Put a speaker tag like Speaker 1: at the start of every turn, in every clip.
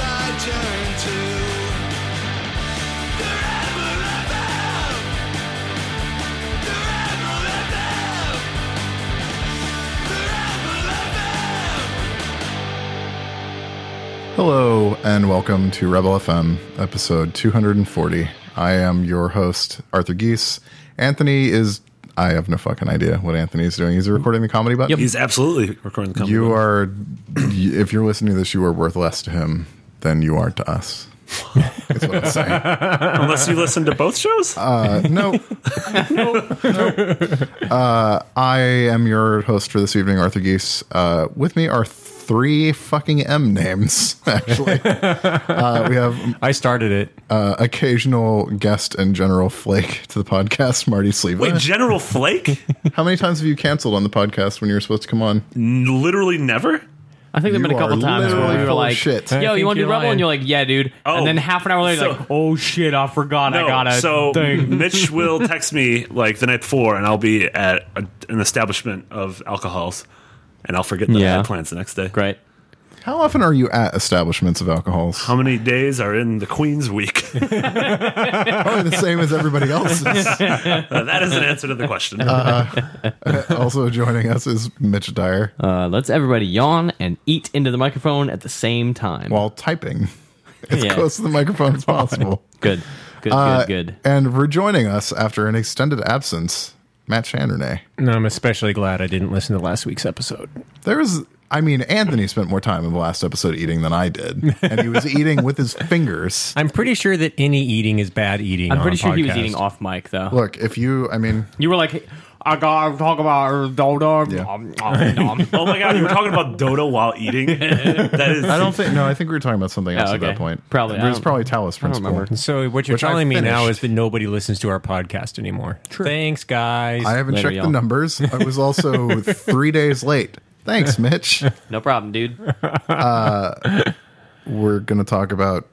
Speaker 1: return to. Forever FM. Forever FM. Forever FM.
Speaker 2: Hello and welcome to Rebel FM, episode 240. I am your host, Arthur Geese. Anthony is, I have no fucking idea what Anthony is doing. He's recording the comedy button.
Speaker 3: He's absolutely recording the company.
Speaker 2: You are, if you're listening to this, you are worth less to him than you are to us. That's what I'm saying.
Speaker 3: Unless you listen to both shows?
Speaker 2: Uh, no. Uh, I am your host for this evening, Arthur Geese. Uh, with me are three fucking M names, actually. uh, we have
Speaker 4: I started it.
Speaker 2: uh, occasional guest and general flake to the podcast, Marty Sleva.
Speaker 3: Wait, General Flake?
Speaker 2: How many times have you canceled on the podcast when you were supposed to come on?
Speaker 3: Literally never?
Speaker 5: I think there've
Speaker 2: You
Speaker 5: been a couple
Speaker 2: are
Speaker 5: times where
Speaker 2: literally
Speaker 5: we were
Speaker 2: full of
Speaker 5: like,
Speaker 2: shit. I
Speaker 5: "Yo,
Speaker 4: think
Speaker 5: you want to be
Speaker 4: you're
Speaker 5: rebel?"
Speaker 4: lying.
Speaker 5: And you're like, "Yeah, dude."
Speaker 3: Oh,
Speaker 5: and then half an hour later,
Speaker 3: so-
Speaker 5: you're like, "Oh shit, I forgot I
Speaker 3: No.
Speaker 4: got a
Speaker 3: so
Speaker 4: thing.
Speaker 3: Mitch will text me like the night before, and I'll be at a, an establishment of alcohols, and I'll forget that I
Speaker 5: Yeah.
Speaker 3: had plans the next day.
Speaker 5: great."
Speaker 2: How often are you at establishments of alcohols?
Speaker 3: How many days are in the Queen's Week?
Speaker 2: Probably the same as everybody else's.
Speaker 3: Uh, that is an answer to the question.
Speaker 2: Uh, also joining us is Mitch Dyer
Speaker 5: Uh, let's everybody yawn and eat into the microphone at the same time.
Speaker 2: while typing as
Speaker 5: Yeah.
Speaker 2: close to the microphone as possible.
Speaker 5: good, good,
Speaker 2: Uh,
Speaker 5: good, good.
Speaker 2: And rejoining us after an extended absence, Matt Chandernay.
Speaker 4: No, I'm especially glad I didn't listen to last week's episode.
Speaker 2: There's, I mean, Anthony spent more time in the last episode eating than I did, and he was eating with his fingers.
Speaker 4: I'm pretty sure that any eating is bad eating.
Speaker 5: I'm
Speaker 4: on
Speaker 5: pretty
Speaker 4: a
Speaker 5: sure he was
Speaker 4: podcast.
Speaker 5: eating off mic though.
Speaker 2: Look, if you, I mean,
Speaker 5: You were like, "Hey, "I got to talk about uh, Dota."
Speaker 2: Yeah.
Speaker 5: Nom, nom, nom."
Speaker 3: oh my god, you were talking about Dodo while eating? That is
Speaker 2: I don't think. No, I think we were talking about something else at
Speaker 5: Oh, okay.
Speaker 2: that point.
Speaker 5: Probably,
Speaker 2: it
Speaker 5: I
Speaker 2: was
Speaker 5: don't-
Speaker 2: probably Talos principle.
Speaker 5: remember.
Speaker 4: So what you're
Speaker 2: Which I
Speaker 4: telling me now
Speaker 2: finished.
Speaker 4: is that nobody listens to our podcast anymore. Thanks, guys.
Speaker 2: I haven't
Speaker 5: Later,
Speaker 2: checked the
Speaker 5: y'all.
Speaker 2: numbers. I was also three days late. Thanks, Mitch.
Speaker 5: no problem, dude.
Speaker 2: We're gonna talk about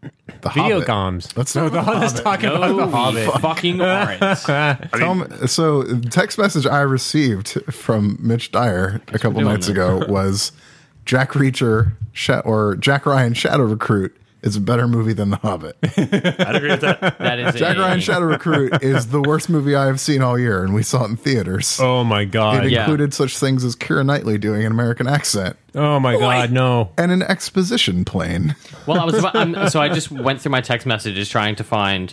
Speaker 2: the
Speaker 4: Video
Speaker 2: Hobbit.
Speaker 4: comms.
Speaker 2: Let's know the
Speaker 4: Let's talk about the
Speaker 5: No,
Speaker 4: Hobbit.
Speaker 5: we fucking aren't.
Speaker 2: Tell me- so text message I received from Mitch Dyer a couple
Speaker 5: doing
Speaker 2: nights
Speaker 5: that.
Speaker 2: ago was Jack Reacher Sha- or Jack Ryan Shadow Recruit is a better movie than The Hobbit.
Speaker 3: I'd agree with that.
Speaker 5: That is
Speaker 2: Jack
Speaker 5: a-
Speaker 2: Ryan Shadow Recruit is the worst movie I have seen all year, and we saw it in theaters.
Speaker 4: Oh my
Speaker 2: it
Speaker 4: god.
Speaker 5: Uh, yeah.
Speaker 2: included such things as Kira Knightley doing an American accent
Speaker 4: Oh my god. No.
Speaker 2: and an exposition plane.
Speaker 5: Well, I was about, I'm, so I just went through my text messages trying to find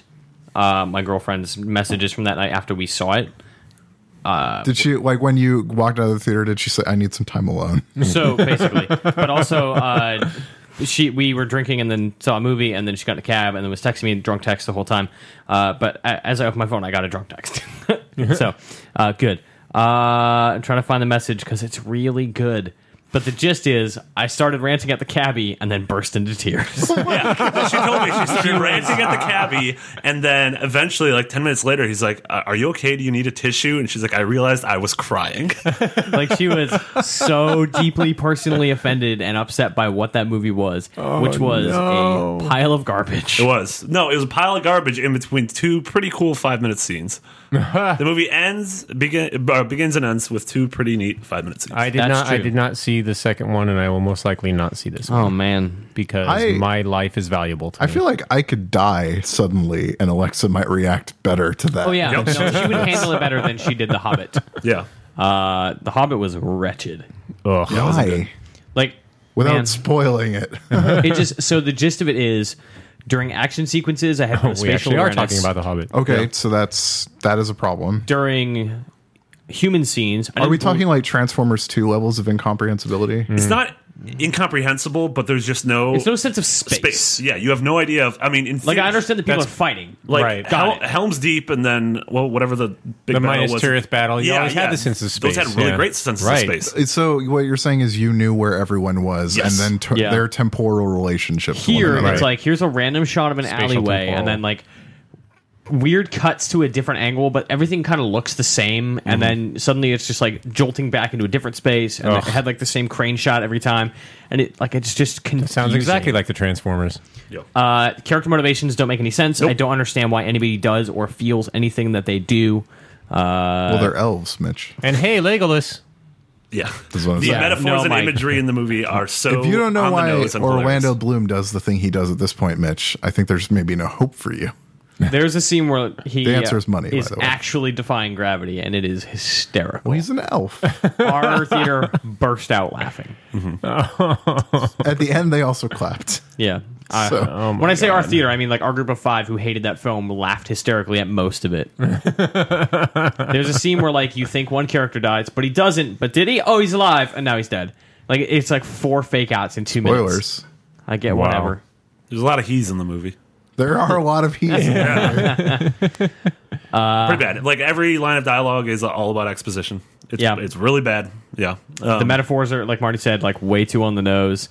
Speaker 5: uh, my girlfriend's messages from that night after we saw it.
Speaker 2: Did she like when you walked out of the theater? Did she say, "I need some time alone"?
Speaker 5: So basically, but also, uh, she we were drinking and then saw a movie and then she got in a cab and then was texting me drunk text the whole time. Uh, but a- as I opened my phone, I got a drunk text. so uh, good. Uh, I'm trying to find the message because it's really good. But the gist is, I started ranting at the cabbie and then burst into tears.
Speaker 3: Yeah, she told me she started ranting at the cabbie, and then eventually, like ten minutes later, he's like, "Uh, "Are you okay? Do you need a tissue?" And she's like, "I realized I was crying."
Speaker 5: like she was so deeply personally offended and upset by what that movie was, which was a pile of garbage.
Speaker 3: It was no, it was a pile of garbage in between two pretty cool five minute scenes. the movie ends begin uh, begins and ends with two pretty neat five minute scenes.
Speaker 4: I did
Speaker 5: That's
Speaker 4: not. I
Speaker 5: true.
Speaker 4: did not see the second one, and I will most likely not see this one
Speaker 5: Oh man,
Speaker 4: because
Speaker 2: I-
Speaker 4: my life is valuable. To
Speaker 2: I
Speaker 4: me.
Speaker 2: feel like I could die suddenly, and Alexa might react better to that.
Speaker 5: Oh yeah,
Speaker 3: Yep.
Speaker 5: no, she would handle it better than she did The Hobbit.
Speaker 3: yeah,
Speaker 5: Uh, the Hobbit was wretched.
Speaker 4: Ugh.
Speaker 2: why?
Speaker 5: Like
Speaker 2: Without
Speaker 5: man,
Speaker 2: spoiling it,
Speaker 5: it just so the gist of it is during action sequences I had no
Speaker 4: we
Speaker 5: spatial
Speaker 4: actually are
Speaker 5: awareness.
Speaker 4: talking about the Hobbit.
Speaker 2: okay, so that's that is a problem.
Speaker 5: during human scenes. I
Speaker 2: Are we
Speaker 5: didn't-
Speaker 2: talking like Transformers two levels of incomprehensibility?
Speaker 5: Mm.
Speaker 3: it's not incomprehensible, but there's just no,
Speaker 5: It's no sense of space.
Speaker 3: space. Yeah, you have no idea of. I mean, in
Speaker 5: Like
Speaker 3: theory-
Speaker 5: I understand that people are
Speaker 4: That's-
Speaker 5: fighting.
Speaker 3: Like
Speaker 4: Right.
Speaker 3: Hel-
Speaker 5: Got it.
Speaker 3: Helm's Deep, and then well, whatever the big
Speaker 4: The
Speaker 3: battle
Speaker 4: Minas
Speaker 3: was.
Speaker 4: Tirith battle. You always had the sense of
Speaker 3: Those
Speaker 4: space,
Speaker 3: had really
Speaker 4: yeah.
Speaker 3: great senses
Speaker 4: Right.
Speaker 3: of space.
Speaker 2: So what you're saying is you knew where everyone was,
Speaker 3: Yes.
Speaker 2: and then t-
Speaker 5: Yeah.
Speaker 2: their temporal relationship to one
Speaker 5: here
Speaker 2: another.
Speaker 5: it's like here's a random shot of an alleyway
Speaker 4: temporal.
Speaker 5: and then like weird cuts to a different angle but everything kind of looks the same and
Speaker 2: Mm-hmm.
Speaker 5: then suddenly it's just like jolting back into a different space and it had like the same crane shot every time and it like it's just confusing.
Speaker 4: Sounds exactly like the Transformers.
Speaker 3: Yo.
Speaker 5: uh, character motivations don't make any sense i don't understand why anybody does or feels anything that they do uh,
Speaker 2: well, they're elves, Mitch.
Speaker 4: And hey, Legolas.
Speaker 3: Yeah.
Speaker 2: Is what I'm
Speaker 3: the
Speaker 2: saying.
Speaker 3: metaphors
Speaker 5: No,
Speaker 3: and
Speaker 5: Mike.
Speaker 3: imagery in the movie are so.
Speaker 2: If you don't know
Speaker 3: on the
Speaker 2: why
Speaker 3: nose and hilarious.
Speaker 2: Orlando Bloom does the thing he does at this point, Mitch, I think there's maybe no hope for you.
Speaker 5: There's a scene where he uh,
Speaker 2: The answer is money, by
Speaker 5: Is
Speaker 2: the way.
Speaker 5: actually defying gravity, and it is hysterical.
Speaker 2: Well, he's an elf.
Speaker 5: Our theater burst out laughing.
Speaker 2: at the end, they also clapped.
Speaker 5: Yeah. I-
Speaker 2: So- Oh
Speaker 5: when I say our theater, I mean like our group of five who hated that film laughed hysterically at most of it. There's a scene where like you think one character dies, but he doesn't. But did he? Oh, he's alive, and now he's dead. Like it's like four fake outs in two minutes.
Speaker 2: Spoilers.
Speaker 5: I get
Speaker 4: Wow.
Speaker 5: whatever.
Speaker 3: There's a lot of he's in the movie.
Speaker 2: There are a lot of he's.
Speaker 3: Pretty bad. Like every line of dialogue is all about exposition. It's,
Speaker 5: Yeah.
Speaker 3: It's really bad. Yeah. Um,
Speaker 5: The metaphors are, like Marty said, like way too on the nose.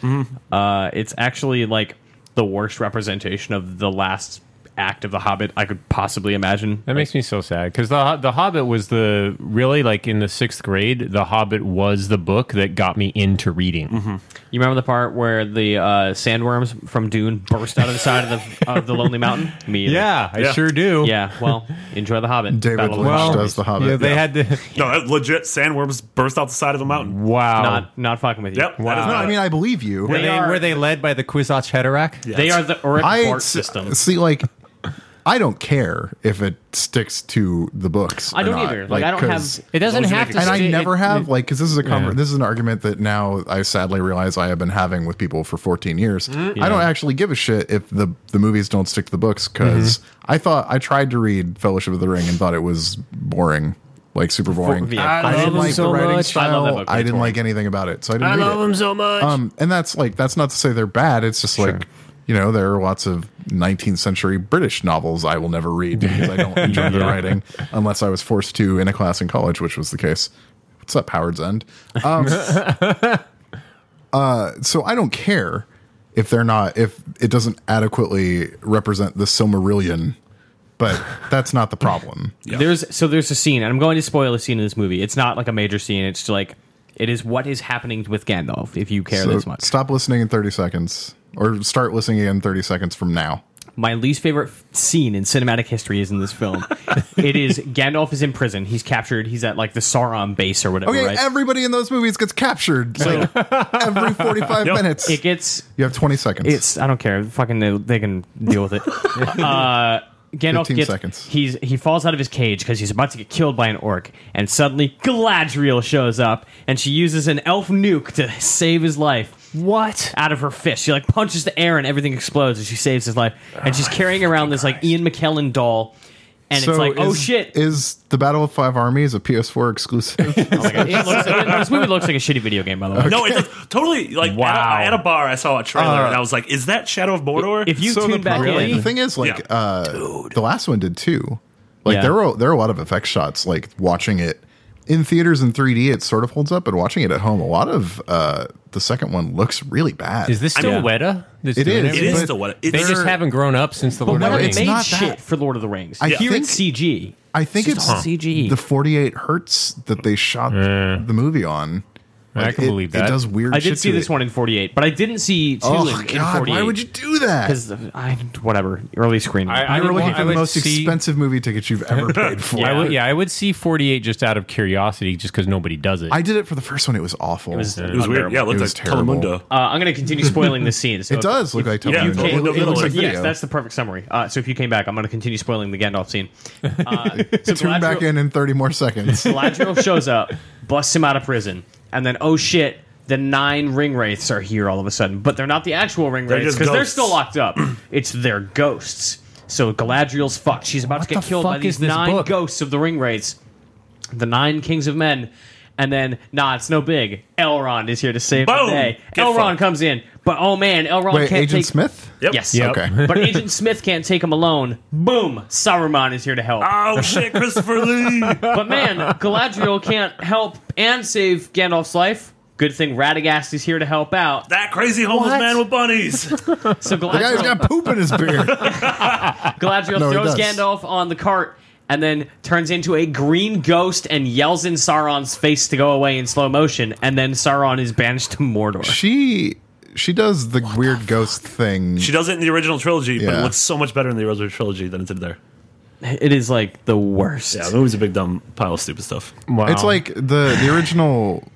Speaker 5: Uh, it's actually like the worst representation of the last act of The Hobbit I could possibly imagine.
Speaker 4: That makes me so sad because the the Hobbit was the really like in the sixth grade. The Hobbit was the book that got me into reading.
Speaker 3: Mm-hmm.
Speaker 5: You remember the part where the uh, sandworms from Dune burst out of the side of the of the Lonely Mountain? Me, either.
Speaker 4: Yeah, I
Speaker 3: Yeah.
Speaker 4: sure do.
Speaker 5: yeah. Well, enjoy the Hobbit.
Speaker 2: David
Speaker 5: Battle of the
Speaker 2: Lynch
Speaker 5: Hobbit.
Speaker 2: does the Hobbit.
Speaker 4: Yeah, they
Speaker 2: Yeah.
Speaker 4: had to.
Speaker 3: no, that legit sandworms burst out the side of a mountain.
Speaker 4: Wow.
Speaker 5: Not not fucking with you.
Speaker 3: Yep.
Speaker 4: Wow.
Speaker 2: No, I mean, I believe you.
Speaker 4: were, they,
Speaker 5: are-
Speaker 4: were they led by the Kwisatz Haderach? Yeah.
Speaker 5: They are the Uruk
Speaker 2: I
Speaker 5: Bart
Speaker 2: s-
Speaker 5: system.
Speaker 2: see, like, I don't care if it sticks to the books.
Speaker 5: I
Speaker 2: or
Speaker 5: don't
Speaker 2: not.
Speaker 5: either. Like, I don't
Speaker 2: 'cause-
Speaker 5: have-
Speaker 4: It doesn't
Speaker 3: Those
Speaker 4: have
Speaker 3: make
Speaker 4: to.
Speaker 3: it-
Speaker 2: and I
Speaker 4: stay-
Speaker 2: never
Speaker 4: it-
Speaker 2: have like because this is a conver-
Speaker 4: Yeah.
Speaker 2: this is an argument that now I sadly realize I have been having with people for 14 years.
Speaker 4: Mm-hmm.
Speaker 2: I don't actually give a shit if the the movies don't stick to the books because
Speaker 4: Mm-hmm.
Speaker 2: I thought I tried to read Fellowship of the Ring and thought it was boring, like super boring.
Speaker 5: yeah.
Speaker 2: I,
Speaker 5: I
Speaker 4: love
Speaker 2: didn't
Speaker 4: them
Speaker 2: like
Speaker 4: so
Speaker 2: the writing
Speaker 4: much.
Speaker 5: I love
Speaker 2: style. I,
Speaker 5: that book. It's
Speaker 2: didn't
Speaker 5: boring.
Speaker 2: like anything about it, so I didn't. read it.
Speaker 4: so much.
Speaker 2: Um, and that's like that's not to say they're bad. It's just like you know there are lots of 19th century British novels I will never read because I don't enjoy the writing unless I was forced to in a class in college, which was the case. What's up, Howard's End? Um, uh, so I don't care if they're not if it doesn't adequately represent the Silmarillion, but that's not the problem.
Speaker 5: There's so there's a scene, and I'm going to spoil a scene in this movie. It's not like a major scene. It's like it is what is happening with Gandalf. If you care
Speaker 2: So
Speaker 5: this much,
Speaker 2: stop listening in 30 seconds or start listening again 30 seconds from now.
Speaker 5: my least favorite f- scene in cinematic history is in this film. it is Gandalf is in prison. He's captured. He's at like the Sauron base or whatever.
Speaker 2: Okay,
Speaker 5: right?
Speaker 2: everybody in those movies gets captured like every 45 minutes.
Speaker 5: it gets
Speaker 2: you have 20 seconds.
Speaker 5: It's I don't care. Fucking they, they can deal with it. uh, Gandalf
Speaker 2: 15
Speaker 5: gets
Speaker 2: seconds.
Speaker 5: he's he falls out of his cage because he's about to get killed by an orc, and suddenly Galadriel shows up, and she uses an elf nuke to save his life. What? Out of her fist, she like punches the air, and everything explodes, and she saves his life. And
Speaker 2: Oh,
Speaker 5: she's carrying around this like Ian McKellen doll, and it's like, oh
Speaker 2: is-
Speaker 5: shit!
Speaker 2: Is the Battle of Five Armies a PS4 exclusive?
Speaker 5: It looks- it- this movie looks like a shitty video game, by the way.
Speaker 3: No, it's totally like
Speaker 4: Wow.
Speaker 3: at, a, at a bar. I saw a
Speaker 2: Uh,
Speaker 3: trailer and I was like, "Is that Shadow of Mordor?"
Speaker 5: If you tune back
Speaker 4: really?
Speaker 2: the
Speaker 5: in,
Speaker 2: thing is, like,
Speaker 3: Yeah.
Speaker 2: uh, the last one did too. Like,
Speaker 5: Yeah.
Speaker 2: there, were, there are a lot of effect shots, like, watching it in theaters in 3D, it sort of holds up, but watching it at home, a lot of uh, the second one looks really bad.
Speaker 4: Is this
Speaker 3: I
Speaker 4: still
Speaker 3: mean-
Speaker 4: Weta? that's
Speaker 2: It
Speaker 4: doing
Speaker 2: is,
Speaker 3: it is
Speaker 2: but
Speaker 3: the what
Speaker 4: They just haven't grown up since the Lord
Speaker 5: Weta
Speaker 4: of the
Speaker 2: no,
Speaker 5: made
Speaker 2: it's
Speaker 4: Rings.
Speaker 2: not
Speaker 5: shit
Speaker 2: that.
Speaker 5: for Lord of the Rings.
Speaker 2: I
Speaker 5: Here
Speaker 2: think-
Speaker 5: it's CG.
Speaker 2: I think
Speaker 5: It's
Speaker 2: it's,
Speaker 5: just all CG.
Speaker 2: the 48 hertz that they shot the movie on.
Speaker 4: I
Speaker 2: Like,
Speaker 4: can
Speaker 2: it-
Speaker 4: believe
Speaker 2: It
Speaker 4: that.
Speaker 2: does weird.
Speaker 5: I did
Speaker 2: shit
Speaker 5: see
Speaker 2: to
Speaker 5: this
Speaker 2: it.
Speaker 5: one in 48, but I didn't see two
Speaker 2: Oh
Speaker 5: in, in
Speaker 2: god,
Speaker 5: 48.
Speaker 2: why would you do that?
Speaker 5: Because I whatever early screen.
Speaker 4: I-
Speaker 2: you
Speaker 4: would
Speaker 2: were looking
Speaker 4: want-
Speaker 2: for the
Speaker 4: would
Speaker 2: most
Speaker 4: see-
Speaker 2: expensive movie tickets you've ever paid for.
Speaker 4: I would, yeah, I would see 48 just out of curiosity, just because nobody does it.
Speaker 2: I did it for the first one. It was awful. It,
Speaker 5: was-
Speaker 3: it was weird. Yeah, it looked
Speaker 2: It
Speaker 3: like
Speaker 2: was terrible.
Speaker 3: Telemundo.
Speaker 5: uh, I'm going to continue spoiling this scene. So if-
Speaker 2: does look like Telemundo.
Speaker 3: you
Speaker 2: It
Speaker 3: can't-
Speaker 2: looks- it, looks like
Speaker 5: yes,
Speaker 2: video.
Speaker 5: that's the perfect summary. Uh, so if you came back, I'm going to continue spoiling the Gandalf scene. Uh, so
Speaker 2: Tune back in in 30 more seconds.
Speaker 5: Galadriel shows up, busts him out of prison, and then oh shit, the nine ring wraiths are here all of a sudden. But they're not the actual ring wraiths
Speaker 3: just
Speaker 5: because they're
Speaker 3: ghosts.
Speaker 5: still locked up. it's their ghosts. So Galadriel's fucked. She's about to get
Speaker 4: the
Speaker 5: killed by
Speaker 4: fuck
Speaker 5: these
Speaker 4: is this
Speaker 5: nine
Speaker 4: book?
Speaker 5: ghosts of the ring wraiths, the nine kings of men. And then, nah, it's no big. Elrond is here to save
Speaker 3: Boom!
Speaker 5: the day.
Speaker 3: Get
Speaker 5: Elrond
Speaker 3: fucked.
Speaker 5: comes in, but oh man, Elrond
Speaker 2: Wait,
Speaker 5: can't
Speaker 2: Agent
Speaker 5: take.
Speaker 2: Smith?
Speaker 3: Yep.
Speaker 5: Yes,
Speaker 4: Yep.
Speaker 2: Okay.
Speaker 5: but Agent Smith can't take him alone. Boom! Saruman is here to help.
Speaker 3: Oh shit, Christopher Lee.
Speaker 5: But man, Galadriel can't help and save Gandalf's life. Good thing Radagast is here to help out.
Speaker 3: That crazy homeless
Speaker 2: What?
Speaker 3: man with bunnies.
Speaker 5: So
Speaker 2: The guy's
Speaker 5: Galadriel,
Speaker 2: got poop in his beard.
Speaker 5: Galadriel
Speaker 2: No, he
Speaker 5: throws
Speaker 2: does.
Speaker 5: Gandalf on the cart and then turns into a green ghost and yells in Sauron's face to go away in slow motion. And then Sauron is banished to Mordor.
Speaker 2: she she does the weird ghost thing.
Speaker 3: She does it in the original trilogy, but
Speaker 2: Yeah.
Speaker 3: it looks so much better in the original trilogy than it did there.
Speaker 5: It is like the worst.
Speaker 4: Oh.
Speaker 3: Yeah, the movie's a big dumb pile of stupid stuff.
Speaker 4: Wow.
Speaker 2: It's like the the original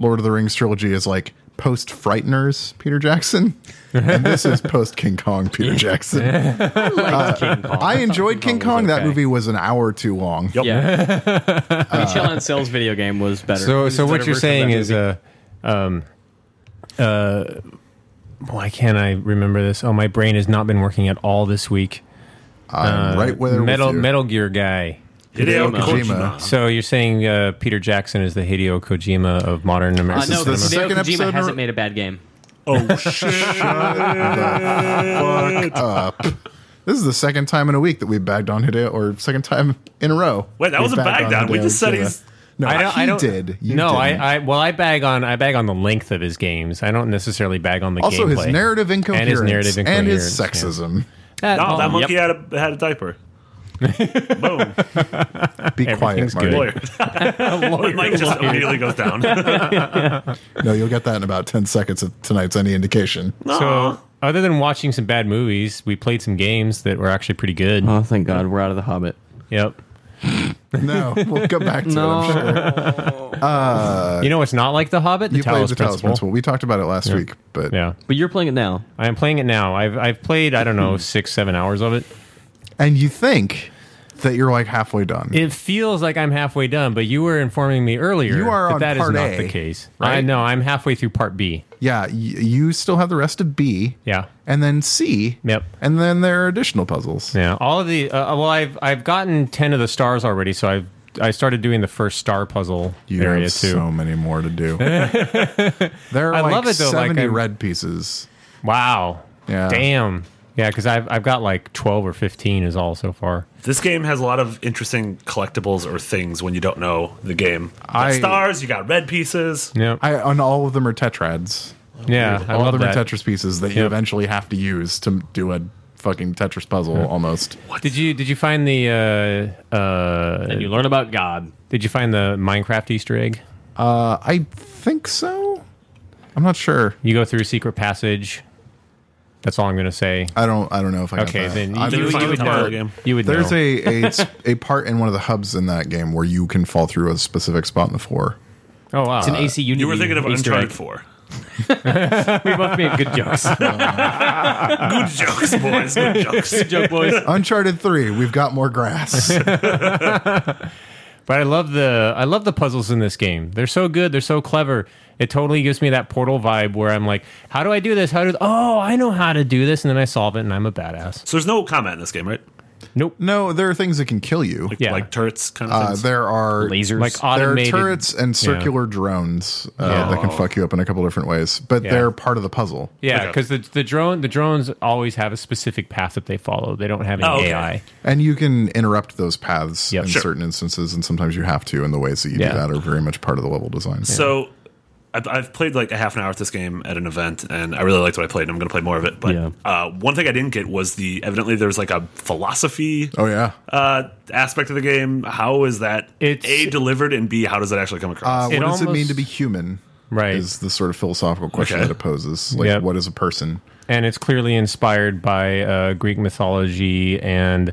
Speaker 2: Lord of the Rings trilogy is like post Frighteners Peter Jackson, and this is post King Kong Peter Jackson.
Speaker 5: King Kong.
Speaker 2: I enjoyed King Kong. That
Speaker 5: okay.
Speaker 2: movie was an hour too long.
Speaker 3: Yep.
Speaker 5: yeah. Michel Ansel's video game was better.
Speaker 4: So, so what
Speaker 5: Better
Speaker 4: you're
Speaker 5: version of
Speaker 4: saying
Speaker 5: that
Speaker 4: is,
Speaker 5: movie.
Speaker 4: uh, um, uh, why can't I remember this? Oh, my brain has not been working at all this week.
Speaker 2: I'm
Speaker 4: Uh,
Speaker 2: right where
Speaker 4: Metal
Speaker 2: with you.
Speaker 4: Metal Gear guy.
Speaker 3: Hideo
Speaker 5: Kojima.
Speaker 3: Kojima. Oh,
Speaker 4: So you're saying uh, Peter Jackson is the Hideo Kojima of modern
Speaker 5: Uh,
Speaker 4: American
Speaker 5: no,
Speaker 2: the
Speaker 4: cinema?
Speaker 2: second
Speaker 5: because Hideo
Speaker 2: episode in
Speaker 5: Kojima
Speaker 2: a-
Speaker 5: hasn't made a bad game.
Speaker 3: Oh shit!
Speaker 2: up. This is the second time in a week that we bagged on Hideo, or second time in a row.
Speaker 3: Wait, that
Speaker 2: we've
Speaker 3: wasn't
Speaker 2: bagged
Speaker 3: bagged on. We
Speaker 2: Hideo
Speaker 3: just said
Speaker 2: Kojima.
Speaker 3: he's-
Speaker 2: No,
Speaker 4: I
Speaker 2: I
Speaker 4: don't, I don't,
Speaker 2: did. You
Speaker 4: no,
Speaker 2: didn't.
Speaker 4: I, I well, I bag on I bag on the length of his games. I don't necessarily bag on the
Speaker 2: also
Speaker 4: gameplay.
Speaker 2: his narrative incoherence
Speaker 4: and his narrative incoherence
Speaker 2: and his
Speaker 4: yeah.
Speaker 2: sexism.
Speaker 3: No, that
Speaker 5: Yep.
Speaker 3: monkey had a had a diaper. Boom.
Speaker 2: Be quiet,
Speaker 4: Everything's good.
Speaker 2: Marty.
Speaker 3: Lawyer. Mike just immediately goes down.
Speaker 2: No, you'll get that in about ten seconds of tonight's any indication.
Speaker 4: So, Uh, other than watching some bad movies, we played some games that were actually pretty good.
Speaker 5: Oh, thank God, we're out of the Hobbit.
Speaker 4: Yep.
Speaker 2: No, we'll come back to it. I'm sure.
Speaker 4: you know, it's not like The Hobbit. The
Speaker 2: Uh, You played
Speaker 4: Talos
Speaker 2: the Talos
Speaker 4: Principle.
Speaker 2: Principle. We talked about it last week, but
Speaker 4: Yeah,
Speaker 5: but you're playing it now.
Speaker 4: I am playing it now. I've I've played I don't know
Speaker 2: Hmm.
Speaker 4: six seven hours of it.
Speaker 2: and you think that you're like halfway done.
Speaker 4: It feels like I'm halfway done, but you were informing me earlier
Speaker 2: You are
Speaker 4: that
Speaker 2: on
Speaker 4: that is
Speaker 2: part
Speaker 4: not
Speaker 2: A,
Speaker 4: the case. I
Speaker 2: right?
Speaker 4: know. I'm halfway through Part B.
Speaker 2: yeah, y- you still have the rest of B.
Speaker 4: Yeah.
Speaker 2: and then C.
Speaker 4: Yep.
Speaker 2: and then there are additional puzzles.
Speaker 4: Yeah, all of the uh, well, I've I've gotten ten of the stars already, so I've I started doing the first star puzzle
Speaker 2: You
Speaker 4: area
Speaker 2: have
Speaker 4: too.
Speaker 2: so many more to do. there are
Speaker 4: I
Speaker 2: like
Speaker 4: love it, though, like,
Speaker 2: 70
Speaker 4: I'm-
Speaker 2: red pieces.
Speaker 4: Wow.
Speaker 2: Yeah.
Speaker 4: Damn. Yeah, because I've I've got like twelve or fifteen is all so far.
Speaker 3: This game has a lot of interesting collectibles or things when you don't know the game. You got
Speaker 2: I-
Speaker 3: stars, you got red pieces.
Speaker 4: Yeah.
Speaker 2: I and all of them are tetrads.
Speaker 4: yeah. I
Speaker 2: all
Speaker 4: love
Speaker 2: of them
Speaker 4: that.
Speaker 2: are Tetris pieces that you
Speaker 4: Yep.
Speaker 2: eventually have to use to do a fucking Tetris puzzle almost.
Speaker 4: Did you did you find the uh, uh,
Speaker 5: And you learn about God.
Speaker 4: did you find the Minecraft Easter egg?
Speaker 2: Uh, I think so. I'm not sure.
Speaker 4: You go through a secret passage. That's all I'm gonna say.
Speaker 2: I don't. I don't know if I.
Speaker 4: Okay,
Speaker 2: got that.
Speaker 4: then
Speaker 2: I-
Speaker 4: you,
Speaker 3: there's
Speaker 4: you,
Speaker 3: a
Speaker 4: would
Speaker 3: part of
Speaker 4: know.
Speaker 3: the game.
Speaker 4: You would
Speaker 2: there's
Speaker 4: know.
Speaker 2: a, a a part in one of the hubs in that game where you can fall through a specific spot in the floor.
Speaker 4: oh wow.
Speaker 5: It's an AC Unity.
Speaker 3: You were thinking of
Speaker 5: Easter
Speaker 3: Uncharted
Speaker 5: egg.
Speaker 3: 4.
Speaker 5: We both made good jokes.
Speaker 3: Good jokes, boys. Good jokes.
Speaker 5: Joke boys.
Speaker 2: Uncharted Three. We've got more grass.
Speaker 4: But I love the I love the puzzles in this game. They're so good. They're so clever. It totally gives me that portal vibe where I'm like, how do I do this? How do oh I know how to do this, and then I solve it, and I'm a badass.
Speaker 3: So there's no combat in this game, right?
Speaker 4: Nope.
Speaker 2: no, there are things that can kill you.
Speaker 3: Like,
Speaker 4: Yeah.
Speaker 3: like turrets kind of
Speaker 2: Uh,
Speaker 3: things.
Speaker 2: there are
Speaker 5: Lasers.
Speaker 4: Like
Speaker 2: There are
Speaker 4: automated
Speaker 2: turrets and circular drones uh,
Speaker 4: Yeah.
Speaker 2: that can fuck you up in a couple different ways, but
Speaker 4: Yeah.
Speaker 2: they're part of the puzzle.
Speaker 4: Yeah,
Speaker 3: Okay.
Speaker 4: because the the drone the drones always have a specific path that they follow. They don't have any
Speaker 3: Oh, okay.
Speaker 4: AI.
Speaker 2: And you can interrupt those paths
Speaker 4: Yep.
Speaker 2: in
Speaker 4: Sure.
Speaker 2: certain instances, and sometimes you have to, and the ways that you
Speaker 4: Yeah.
Speaker 2: do that are very much part of the level design.
Speaker 3: So I've, I've played like a half an hour with this game at an event, and I really liked what I played. and I'm going to play more of it. But
Speaker 5: Yeah.
Speaker 3: uh, one thing I didn't get was the evidently there's like a philosophy
Speaker 2: oh, yeah.
Speaker 3: uh, aspect of the game. How is that
Speaker 4: It's-
Speaker 3: a delivered and b how does that actually come across?
Speaker 2: Uh, what
Speaker 4: it
Speaker 2: does it mean
Speaker 4: almost-
Speaker 2: to be human?
Speaker 4: Right.
Speaker 2: Is the sort of philosophical question
Speaker 3: Okay.
Speaker 2: that it poses. Like,
Speaker 4: Yep.
Speaker 2: what is a person?
Speaker 4: and it's clearly inspired by uh, Greek mythology and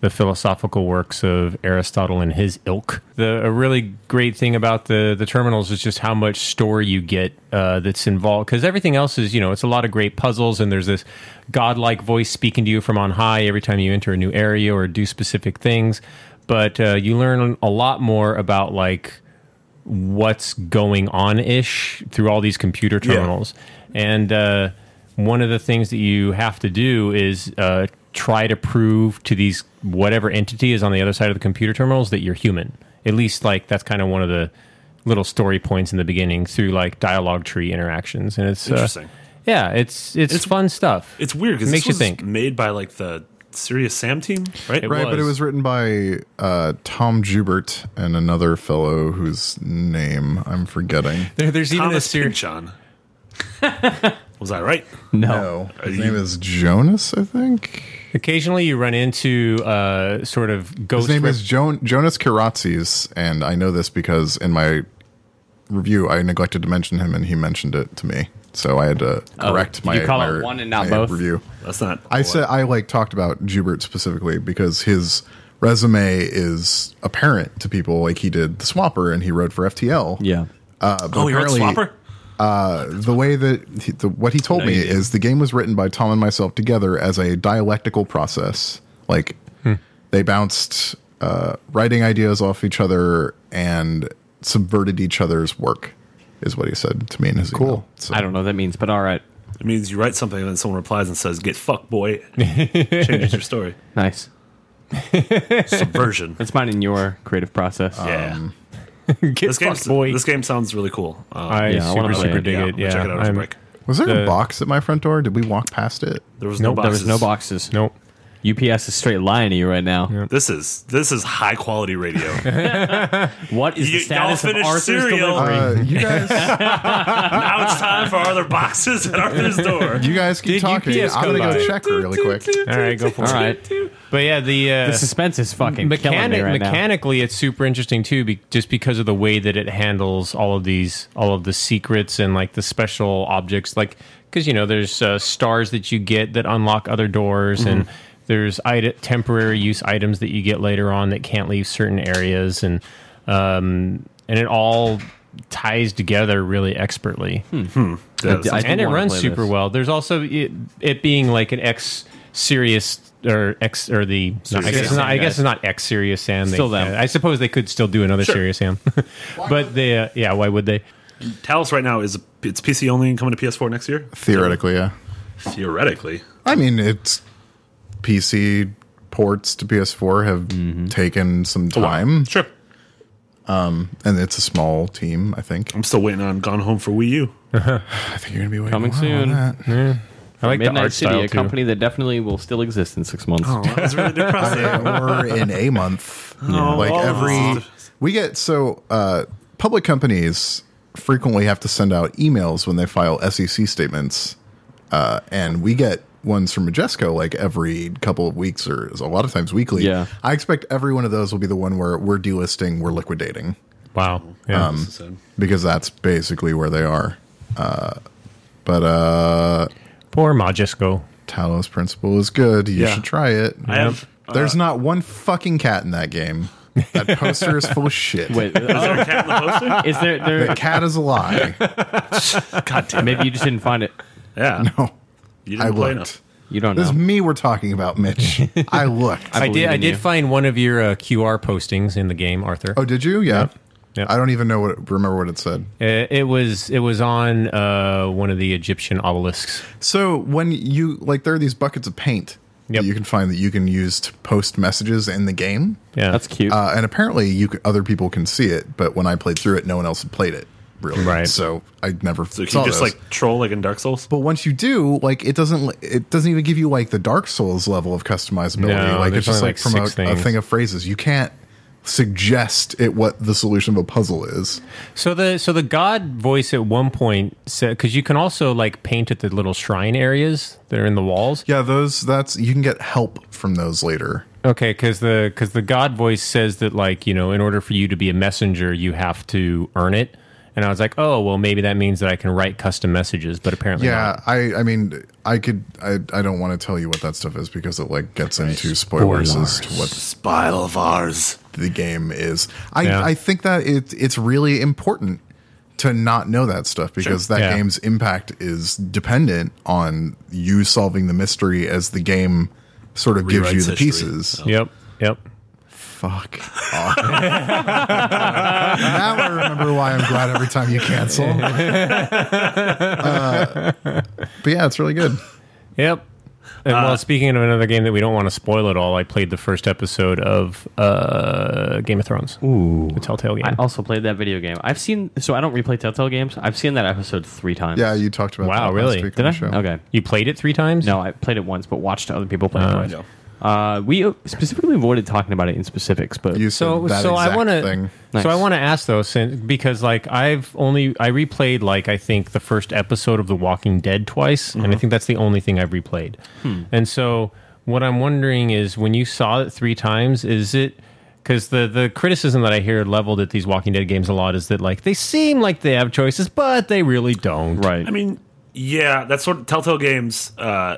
Speaker 4: the philosophical works of Aristotle and his ilk. The a really great thing about the the terminals is just how much story you get uh, that's involved because everything else is you know it's a lot of great puzzles and there's this godlike voice speaking to you from on high every time you enter a new area or do specific things, but uh, you learn a lot more about like what's going on ish through all these computer terminals. And uh, one of the things that you have to do is uh, try to prove to these whatever entity is on the other side of the computer terminals that you're human. At least, like, that's kind of one of the little story points in the beginning through like dialogue tree interactions. And it's uh,
Speaker 3: Interesting.
Speaker 4: yeah, it's, it's fun stuff.
Speaker 3: it's weird because
Speaker 4: makes
Speaker 3: this
Speaker 4: you
Speaker 3: was
Speaker 4: think.
Speaker 3: made by like the Serious Sam team, right?
Speaker 4: It
Speaker 2: Right, but it was
Speaker 4: was.
Speaker 2: written by uh, Tom Jubert and another fellow whose name I'm forgetting.
Speaker 4: There, there's even
Speaker 3: Thomas
Speaker 4: this series.
Speaker 3: Pinchon. was I right?
Speaker 5: No.
Speaker 2: No. His name is Jonas, I think.
Speaker 4: Occasionally, you run into uh, sort of
Speaker 5: Oh,
Speaker 4: ghost.
Speaker 2: His name
Speaker 4: rep-
Speaker 2: is jo- Jonas Karatzis, and I know this because in my review I neglected to mention him, and he mentioned it to me, so I had to correct
Speaker 5: Oh, did
Speaker 2: my,
Speaker 5: you call it
Speaker 2: my-
Speaker 5: one and not
Speaker 2: my
Speaker 5: both?
Speaker 2: review.
Speaker 3: That's not.
Speaker 2: I said I like talked about Jubert specifically because his resume is apparent to people. Like he did the Swapper, and he wrote for FTL.
Speaker 5: Yeah.
Speaker 2: Uh, but
Speaker 3: Oh, you're a
Speaker 2: apparently,
Speaker 3: swapper.
Speaker 2: uh, the way that he, the, what he told me is the game was written by Tom and myself together as a dialectical process. Like they bounced uh, writing ideas off each other and subverted each other's work, is what he said to me in his cool. email. So
Speaker 5: I don't know what that means, but all right.
Speaker 3: It means you write something and then someone replies and says, "Get fucked, boy." Changes your story.
Speaker 5: Nice.
Speaker 3: Subversion.
Speaker 5: That's mine in your creative process.
Speaker 3: yeah.
Speaker 4: Get
Speaker 3: This game,
Speaker 4: fucked, Um, boy.
Speaker 3: this game sounds really cool. Uh,
Speaker 4: I
Speaker 5: Yeah, I
Speaker 4: super
Speaker 5: wanna play
Speaker 4: super
Speaker 5: it.
Speaker 4: dig
Speaker 3: yeah,
Speaker 4: it.
Speaker 3: we'll
Speaker 4: Yeah,
Speaker 3: check it out after
Speaker 4: I'm-
Speaker 3: break.
Speaker 2: was there
Speaker 4: the-
Speaker 2: a box at my front door? Did we walk past it?
Speaker 3: There was
Speaker 4: Nope,
Speaker 3: no
Speaker 4: there
Speaker 3: boxes.
Speaker 5: There's no boxes.
Speaker 4: Nope.
Speaker 5: UPS is straight lying to you right now.
Speaker 3: This is this is high quality radio.
Speaker 5: What is
Speaker 3: You-
Speaker 5: the status
Speaker 3: y'all
Speaker 5: of
Speaker 3: finished
Speaker 5: Arthur's
Speaker 3: cereal.
Speaker 5: delivery?
Speaker 2: Uh, you guys,
Speaker 3: now it's time for other boxes at Arthur's door.
Speaker 2: you guys keep
Speaker 4: Did
Speaker 2: talking.
Speaker 4: UPS
Speaker 2: I'm gonna
Speaker 4: come
Speaker 2: go
Speaker 4: by?
Speaker 2: check really quick.
Speaker 4: All right, go for it.
Speaker 5: All right.
Speaker 4: But yeah, the uh,
Speaker 5: The suspense is fucking killing me
Speaker 4: mechanic,
Speaker 5: right
Speaker 4: mechanically it's super interesting too be, just because of the way that it handles all of these all of the secrets and like the special objects like because you know there's uh, stars that you get that unlock other doors and
Speaker 5: Mm-hmm.
Speaker 4: there's ite- temporary use items that you get later on that can't leave certain areas and um, and it all ties together really expertly
Speaker 3: Yeah,
Speaker 5: now. I
Speaker 3: sounds-
Speaker 5: do
Speaker 4: and it
Speaker 5: wanna
Speaker 4: runs
Speaker 5: play
Speaker 4: super
Speaker 5: this.
Speaker 4: well. There's also it, it being like an X Sirius or X or the no, I guess it's
Speaker 5: Sam
Speaker 4: not, I
Speaker 5: guys.
Speaker 4: guess it's not X Sirius Sam. They-
Speaker 5: Still them.
Speaker 4: I suppose they could still do another Sirius Sam, but they uh, yeah why would they?
Speaker 3: Talos right now is it's PC only and coming to PS4 next year.
Speaker 2: Theoretically, yeah.
Speaker 3: Theoretically,
Speaker 2: I mean, it's PC ports to PS4 have taken some time,
Speaker 3: sure.
Speaker 2: and it's a small team. I think.
Speaker 3: I'm still waiting on Gone Home for Wii U.
Speaker 2: I think you're gonna be waiting
Speaker 5: Coming
Speaker 2: a while on
Speaker 5: soon.
Speaker 2: that.
Speaker 4: I like the
Speaker 5: Midnight
Speaker 4: art
Speaker 5: City,
Speaker 4: style
Speaker 5: a
Speaker 4: too.
Speaker 5: company that definitely will still exist in six months.
Speaker 3: Oh, that was really depressing.
Speaker 2: or in a month. Like
Speaker 3: Oh.
Speaker 2: every we get so uh, public companies frequently have to send out emails when they file SEC statements, uh, and we get ones from Majesco like every couple of weeks or a lot of times weekly.
Speaker 5: Yeah.
Speaker 2: I expect every one of those will be the one where we're delisting, we're liquidating
Speaker 4: Wow, yeah.
Speaker 2: because that's basically where they are. Uh, but uh,
Speaker 4: poor Majesco.
Speaker 2: Talos Principle is good. You
Speaker 3: Yeah.
Speaker 2: should try it.
Speaker 3: I have.
Speaker 2: There's not one fucking cat in that game. That poster is full of shit.
Speaker 5: Wait,
Speaker 3: Is
Speaker 5: uh,
Speaker 3: there a cat in the poster?
Speaker 5: is there?
Speaker 2: The
Speaker 5: there
Speaker 2: cat is a lie.
Speaker 3: God damn it!
Speaker 5: maybe you just didn't find it.
Speaker 3: Yeah,
Speaker 2: No,
Speaker 3: you didn't
Speaker 2: Oh, I
Speaker 3: play
Speaker 2: looked.
Speaker 3: enough.
Speaker 5: You don't
Speaker 2: This is
Speaker 5: know.
Speaker 2: me we're talking about, Mitch. I looked.
Speaker 4: I did
Speaker 5: believe
Speaker 4: I
Speaker 5: in
Speaker 4: did
Speaker 5: you.
Speaker 4: find one of your uh, QR postings in the game, Arthur.
Speaker 2: oh, did you? Yeah.
Speaker 4: Yeah.
Speaker 2: I don't even know what it, remember what it said.
Speaker 4: Uh, it was it was on uh, one of the Egyptian obelisks.
Speaker 2: So when you like, there are these buckets of paint
Speaker 4: Yep.
Speaker 2: that you can find that you can use to post messages in the game,
Speaker 4: Yeah,
Speaker 5: That's cute.
Speaker 2: uh, and apparently you c other people can see it. But when I played through it, no one else had played it. Really,
Speaker 4: Right.
Speaker 2: So I never
Speaker 3: So you
Speaker 2: saw
Speaker 3: can just
Speaker 2: those.
Speaker 3: like troll like in Dark Souls.
Speaker 2: But once you do, like it doesn't it doesn't even give you like the Dark Souls level of customizability.
Speaker 4: No,
Speaker 2: like it's
Speaker 4: there's
Speaker 2: just
Speaker 4: only,
Speaker 2: like,
Speaker 4: like,
Speaker 2: from
Speaker 4: six
Speaker 2: a, a
Speaker 4: things.
Speaker 2: thing of phrases. You can't suggest it what the solution of a puzzle is.
Speaker 4: So the so the god voice at one point said because you can also like paint at the little shrine areas that are in the walls.
Speaker 2: Yeah, those that's you can get help from those later.
Speaker 4: Okay, because the because the god voice says that like you know in order for you to be a messenger you have to earn it. And I was like, oh well, maybe that means that I can write custom messages, but apparently
Speaker 2: Yeah,
Speaker 4: not.
Speaker 2: I I mean I could I I don't want to tell you what that stuff is because it like gets into spoilers as to what
Speaker 3: Spile of ours.
Speaker 2: the game is. I
Speaker 4: Yeah.
Speaker 2: I think that it it's really important to not know that stuff because that
Speaker 4: Yeah.
Speaker 2: game's impact is dependent on you solving the mystery as the game sort of gives
Speaker 3: Rewrites
Speaker 2: you the
Speaker 3: history.
Speaker 2: pieces.
Speaker 4: Yep, yep.
Speaker 2: Fuck. off. now I remember why I'm glad every time you cancel. Uh, but yeah, it's really good.
Speaker 4: Yep. And well, speaking of another game that we don't want to spoil at all, I played the first episode of uh, Game of Thrones. Ooh, the Telltale game.
Speaker 5: I also played that video game. I've seen. So I don't replay Telltale games. I've seen that episode three times.
Speaker 2: Yeah, you talked about
Speaker 4: Wow,
Speaker 2: that
Speaker 4: really?
Speaker 2: last week
Speaker 5: Did
Speaker 2: on
Speaker 5: I?
Speaker 2: the show.
Speaker 5: Okay.
Speaker 4: you played it three times?
Speaker 5: No, I played it once, but watched other people play it twice.
Speaker 3: no.
Speaker 5: Uh, we uh, specifically avoided talking about it in specifics, but
Speaker 2: You
Speaker 4: so
Speaker 2: said that
Speaker 4: so I
Speaker 2: exact
Speaker 4: want to
Speaker 2: thing.
Speaker 5: Nice.
Speaker 4: so I want to ask though since because like I've only I replayed like I think the first episode of The Walking Dead twice and I
Speaker 5: Mm-hmm.
Speaker 4: think that's the only thing I've replayed.
Speaker 5: Hmm.
Speaker 4: And so what I'm wondering is when you saw it three times is it because the, the criticism that I hear leveled at these Walking Dead games a lot is that like they seem like they have choices but they really don't.
Speaker 5: right.
Speaker 3: I mean, yeah, that's what Telltale games uh,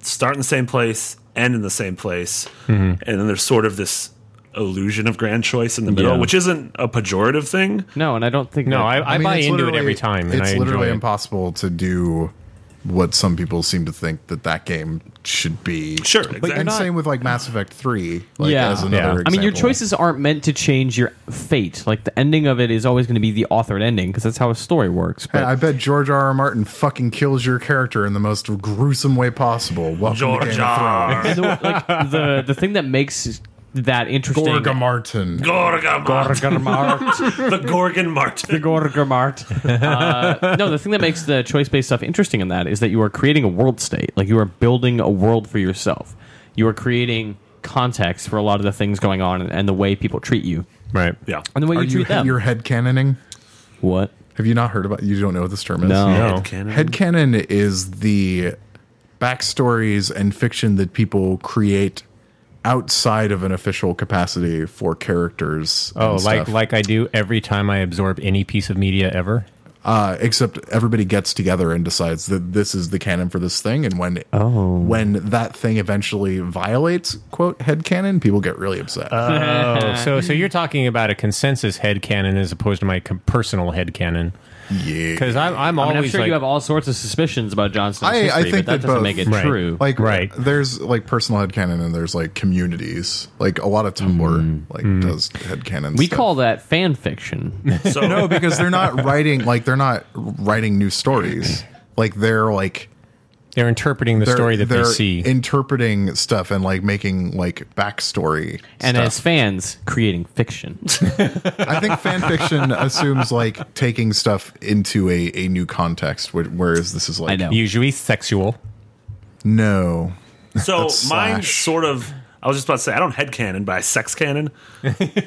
Speaker 3: start in the same place, end in the same place, and then there's sort of this illusion of grand choice in the middle,
Speaker 4: Yeah.
Speaker 3: which isn't a pejorative thing.
Speaker 5: No, and I don't think.
Speaker 4: No,
Speaker 5: that-
Speaker 4: I, I, buy
Speaker 2: it's
Speaker 4: into it
Speaker 2: literally-
Speaker 4: every time. And
Speaker 2: It's
Speaker 4: I
Speaker 2: literally
Speaker 4: enjoy it.
Speaker 2: impossible to do what some people seem to think that that game should be.
Speaker 3: Sure,
Speaker 2: Like,
Speaker 3: exactly.
Speaker 2: and same with like Mass Effect Three. Like,
Speaker 5: Yeah.
Speaker 2: as another
Speaker 4: Yeah.
Speaker 2: Example.
Speaker 5: I mean, your choices aren't meant to change your fate. Like the ending of it is always going to be the authored ending because that's how a story works. But
Speaker 2: Hey, I bet George R. R. Martin fucking kills your character in the most gruesome way possible. Welcome to Game of Thrones.
Speaker 3: Georgia,
Speaker 5: the, like the the thing that makes that interesting.
Speaker 2: Gorga Martin.
Speaker 3: Gorga Mart,
Speaker 5: Gorgamart.
Speaker 3: the Gorgon Mart.
Speaker 5: the Gorgamart. Uh, no, the thing that makes the choice based stuff interesting in that is that you are creating a world state. Like you are building a world for yourself. You are creating context for a lot of the things going on and, and the way people treat you
Speaker 4: Right.
Speaker 3: Yeah,
Speaker 5: and the way
Speaker 2: Are
Speaker 5: you treat
Speaker 2: you
Speaker 5: them.
Speaker 2: your head cannoning?
Speaker 5: what?
Speaker 2: Have you not heard about? You don't know what this term is?
Speaker 5: No. No.
Speaker 4: No.
Speaker 2: Headcanon is the backstories and fiction that people create outside of an official capacity for characters. and
Speaker 4: Oh, like
Speaker 2: stuff.
Speaker 4: like I do every time I absorb any piece of media ever.
Speaker 2: uh, except everybody gets together and decides that this is the canon for this thing, and when
Speaker 4: Oh.
Speaker 2: when that thing eventually violates quote head canon, people get really upset.
Speaker 4: Oh, so so you're talking about a consensus head canon as opposed to my com- personal head canon?
Speaker 2: yeah,
Speaker 4: Because I'm I'm
Speaker 5: I
Speaker 4: always
Speaker 5: mean, I'm sure
Speaker 4: like,
Speaker 5: you have all sorts of suspicions about Johnson's
Speaker 2: I- I
Speaker 5: history,
Speaker 2: think
Speaker 5: but that,
Speaker 2: that
Speaker 5: doesn't
Speaker 2: both-
Speaker 5: make it
Speaker 4: Right.
Speaker 5: true.
Speaker 2: like
Speaker 4: Right.
Speaker 2: There's like personal head canon, and there's like communities. Like a lot of Tumblr
Speaker 4: Mm.
Speaker 2: like does head canon.
Speaker 5: we call that fan fiction.
Speaker 3: So
Speaker 2: no because they're not writing like they're not writing new stories. Like they're like
Speaker 4: they're interpreting the
Speaker 2: they're,
Speaker 4: story that they
Speaker 2: they're
Speaker 4: see.
Speaker 2: interpreting stuff and like making like backstory
Speaker 5: and
Speaker 2: stuff.
Speaker 5: as fans, creating fiction.
Speaker 2: I think fan fiction assumes like taking stuff into a, a new context, wh- whereas this is like
Speaker 5: I know.
Speaker 4: Usually sexual.
Speaker 2: no.
Speaker 3: So
Speaker 2: That's
Speaker 3: mine's
Speaker 2: slash.
Speaker 3: sort of. I was just about to say I don't head canon, but I sex canon.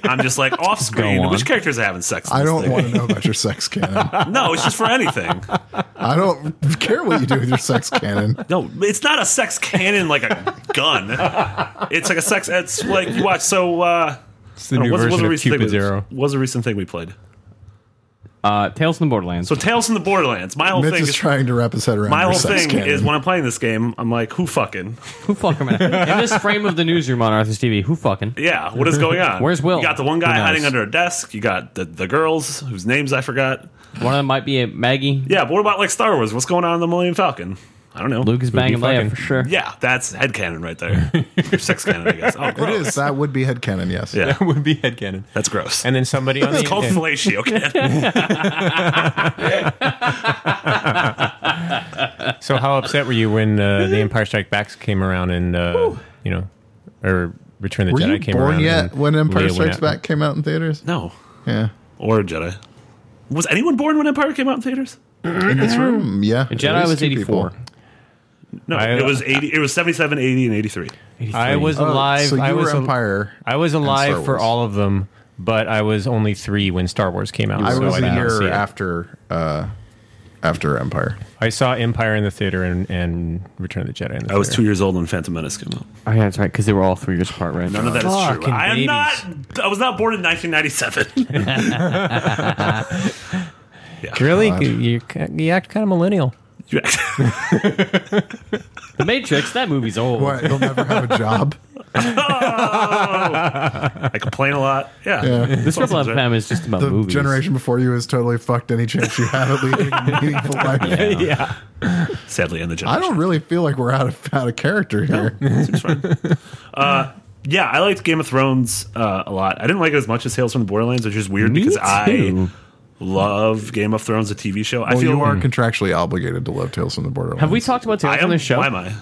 Speaker 3: I'm just like off
Speaker 5: Go
Speaker 3: screen.
Speaker 5: on.
Speaker 3: Which characters are having sex? in
Speaker 2: I
Speaker 3: this
Speaker 2: don't
Speaker 3: thing?
Speaker 2: want to know about your sex canon.
Speaker 3: No, it's just for anything.
Speaker 2: I don't care what you do with your sex canon.
Speaker 3: No, it's not a sex cannon like a gun. It's like a sex. It's like you watch. So uh,
Speaker 4: It's the
Speaker 3: I don't
Speaker 4: new
Speaker 3: know, what's, what's
Speaker 4: version
Speaker 3: a
Speaker 4: of
Speaker 3: recent thing?
Speaker 4: Cupid's
Speaker 3: we-
Speaker 4: arrow.
Speaker 3: What's a recent thing we played?
Speaker 5: Uh, Tales from the Borderlands.
Speaker 3: So Tales from the Borderlands. My whole
Speaker 2: Mitch
Speaker 3: thing
Speaker 2: is
Speaker 3: is
Speaker 2: trying to wrap his head around
Speaker 3: my
Speaker 2: your
Speaker 3: whole
Speaker 2: sex
Speaker 3: thing
Speaker 2: canon.
Speaker 3: is when I'm playing this game, I'm like, who fucking?
Speaker 5: who fucking? In this frame of the newsroom on Arthur's TV, who fucking?
Speaker 3: Yeah, what is going on?
Speaker 5: Where's Will?
Speaker 3: You got the one
Speaker 5: Who
Speaker 3: guy
Speaker 5: knows?
Speaker 3: hiding under a desk. You got the, the girls whose names I forgot.
Speaker 5: One of them might be a Maggie.
Speaker 3: Yeah, but what about like Star Wars? What's going on in the Millennium Falcon? I don't know.
Speaker 5: Luke is banging
Speaker 4: fucking.
Speaker 5: Leia for sure.
Speaker 3: Yeah, that's headcanon right there. Or sex cannon, I guess. Oh,
Speaker 2: it
Speaker 3: gross.
Speaker 2: is that would be head canon, yes.
Speaker 3: Yeah.
Speaker 4: That would be head canon.
Speaker 3: That's gross.
Speaker 4: And then somebody on the
Speaker 3: it's called
Speaker 4: internet-
Speaker 3: fellatio cannon.
Speaker 4: So how upset were you when uh, the Empire Strike Back came around and uh, you know, or Return of
Speaker 2: Were
Speaker 4: the Jedi
Speaker 2: you
Speaker 4: came
Speaker 2: born
Speaker 4: around?
Speaker 2: yet
Speaker 4: and
Speaker 2: when
Speaker 4: Leia
Speaker 2: Empire
Speaker 4: went
Speaker 2: Strikes
Speaker 4: out-
Speaker 2: Back came out in theaters?
Speaker 3: No,
Speaker 2: Yeah.
Speaker 3: or a Jedi. Was anyone born when Empire came out in theaters?
Speaker 2: In this room, yeah. at
Speaker 5: Jedi
Speaker 2: least
Speaker 5: was
Speaker 2: two
Speaker 5: 84.
Speaker 2: people.
Speaker 3: No,
Speaker 4: I-
Speaker 3: it was eighty. It was 77, 80, and eighty three.
Speaker 4: I was alive.
Speaker 2: Oh, So you
Speaker 4: I
Speaker 2: were
Speaker 4: was al-
Speaker 2: Empire.
Speaker 4: I was
Speaker 2: Star
Speaker 4: alive for
Speaker 2: Wars.
Speaker 4: all of them, but I was only three when Star Wars came out.
Speaker 2: I
Speaker 4: so
Speaker 2: was
Speaker 4: did
Speaker 2: a
Speaker 4: not see
Speaker 2: year
Speaker 4: it.
Speaker 2: after uh after Empire.
Speaker 4: I saw Empire in the theater and, and Return of the Jedi. In the
Speaker 3: I was two
Speaker 4: theater.
Speaker 3: years old when Phantom Menace came out.
Speaker 5: Oh, yeah, that's right, because they were all three years apart, right?
Speaker 3: None of that is true.
Speaker 4: Fucking
Speaker 3: I am
Speaker 4: babies.
Speaker 3: not. I was not born in nineteen ninety seven.
Speaker 4: Really, you, you, you act kind of millennial.
Speaker 5: The Matrix, that movie's old.
Speaker 2: What? They'll never have a job.
Speaker 3: I complain a lot. Yeah.
Speaker 5: This Rebel FM is just about
Speaker 2: the
Speaker 5: movies.
Speaker 2: generation before you has totally fucked any chance you have at leading a meaningful life.
Speaker 4: Yeah,
Speaker 3: Sadly, in the generation.
Speaker 2: I don't really feel like we're out of out of character here.
Speaker 3: Seems fine. uh, yeah, I liked Game of Thrones uh, a lot. I didn't like it as much as Tales from the Borderlands, which is weird because I
Speaker 5: too.
Speaker 3: love Game of Thrones, the TV show. I
Speaker 2: well,
Speaker 3: feel
Speaker 2: you are contractually obligated to love Tales from the Borderlands.
Speaker 5: Have we talked about Tales
Speaker 3: I
Speaker 5: on
Speaker 3: am.
Speaker 5: this show?
Speaker 3: Why am I?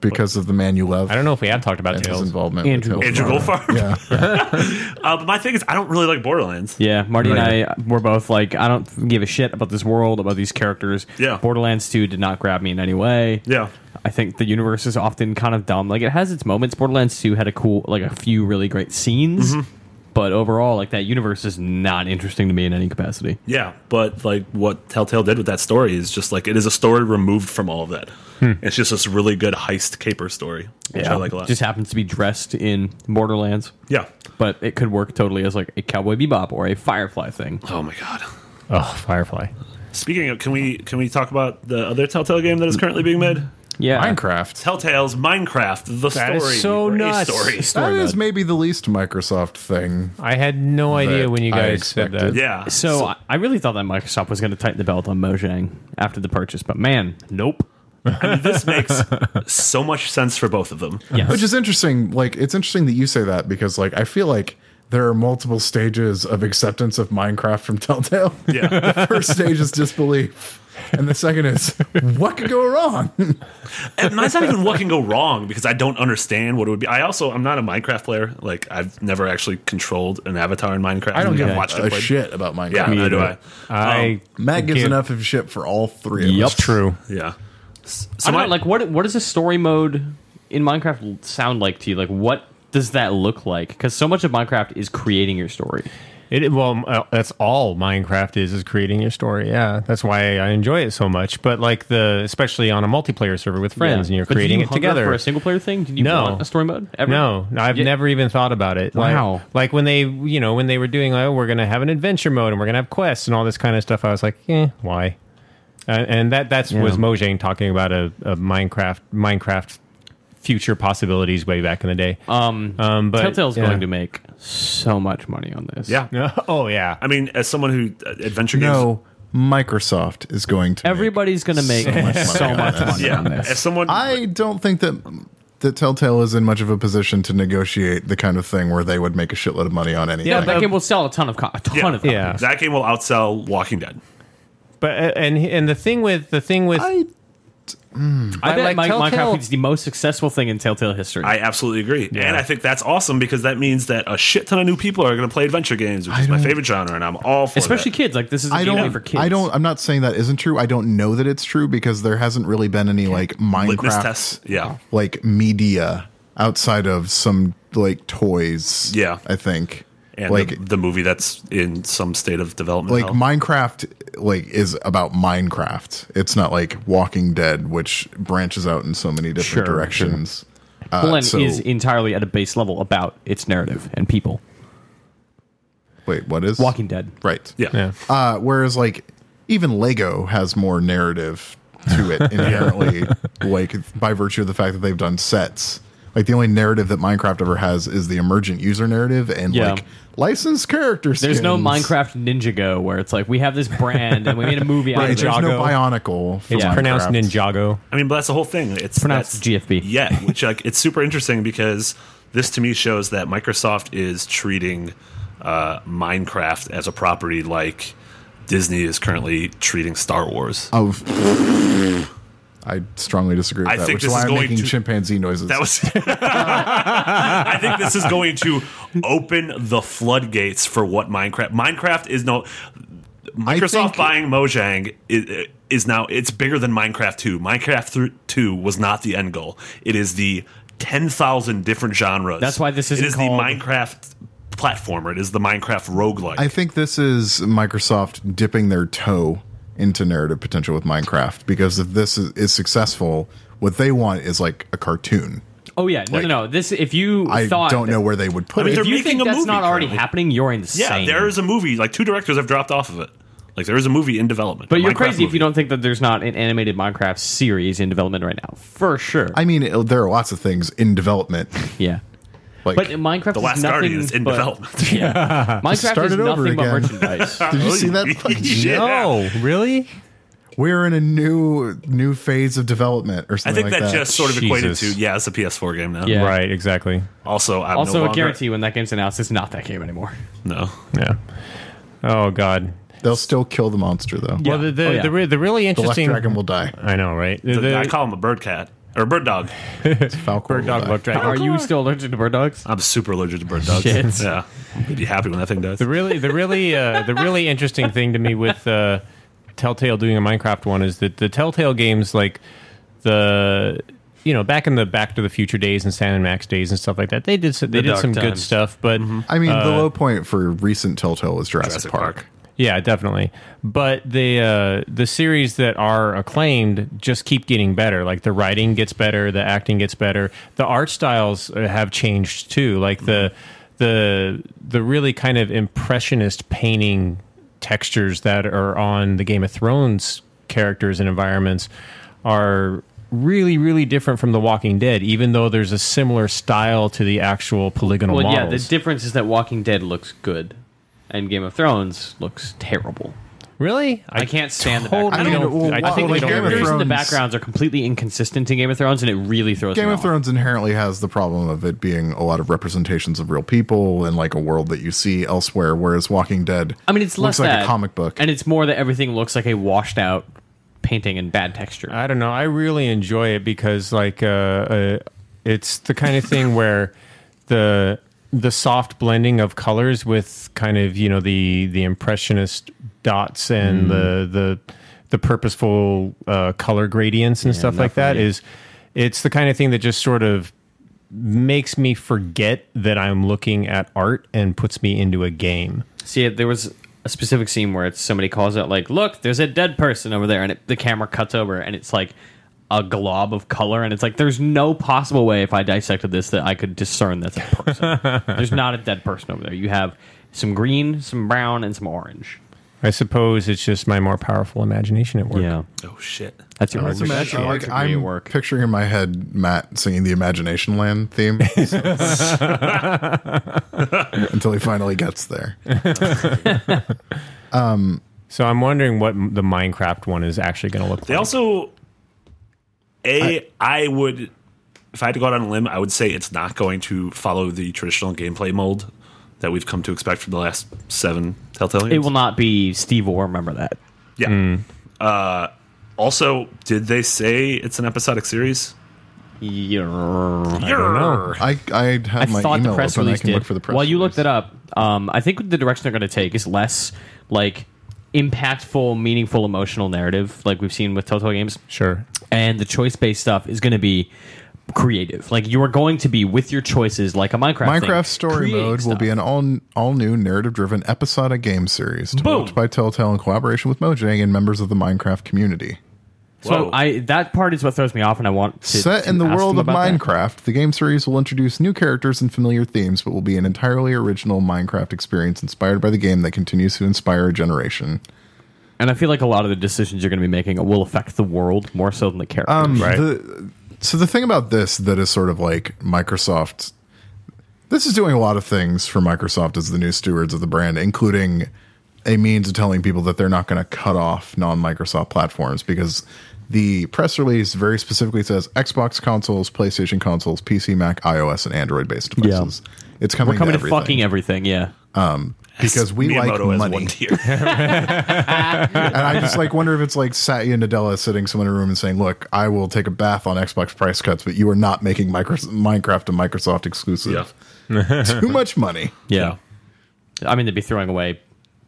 Speaker 2: because of the man you love?
Speaker 4: I don't know if we have talked about
Speaker 2: and his
Speaker 4: Tails.
Speaker 2: involvement.
Speaker 5: Andrew
Speaker 2: with Tales
Speaker 3: Andrew
Speaker 2: from the
Speaker 3: Goldfarb.
Speaker 2: Borderlands. Yeah,
Speaker 3: Uh, but my thing is, I don't really like Borderlands.
Speaker 5: Yeah, Marty and I were both like, I don't give a shit about this world, about these characters.
Speaker 3: Yeah.
Speaker 5: Borderlands 2 did not grab me in any way.
Speaker 3: Yeah.
Speaker 5: I think the universe is often kind of dumb. Like, it has its moments. Borderlands 2 had a cool, like, a few really great scenes.
Speaker 3: Mm-hmm.
Speaker 5: But overall, like, that universe is not interesting to me in any capacity.
Speaker 3: Yeah, but like what Telltale did with that story is just like it is a story removed from all of that. It's just this really good heist caper story, which I like a lot.
Speaker 5: Just happens to be dressed in Borderlands.
Speaker 3: yeah.
Speaker 5: but it could work totally as like a Cowboy Bebop or a Firefly thing.
Speaker 3: Oh my god.
Speaker 4: Oh, Firefly.
Speaker 3: Speaking of, can we can we talk about the other Telltale game that is currently being made?
Speaker 5: Yeah.
Speaker 4: Minecraft.
Speaker 3: Telltale's Minecraft, the
Speaker 4: That
Speaker 3: story.
Speaker 4: is so
Speaker 3: or a
Speaker 4: nuts.
Speaker 3: Story.
Speaker 2: That
Speaker 4: Story
Speaker 2: is
Speaker 4: mode.
Speaker 2: maybe the least Microsoft thing.
Speaker 4: I had no idea when you
Speaker 2: I
Speaker 4: guys said that.
Speaker 2: expected.
Speaker 3: Yeah.
Speaker 5: So, I- I really thought that Microsoft was going to tighten the belt on Mojang after the purchase, but man, nope.
Speaker 3: this makes so much sense for both of them.
Speaker 5: Yes.
Speaker 2: Which is interesting. Like, it's interesting that you say that because, like, I feel like there are multiple stages of acceptance of Minecraft from Telltale.
Speaker 3: Yeah.
Speaker 2: The first stage is disbelief, and the second is what could go wrong.
Speaker 3: and mine's not even what can go wrong because I don't understand what it would be. I also I'm not a Minecraft player. Like I've never actually controlled an avatar in Minecraft.
Speaker 2: I don't
Speaker 3: I've
Speaker 2: give
Speaker 3: watched
Speaker 2: a
Speaker 3: it played.
Speaker 2: shit about Minecraft.
Speaker 3: Yeah, neither do I.
Speaker 4: I
Speaker 2: Matt gives
Speaker 4: Again.
Speaker 2: enough of shit for all three. Of
Speaker 4: Yup.
Speaker 2: us.
Speaker 4: True.
Speaker 3: Yeah. So
Speaker 5: I don't
Speaker 3: my-
Speaker 5: know, like what what does a story mode in Minecraft sound like to you? Like what does that look like? Because so much of Minecraft is creating your story.
Speaker 4: It well, uh, that's all Minecraft is is creating your story. Yeah, that's why I enjoy it so much. But like the especially on a multiplayer server with friends, and you're
Speaker 5: But did
Speaker 4: creating
Speaker 5: you
Speaker 4: it
Speaker 5: hunger
Speaker 4: together
Speaker 5: for a single player thing. Did you
Speaker 4: No.
Speaker 5: want a story mode? Ever?
Speaker 4: No, no, I've
Speaker 5: Yeah.
Speaker 4: never even thought about it. Like-
Speaker 5: Wow.
Speaker 4: Like, when they, you know, when they were doing, oh, we're going to have an adventure mode and we're going to have quests and all this kind of stuff. I was like, eh, why? Uh, and that that's was Mojang talking about a, a Minecraft Minecraft future possibilities way back in the day.
Speaker 5: Um,
Speaker 4: Um, but
Speaker 5: Telltale's
Speaker 4: yeah.
Speaker 5: going to make so much money on this.
Speaker 3: yeah.
Speaker 4: oh yeah,
Speaker 3: I mean, as someone who uh, adventure games,
Speaker 2: No, Microsoft is going to. make-
Speaker 5: Everybody's going to make so much money,
Speaker 2: on this.
Speaker 3: yeah.
Speaker 5: on this.
Speaker 3: As someone,
Speaker 2: I don't think that that Telltale is in much of a position to negotiate the kind of thing where they would make a shitload of money on anything.
Speaker 5: Yeah, that game will sell a ton of co- a ton
Speaker 3: Yeah.
Speaker 5: of copies.
Speaker 4: Yeah.
Speaker 3: that game will outsell Walking Dead.
Speaker 4: but and and the thing with the thing with
Speaker 2: I
Speaker 5: I,
Speaker 4: I
Speaker 5: bet
Speaker 4: like
Speaker 5: Mi-
Speaker 4: Telltale-
Speaker 5: Minecraft is the most successful thing in Telltale history.
Speaker 3: I absolutely agree, and I think that's awesome because that means that a shit ton of new people are going to play adventure games, which is my
Speaker 2: don't-
Speaker 3: favorite genre, and I'm all for
Speaker 5: Especially
Speaker 3: that.
Speaker 5: kids. Like this is a
Speaker 2: I
Speaker 5: game
Speaker 2: don't.
Speaker 5: made for kids.
Speaker 2: I don't. I'm not saying that isn't true. I don't know that it's true because there hasn't really been any like
Speaker 3: litmus
Speaker 2: Minecraft
Speaker 3: tests.
Speaker 2: Oh.
Speaker 3: Yeah,
Speaker 2: like media outside of some like toys.
Speaker 3: Yeah.
Speaker 2: I think
Speaker 3: and
Speaker 2: like
Speaker 3: the, the movie that's in some state of development.
Speaker 2: like
Speaker 3: hell.
Speaker 2: Minecraft like is about Minecraft. It's not like Walking Dead, which branches out in so many different
Speaker 5: Sure,
Speaker 2: directions. Uh,
Speaker 5: Glenn
Speaker 2: so-
Speaker 5: is entirely at a base level about its narrative and people.
Speaker 2: wait, what is
Speaker 5: Walking Dead.
Speaker 2: Right.
Speaker 3: yeah.
Speaker 4: yeah.
Speaker 2: Uh, whereas like even Lego has more narrative to it inherently, like by virtue of the fact that they've done sets. Like the only narrative that Minecraft ever has is the emergent user narrative and
Speaker 5: Yeah.
Speaker 2: like licensed characters.
Speaker 5: There's no Minecraft Ninjago where it's like we have this brand and we made a movie out
Speaker 2: Right,
Speaker 5: of
Speaker 2: there's
Speaker 5: it.
Speaker 2: no
Speaker 4: Ninjago.
Speaker 2: Bionicle. for
Speaker 4: it's
Speaker 5: Yeah.
Speaker 4: pronounced
Speaker 2: Minecraft.
Speaker 4: Ninjago.
Speaker 3: I mean, but that's the whole thing. It's
Speaker 5: pronounced
Speaker 3: that's-
Speaker 5: GFB.
Speaker 3: Yeah, which like it's super interesting because this to me shows that Microsoft is treating uh, Minecraft as a property like Disney is currently treating Star Wars.
Speaker 2: Of, I strongly disagree with
Speaker 3: I
Speaker 2: that,
Speaker 3: think
Speaker 2: which
Speaker 3: this
Speaker 2: is why
Speaker 3: is
Speaker 2: I'm
Speaker 3: going
Speaker 2: making
Speaker 3: to-
Speaker 2: chimpanzee noises.
Speaker 3: That was. I think this is going to open the floodgates for what Minecraft. Micraft is no. Microsoft
Speaker 2: think-
Speaker 3: buying Mojang is, is now it's bigger than Minecraft 2. Minecraft th- 2 was not the end goal. It is the 10,000 different genres.
Speaker 5: That's why this
Speaker 3: It
Speaker 5: isn't
Speaker 3: is
Speaker 5: called-
Speaker 3: the Minecraft platformer. It is the Minecraft roguelike.
Speaker 2: I think this is Microsoft dipping their toe into narrative potential with Minecraft because if this is, is successful, what they want is like a cartoon.
Speaker 5: Oh yeah, no,
Speaker 2: Like,
Speaker 5: no, no. This if you
Speaker 2: I
Speaker 5: thought
Speaker 2: don't know
Speaker 5: that-
Speaker 2: where they would put
Speaker 3: I mean,
Speaker 2: it.
Speaker 5: If you
Speaker 3: They're making
Speaker 5: think
Speaker 3: a
Speaker 5: that's
Speaker 3: movie
Speaker 5: not already
Speaker 3: currently.
Speaker 5: happening, you're
Speaker 3: yeah,
Speaker 5: insane.
Speaker 3: there is a movie. Like two directors have dropped off of it. Like there is a movie in development.
Speaker 5: but
Speaker 3: a
Speaker 5: you're
Speaker 3: Minecraft
Speaker 5: crazy if
Speaker 3: movie.
Speaker 5: you don't think that there's not an animated Minecraft series in development right now, for sure.
Speaker 2: I mean, it- there are lots of things in development.
Speaker 5: yeah,
Speaker 2: Like,
Speaker 5: but Minecraft
Speaker 3: The
Speaker 5: is
Speaker 3: Last
Speaker 5: nothing
Speaker 3: Guardian is in
Speaker 5: but,
Speaker 3: development.
Speaker 5: Minecraft
Speaker 2: Start
Speaker 5: is
Speaker 2: it over
Speaker 5: nothing but
Speaker 2: again.
Speaker 5: merchandise.
Speaker 2: did you see that?
Speaker 3: Yeah.
Speaker 4: No, really?
Speaker 2: We're in a new new phase of development, or
Speaker 3: I
Speaker 2: something
Speaker 3: think
Speaker 2: like
Speaker 3: that, just sort of equated to
Speaker 4: Jesus.
Speaker 3: yeah, it's a PS4 game now.
Speaker 5: Yeah.
Speaker 4: Right, exactly.
Speaker 3: Also, I'm no
Speaker 5: also, a
Speaker 3: longer-
Speaker 5: guarantee when that game's announced, it's not that game anymore.
Speaker 3: No.
Speaker 4: Yeah. Oh god.
Speaker 2: They'll still kill the monster though.
Speaker 4: Well, the the,
Speaker 5: Oh, yeah.
Speaker 4: the, re- the really
Speaker 2: The Black
Speaker 4: interesting.
Speaker 2: Dragon will die.
Speaker 4: I know, right? The-
Speaker 3: The-
Speaker 4: the-
Speaker 3: I call him a bird cat or a bird dog.
Speaker 2: Falcor will
Speaker 4: dog
Speaker 2: die.
Speaker 4: Black Dragon.
Speaker 5: Are you still allergic to bird dogs?
Speaker 3: I'm super allergic to bird dogs.
Speaker 5: Shit.
Speaker 3: Yeah, I'd be happy when that thing dies.
Speaker 4: The really, the really, uh, the really interesting thing to me with uh, Telltale doing a Minecraft one is that the Telltale games, like the, you know, back in the Back to the Future days and Sam and Max days and stuff like that, they did s- they did
Speaker 5: dark
Speaker 4: some good
Speaker 5: times.
Speaker 4: stuff, but
Speaker 2: I mean, the low point for recent Telltale was uh, Jurassic,
Speaker 3: Jurassic
Speaker 2: Park.
Speaker 3: Park.
Speaker 4: yeah, definitely. But the uh, the series that are acclaimed just keep getting better. Like the writing gets better, the acting gets better, the art styles uh, have changed too. Like the
Speaker 5: Mm-hmm.
Speaker 4: the the really kind of impressionist painting textures that are on the Game of Thrones characters and environments are really, really different from The Walking Dead, even though there's a similar style to the actual polygonal
Speaker 5: Well, yeah,
Speaker 4: models.
Speaker 5: the difference is that Walking Dead looks good, and Game of Thrones looks terrible.
Speaker 4: really?
Speaker 5: I can't stand
Speaker 4: totally
Speaker 5: the background.
Speaker 2: I don't-
Speaker 4: don't-
Speaker 2: well,
Speaker 4: I
Speaker 2: wow,
Speaker 4: think they
Speaker 2: like
Speaker 4: don't
Speaker 2: Game of
Speaker 4: agree.
Speaker 5: Characters in the
Speaker 2: Thrones-
Speaker 5: backgrounds are completely inconsistent in Game of Thrones, and it really throws
Speaker 2: Game
Speaker 5: me
Speaker 2: of
Speaker 5: off.
Speaker 2: Thrones inherently has the problem of it being a lot of representations of real people and like a world that you see elsewhere, whereas Walking Dead
Speaker 5: I mean, it's
Speaker 2: looks
Speaker 5: less
Speaker 2: like
Speaker 5: that,
Speaker 2: a comic book.
Speaker 5: and it's more that everything looks like a washed out painting and bad texture.
Speaker 4: I don't know. I really enjoy it because like uh, uh, it's the kind of thing where the the soft blending of colors with kind of you know the the impressionist dots and the the the purposeful uh, color gradients and stuff like that is it's the kind of thing that just sort of makes me forget that I'm looking at art and puts me into a game.
Speaker 5: See, there was a specific scene where it's somebody calls out like, "Look, there's a dead person over there," and it, the camera cuts over, and it's like a glob of color, and it's like there's no possible way if I dissected this that I could discern that's a person. there's not a dead person over there. You have some green, some brown, and some orange.
Speaker 4: I suppose it's just my more powerful imagination at work.
Speaker 3: Oh shit!
Speaker 5: that's your
Speaker 2: It's imagine-
Speaker 5: art
Speaker 2: like,
Speaker 5: degree at
Speaker 2: I'm
Speaker 5: work.
Speaker 2: picturing in my head Matt singing the Imagination Land theme So it's- until he finally gets there.
Speaker 4: So I'm wondering what m- the Minecraft one is actually going to look
Speaker 3: They
Speaker 4: like.
Speaker 3: also, a I would, if I had to go out on a limb, I would say it's not going to follow the traditional gameplay mold that we've come to expect from the last seven Telltale games.
Speaker 5: It will not be Steve. Will remember that.
Speaker 3: Yeah.
Speaker 2: Hmm.
Speaker 3: Uh, also, did they say it's an episodic series?
Speaker 5: Yeah.
Speaker 3: don't know.
Speaker 2: I I have
Speaker 5: I
Speaker 2: my
Speaker 5: thought
Speaker 2: email
Speaker 5: the press
Speaker 2: open. I
Speaker 5: release
Speaker 2: can
Speaker 5: did.
Speaker 2: look for the press.
Speaker 5: While you looked
Speaker 2: release.
Speaker 5: it up, um, I think the direction they're going to take is less like impactful, meaningful, emotional narrative, like we've seen with Telltale games,
Speaker 4: Sure.
Speaker 5: and the choice-based stuff is going to be creative. Like you are going to be with your choices, like a Minecraft. thing,
Speaker 2: Minecraft Story
Speaker 5: creating
Speaker 2: Mode will
Speaker 5: stuff.
Speaker 2: be an all all new narrative driven episodic game series developed by Telltale in collaboration with Mojang and members of the Minecraft community.
Speaker 5: So
Speaker 3: Whoa.
Speaker 5: I that part is what throws me off, and I want to
Speaker 2: Set
Speaker 5: to
Speaker 2: in the
Speaker 5: ask
Speaker 2: world of
Speaker 5: them about that.
Speaker 2: Minecraft, the game series will introduce new characters and familiar themes, but will be an entirely original Minecraft experience inspired by the game that continues to inspire a generation.
Speaker 5: And I feel like a lot of the decisions you're going to be making will affect the world more so than the characters.
Speaker 2: Um,
Speaker 4: Right.
Speaker 2: The, so the thing about this that is sort of like Microsoft. This is doing a lot of things for Microsoft as the new stewards of the brand, including a means of telling people that they're not going to cut off non-Microsoft platforms because the press release very specifically says Xbox consoles, PlayStation consoles, PC, Mac, iOS, and Android-based devices. It's coming.
Speaker 5: We're coming to,
Speaker 2: everything.
Speaker 5: fucking everything. Yeah.
Speaker 2: because we like
Speaker 3: Miyamoto has
Speaker 2: money.
Speaker 3: one tier.
Speaker 2: and I just like wonder if it's like Satya Nadella sitting someone in a room and saying, "Look, I will take a bath on Xbox price cuts, but you are not making micro- Minecraft a Microsoft exclusive. Too much money.
Speaker 5: Yeah. I mean, they'd be throwing away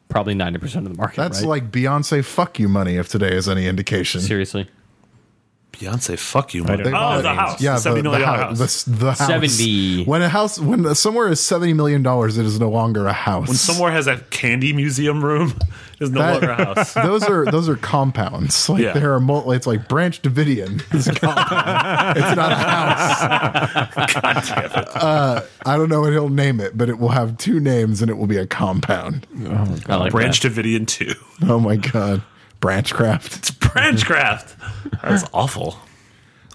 Speaker 5: probably 90% of the market.
Speaker 2: That's
Speaker 5: right?
Speaker 2: like Beyonce fuck you money if today is any indication."
Speaker 5: Seriously.
Speaker 3: Beyonce, fuck you.
Speaker 4: I
Speaker 3: mother-
Speaker 4: don't know.
Speaker 3: Oh,
Speaker 2: Uh,
Speaker 3: the house.
Speaker 2: Yeah,
Speaker 3: the
Speaker 2: the,
Speaker 3: seventy million
Speaker 2: the,
Speaker 3: dollar
Speaker 2: hou-
Speaker 3: house.
Speaker 2: the s- the house.
Speaker 5: 70.
Speaker 2: When a house, when somewhere is seventy million dollars, it is no longer a house.
Speaker 3: when somewhere has a candy museum room, is no
Speaker 2: That-
Speaker 3: longer a house.
Speaker 2: those are those are compounds. Like
Speaker 3: Yeah.
Speaker 2: there are mul- it's like Branch Davidian. It's a compound. it's not a house. Uh, I don't know what he'll name it, but it will have two names and it will be a compound.
Speaker 5: I like
Speaker 3: Branch
Speaker 5: that.
Speaker 3: Davidian two.
Speaker 2: Oh my god, Branchcraft.
Speaker 3: It's Branchcraft. That's awful.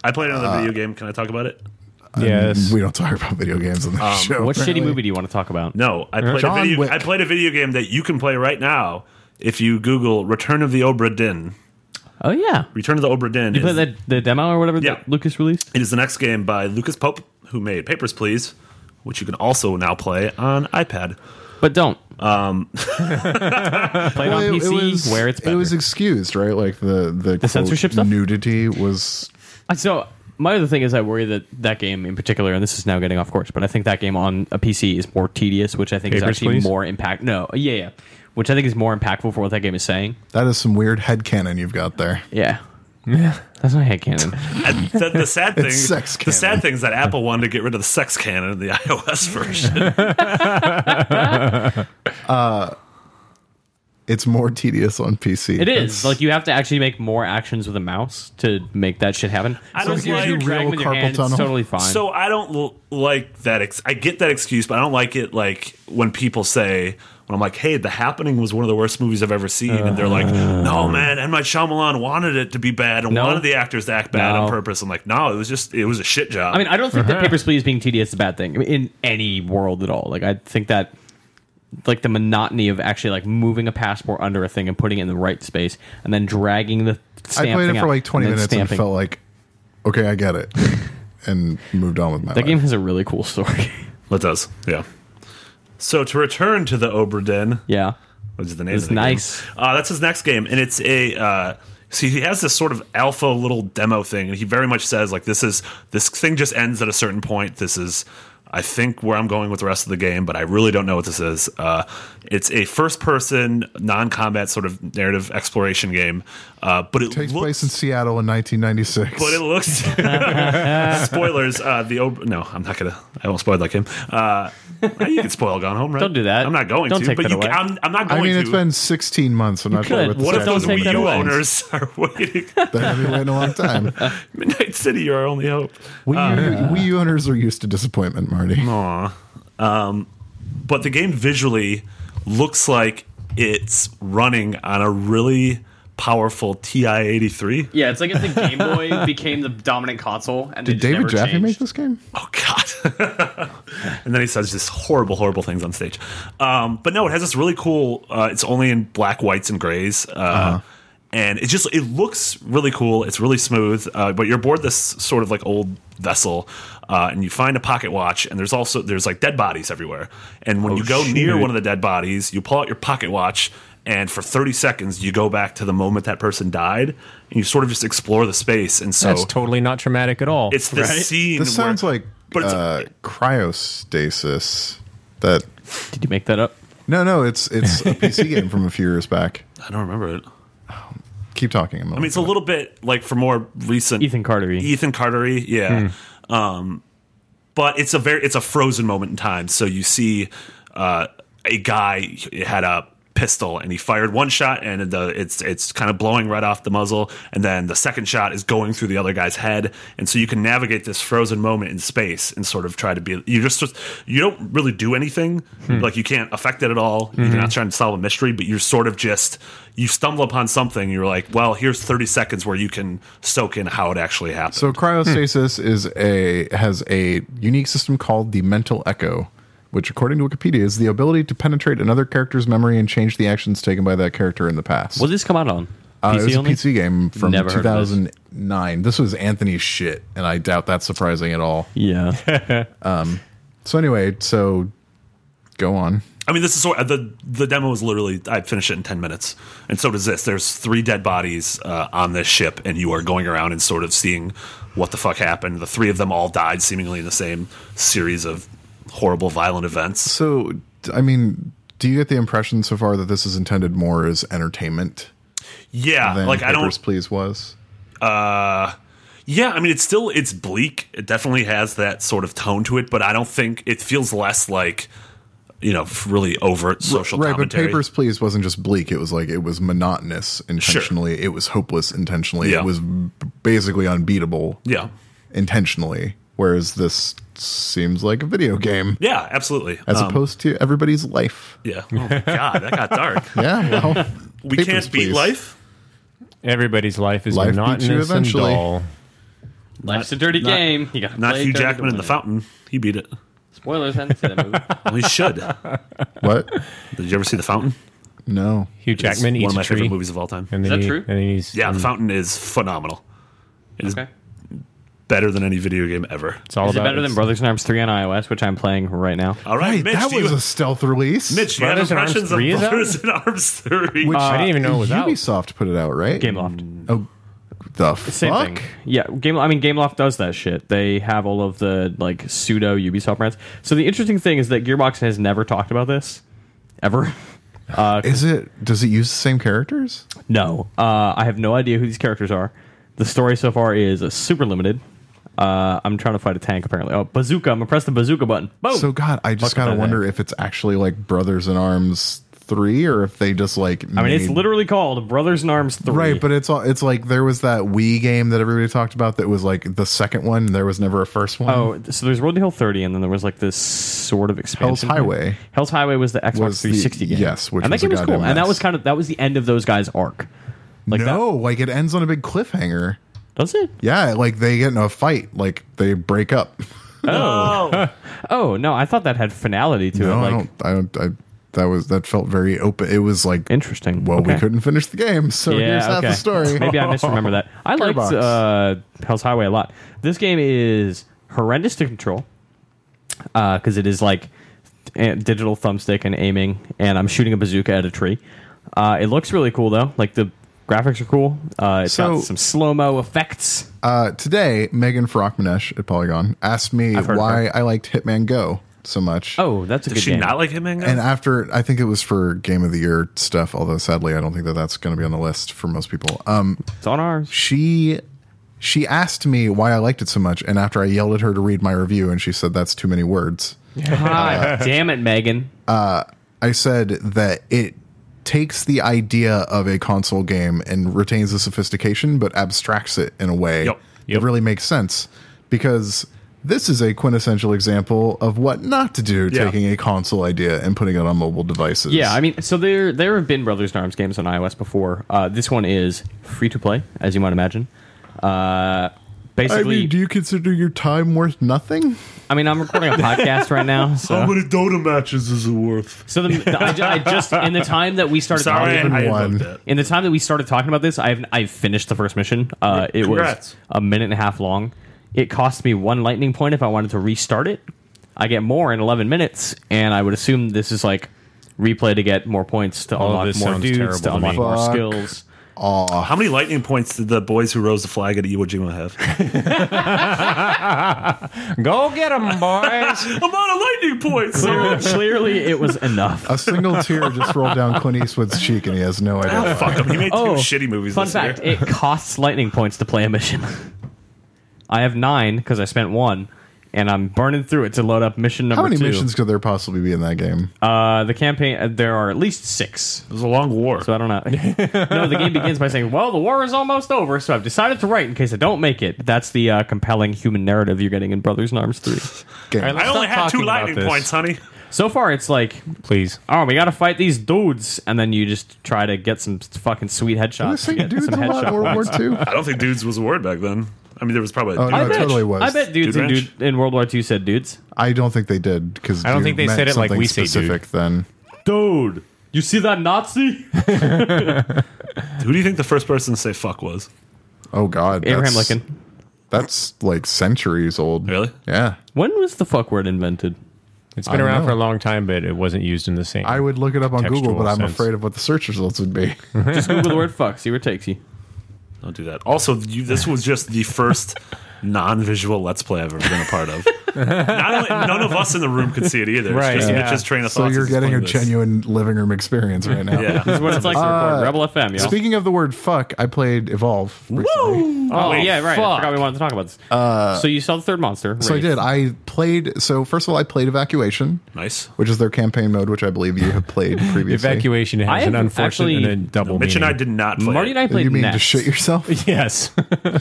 Speaker 3: I played another video game. Can I talk about it?
Speaker 4: Yes.
Speaker 2: We don't talk about video games on this show.
Speaker 5: Um, What shitty
Speaker 2: apparently.
Speaker 5: movie do you want to talk about?
Speaker 3: No, I played
Speaker 2: John
Speaker 3: a video.
Speaker 2: Wick.
Speaker 3: I played a video game that you can play right now if you Google "Return of the Obra Dinn."
Speaker 5: Oh, yeah.
Speaker 3: Return of the Obra Dinn.
Speaker 5: You
Speaker 3: is-
Speaker 5: played the, the demo or whatever
Speaker 3: Yeah.
Speaker 5: that Lucas released?
Speaker 3: It is the next game by Lucas Pope, who made Papers, Please, which you can also now play on iPad.
Speaker 5: But don't. Um, play it on
Speaker 2: Well, it- it
Speaker 5: PC
Speaker 2: was-
Speaker 5: where it's better.
Speaker 2: It was excused, right? Like the the, quote,
Speaker 5: censorship stuff?
Speaker 2: nudity was
Speaker 5: Uh, so, my other thing is I worry that that game in particular, and this is now getting off course, but I think that game on a PC is more tedious, which I think is
Speaker 4: Papers,
Speaker 5: actually
Speaker 4: Please?
Speaker 5: more impact. No, yeah, yeah. Which I think is more impactful for what that game is saying.
Speaker 2: that is some weird headcanon you've got there.
Speaker 5: Yeah. That's not headcanon.
Speaker 3: And the, the sad thing,
Speaker 2: sex
Speaker 3: the
Speaker 2: canon.
Speaker 3: sad thing is that Apple wanted to get rid of the sex canon in the iOS version.
Speaker 2: It's more tedious on PC.
Speaker 5: It is
Speaker 2: That's-
Speaker 5: like you have to actually make more actions with a mouse to make that shit happen.
Speaker 3: I
Speaker 5: So
Speaker 3: don't
Speaker 5: as long as
Speaker 3: like
Speaker 5: you're
Speaker 3: real
Speaker 5: dragging with your
Speaker 2: carpal
Speaker 5: hand,
Speaker 2: tunnel.
Speaker 5: It's totally fine.
Speaker 3: so I don't l- like that. Ex- I get that excuse, but I don't like it. Like when people say, when I'm like, hey, The Happening was one of the worst movies I've ever seen, and they're like, no, man, M Night Shyamalan wanted it to be bad and
Speaker 5: Uh. No.
Speaker 3: wanted the actors to act bad
Speaker 5: No.
Speaker 3: on purpose. I'm like, no, it was just it was a shit job.
Speaker 5: I mean, I don't think
Speaker 2: Uh-huh.
Speaker 5: that Papers, Please being tedious is a bad thing I mean, in any world at all. Like, I think that, like, the monotony of actually, like, moving a passport under a thing and putting it in the right space and then dragging the stamp
Speaker 2: I played
Speaker 5: thing
Speaker 2: it for
Speaker 5: out
Speaker 2: like 20
Speaker 5: and then
Speaker 2: minutes
Speaker 5: stamping.
Speaker 2: and felt like, okay, I get it, and moved on with my
Speaker 5: that
Speaker 2: life.
Speaker 5: game has a really cool story.
Speaker 3: it does, yeah. So to return to the Oberden,
Speaker 5: yeah.
Speaker 3: which is the name
Speaker 5: It's
Speaker 3: of the
Speaker 5: nice.
Speaker 3: game. Uh, that's his next game, and it's a. Uh, See, he has this sort of alpha little demo thing, and he very much says like, "This is this thing just ends at a certain point. This is, I think, where I'm going with the rest of the game, but I really don't know what this is." Uh, it's a first-person non-combat sort of narrative exploration game, uh, but it
Speaker 2: takes
Speaker 3: looks,
Speaker 2: place in Seattle in 1996.
Speaker 3: but it looks spoilers. Uh, the ob- no, I'm not gonna. I won't spoil that game. Uh, you can spoil Gone Home, right?
Speaker 5: Don't do that.
Speaker 3: I'm not going
Speaker 5: Don't
Speaker 3: to.
Speaker 5: take
Speaker 3: but
Speaker 5: that
Speaker 3: you,
Speaker 5: away.
Speaker 3: Can, I'm, I'm not
Speaker 2: I
Speaker 3: going
Speaker 2: mean,
Speaker 3: to.
Speaker 2: it's been 16 months. I'm not sure
Speaker 5: could.
Speaker 2: what the
Speaker 3: What if
Speaker 5: Don't
Speaker 3: those
Speaker 5: take
Speaker 3: Wii
Speaker 5: that
Speaker 3: U
Speaker 5: away.
Speaker 3: owners are waiting?
Speaker 2: They've been waiting a long time.
Speaker 3: Midnight City, your only hope.
Speaker 2: Wii, U,
Speaker 5: Ah.
Speaker 2: Wii U owners are used to disappointment, Marty.
Speaker 3: Um, But the game visually looks like it's running on a really powerful TI-83.
Speaker 5: Yeah, it's like if the Game Boy became the dominant console. And
Speaker 2: Did David Jaffe make this game?
Speaker 3: Oh God! and then he says just horrible, horrible things on stage. Um, but no, it has this really cool. Uh, it's only in black, whites, and grays, uh,
Speaker 2: Uh-huh.
Speaker 3: and it just it looks really cool. It's really smooth. Uh, but you're aboard this sort of like old vessel, uh, and you find a pocket watch, and there's also there's like dead bodies everywhere. And
Speaker 2: Oh,
Speaker 3: when you go near one of the dead bodies, you pull out your pocket watch. And for 30 seconds, you go back to the moment that person died, and you sort of just explore the space. And so
Speaker 4: That's totally not traumatic at all.
Speaker 3: it's the scene.
Speaker 2: This sounds
Speaker 3: where-
Speaker 2: like
Speaker 3: but it's-
Speaker 2: uh, cryostasis. That
Speaker 5: Did you make that up?
Speaker 2: no, no, it's it's a PC game from a few years back.
Speaker 3: I don't remember it.
Speaker 2: Keep talking.
Speaker 3: I mean, it's a little bit like for more recent
Speaker 5: Ethan Cartery.
Speaker 3: Ethan Cartery, yeah. Um, but it's a very it's a frozen moment in time. So you see uh, a guy he had a pistol and he fired one shot and the it's it's kind of blowing right off the muzzle and then the second shot is going through the other guy's head and so you can navigate this frozen moment in space and sort of try to be you just you don't really do anything like you can't affect it at all you're not trying to solve a mystery but you're sort of just you stumble upon something you're like well here's 30 seconds where you can soak in how it actually happened
Speaker 2: So cryostasis is a has a unique system called the mental echo, which according to Wikipedia is the ability to penetrate another character's memory and change the actions taken by that character in the past.
Speaker 5: What did this come out on?
Speaker 2: Uh, it was a PC game from
Speaker 5: Never heard of this.
Speaker 2: 2009. This was Anthony's shit, and I doubt that's surprising at all.
Speaker 5: Yeah.
Speaker 2: So anyway, so go on.
Speaker 3: I mean, this is sort the the demo is literally I finished it in ten minutes, and so does this. There's three dead bodies uh, on this ship, and you are going around and sort of seeing what the fuck happened. The three of them all died seemingly in the same series of horrible, violent events.
Speaker 2: So d- I mean, do you get the impression so far that this is intended more as entertainment
Speaker 3: Yeah,
Speaker 2: than
Speaker 3: like
Speaker 2: Papers,
Speaker 3: I don't.
Speaker 2: Please was?
Speaker 3: Yeah, I mean, it's still it's bleak. It definitely has that sort of tone to it, but I don't think it feels less like you know really overt social
Speaker 2: Right,
Speaker 3: commentary.
Speaker 2: but Papers, Please wasn't just bleak. It was like it was monotonous intentionally. It was hopeless intentionally.
Speaker 3: Yeah.
Speaker 2: It was b- basically unbeatable
Speaker 3: yeah,
Speaker 2: intentionally. Whereas this seems like a video game
Speaker 3: yeah, absolutely.
Speaker 2: as
Speaker 3: Um,
Speaker 2: opposed to everybody's life.
Speaker 3: yeah. Oh my god, that got dark.
Speaker 2: Yeah, well,
Speaker 3: We
Speaker 2: Papers,
Speaker 3: can't beat
Speaker 2: Please.
Speaker 3: life.
Speaker 4: Everybody's life is
Speaker 2: Life beats you
Speaker 4: monotonous and
Speaker 2: eventually.
Speaker 4: dull.
Speaker 5: Life's a dirty
Speaker 3: not-
Speaker 5: game. You gotta
Speaker 3: Not
Speaker 5: play
Speaker 3: Hugh
Speaker 5: dirty to
Speaker 3: Jackman in the
Speaker 5: win it.
Speaker 3: fountain. He beat it.
Speaker 5: Spoilers, I haven't seen that movie.
Speaker 3: Well, he should.
Speaker 2: What?
Speaker 3: Did you ever see the fountain?
Speaker 2: No.
Speaker 4: Hugh
Speaker 3: It's
Speaker 4: Jackman
Speaker 3: one
Speaker 4: eats
Speaker 3: of my
Speaker 4: a tree.
Speaker 3: favorite movies of all time.
Speaker 4: And
Speaker 5: Is
Speaker 4: then
Speaker 5: that
Speaker 4: he-
Speaker 5: true?
Speaker 4: And then he's
Speaker 3: yeah, the fountain is phenomenal. It is
Speaker 5: Okay.
Speaker 3: better than any video game ever.
Speaker 4: It's all
Speaker 5: Is it
Speaker 4: about
Speaker 5: better than
Speaker 4: it's-
Speaker 5: Brothers in Arms 3 on iOS, which I'm playing right now?
Speaker 3: All right,
Speaker 2: Hey,
Speaker 3: Mitch.
Speaker 2: that
Speaker 3: do you,
Speaker 2: was a stealth release.
Speaker 3: Mitch, do you have
Speaker 4: Brothers in Arms
Speaker 3: impressions of
Speaker 4: 3 is out?
Speaker 3: Brothers in Arms Three?
Speaker 2: Which
Speaker 4: Uh, I didn't even know it was out.
Speaker 2: Ubisoft put it out, right?
Speaker 5: Gameloft.
Speaker 2: Oh, the
Speaker 5: Same
Speaker 2: fuck!
Speaker 5: thing. Yeah, Game. I mean, Gameloft does that shit. They have all of the like pseudo Ubisoft brands. So the interesting thing is that Gearbox has never talked about this ever.
Speaker 2: Is it? Does it use the same characters?
Speaker 5: No, uh, I have no idea who these characters are. The story so far is uh, super limited. Uh, I'm trying to fight a tank apparently. Oh, bazooka! I'm gonna press the bazooka button. Boom.
Speaker 2: So God, I just
Speaker 5: Oh, Fuck
Speaker 2: gotta
Speaker 5: my
Speaker 2: wonder if it's actually like Brothers in Arms three, or if they just like.
Speaker 5: I mean, it's literally called Brothers in Arms Three.
Speaker 2: Right, but it's all it's like there was that Wii game that everybody talked about that was like the second one. And there was never a first one.
Speaker 5: oh, so there's Road to Hell 30, and then there was like this sort of expansion.
Speaker 2: Hell's Highway.
Speaker 5: Hell's Highway was the Xbox
Speaker 2: Was the-
Speaker 5: 360 game.
Speaker 2: yes, which
Speaker 5: and
Speaker 2: was
Speaker 5: that
Speaker 2: a
Speaker 5: game was cool,
Speaker 2: goddamn
Speaker 5: and that
Speaker 2: mess.
Speaker 5: was kind of that was the end of those guys' arc. Like
Speaker 2: no, like it ends on a big cliffhanger.
Speaker 5: that, does it?
Speaker 2: Yeah, like they get in a fight, like they break up.
Speaker 3: Oh,
Speaker 5: Oh no, I thought that had finality to
Speaker 2: No, I
Speaker 5: it. Like,
Speaker 2: don't. I don't. I, that was that felt very open. It was like
Speaker 5: Interesting.
Speaker 2: Well, we
Speaker 5: Okay.
Speaker 2: couldn't finish the game, so
Speaker 5: Yeah,
Speaker 2: here's half
Speaker 5: okay.
Speaker 2: the story.
Speaker 5: Maybe I misremember that. I
Speaker 2: Gearbox.
Speaker 5: liked uh, Hell's Highway a lot. This game is horrendous to control because it is like a- digital thumbstick and aiming, and I'm shooting a bazooka at a tree. Uh, it looks really cool though. Like the graphics are cool. Uh, it's
Speaker 2: So-
Speaker 5: got some slow mo effects.
Speaker 2: Uh, today, Megan Frockmanesh at Polygon asked me
Speaker 5: heard of
Speaker 2: why I liked Hitman Go so much.
Speaker 5: Oh, that's a
Speaker 3: did
Speaker 5: good
Speaker 3: she
Speaker 5: game.
Speaker 3: not like him? Mango?
Speaker 2: And after, I think it was for Game of the Year stuff. Although sadly, I don't think that that's going to be on the list for most people. Um,
Speaker 5: it's on ours.
Speaker 2: she she asked me why I liked it so much, and after I yelled at her to read my review, and she said that's too many words.
Speaker 5: God damn it, Megan.
Speaker 2: I said that it takes the idea of a console game and retains the sophistication, but abstracts it in a way
Speaker 3: Yep.
Speaker 2: that really makes sense because this is a quintessential example of what not to do
Speaker 3: Yeah.
Speaker 2: taking a console idea and putting it on mobile devices.
Speaker 5: Yeah, I mean, so there there have been Brothers in Arms games on iOS before. Uh, this one is free to play, as you might imagine. Uh,
Speaker 2: I
Speaker 5: basically,
Speaker 2: mean, do you consider your time worth nothing?
Speaker 5: I mean, I'm recording a podcast right now,
Speaker 4: Oh
Speaker 5: so
Speaker 3: many Dota matches is it worth?
Speaker 5: so the, the- I, ju- I just, in the time that we started
Speaker 3: Sorry,
Speaker 5: talking,
Speaker 3: I
Speaker 2: one.
Speaker 3: one. That.
Speaker 5: in the time that we started talking about this, I've I've finished the first mission. Uh, it was
Speaker 3: Congrats.
Speaker 5: a minute and a half long. It cost me one lightning point if I wanted to restart it. I get more in 11 minutes, and I would assume this is like replay to get more points to
Speaker 4: of
Speaker 5: unlock
Speaker 4: this
Speaker 5: more
Speaker 4: sounds
Speaker 5: dudes,
Speaker 4: terrible
Speaker 5: to
Speaker 4: to
Speaker 5: unlock
Speaker 4: me.
Speaker 5: more
Speaker 2: Fuck.
Speaker 5: skills.
Speaker 3: How many lightning points did the boys who rose the flag at Iwo Jima have?
Speaker 4: Go get them, boys.
Speaker 3: I'm out of lightning points.
Speaker 5: Clearly, clearly it was enough.
Speaker 2: A single tear just rolled down Clint Eastwood's cheek, and he has no idea. why.
Speaker 3: Fuck him. He made two
Speaker 5: Oh,
Speaker 3: shitty movies.
Speaker 5: Fun
Speaker 3: this
Speaker 5: fact:
Speaker 3: year.
Speaker 5: it costs lightning points to play a mission. I have nine because I spent one, and I'm burning through it to load up mission number
Speaker 2: How many
Speaker 5: two.
Speaker 2: missions could there possibly be in that game?
Speaker 5: Uh, the campaign uh, there are at least six,
Speaker 3: It was a long war.
Speaker 5: so I don't know. no, the game begins by saying, "Well, the war is almost over, so I've decided to write in case I don't make it." That's the uh, compelling human narrative you're getting in Brothers in Arms Three.
Speaker 2: Game.
Speaker 4: All right,
Speaker 3: I only
Speaker 4: Stop
Speaker 3: had
Speaker 4: talking
Speaker 3: two
Speaker 4: about
Speaker 3: lightning
Speaker 4: this.
Speaker 3: points, honey.
Speaker 5: So far, it's like,
Speaker 4: Please.
Speaker 5: "Oh, we got to fight these dudes," and then you just try to get some fucking sweet
Speaker 2: I
Speaker 5: headshots.
Speaker 2: think
Speaker 5: get
Speaker 2: dudes a
Speaker 5: some
Speaker 2: lot in
Speaker 5: headshot
Speaker 2: World War
Speaker 5: points.
Speaker 2: II.
Speaker 3: I don't think dudes was a word back then. I mean, there was probably. a
Speaker 2: Oh,
Speaker 3: dude.
Speaker 2: no, it totally was.
Speaker 5: I bet dudes
Speaker 3: Dude
Speaker 5: in,
Speaker 3: ranch?
Speaker 5: dude, in World War II said dudes.
Speaker 2: I don't think they did because
Speaker 4: I don't think they said it like we say, dude.
Speaker 2: specific. Then
Speaker 5: Dude, you see that Nazi?
Speaker 3: Who do you think the first person to say fuck was?
Speaker 2: oh god,
Speaker 5: Abraham
Speaker 2: that's-
Speaker 5: Lincoln.
Speaker 2: That's like centuries old.
Speaker 3: Really?
Speaker 2: Yeah.
Speaker 5: When was the fuck word invented?
Speaker 4: It's
Speaker 2: I
Speaker 4: been
Speaker 2: don't
Speaker 4: around
Speaker 2: know.
Speaker 4: for a long time, but it wasn't used in the same.
Speaker 2: I would look it up on Google, but
Speaker 4: Textual
Speaker 2: I'm
Speaker 4: sense.
Speaker 2: afraid of what the search results would be.
Speaker 5: Just Google the word fuck, see where it takes you.
Speaker 3: Don't do that. Also, you, this was just the first non-visual Let's Play I've ever been a part of. Not only, none of us in the room could see it either.
Speaker 4: Right,
Speaker 3: It's just
Speaker 4: yeah.
Speaker 3: Mitch's train of
Speaker 2: so
Speaker 3: thoughts
Speaker 2: you're
Speaker 3: is
Speaker 2: getting a
Speaker 3: explaining this.
Speaker 2: genuine living room experience right now.
Speaker 3: Yeah.
Speaker 5: What it's like to record Rebel FM, y'all.
Speaker 2: Uh, Speaking of the word fuck, I played Evolve. Recently.
Speaker 5: oh,
Speaker 3: Wait,
Speaker 5: yeah, right. I
Speaker 4: fuck.
Speaker 5: forgot we wanted to talk about this. so you saw the third monster.
Speaker 2: Uh, So I
Speaker 5: Wraith.
Speaker 2: did. I played. So first of all, I played Evacuation,
Speaker 3: Nice.
Speaker 2: which is their campaign mode, which I believe you have played previously.
Speaker 4: Evacuation has
Speaker 5: I
Speaker 4: an
Speaker 5: have
Speaker 4: unfortunate
Speaker 5: actually-
Speaker 4: and a double.
Speaker 3: Mitch and I
Speaker 4: meaning.
Speaker 3: did not play.
Speaker 5: Marty
Speaker 3: it.
Speaker 5: and I played
Speaker 2: You mean
Speaker 5: next.
Speaker 2: to shit yourself?
Speaker 4: Yes.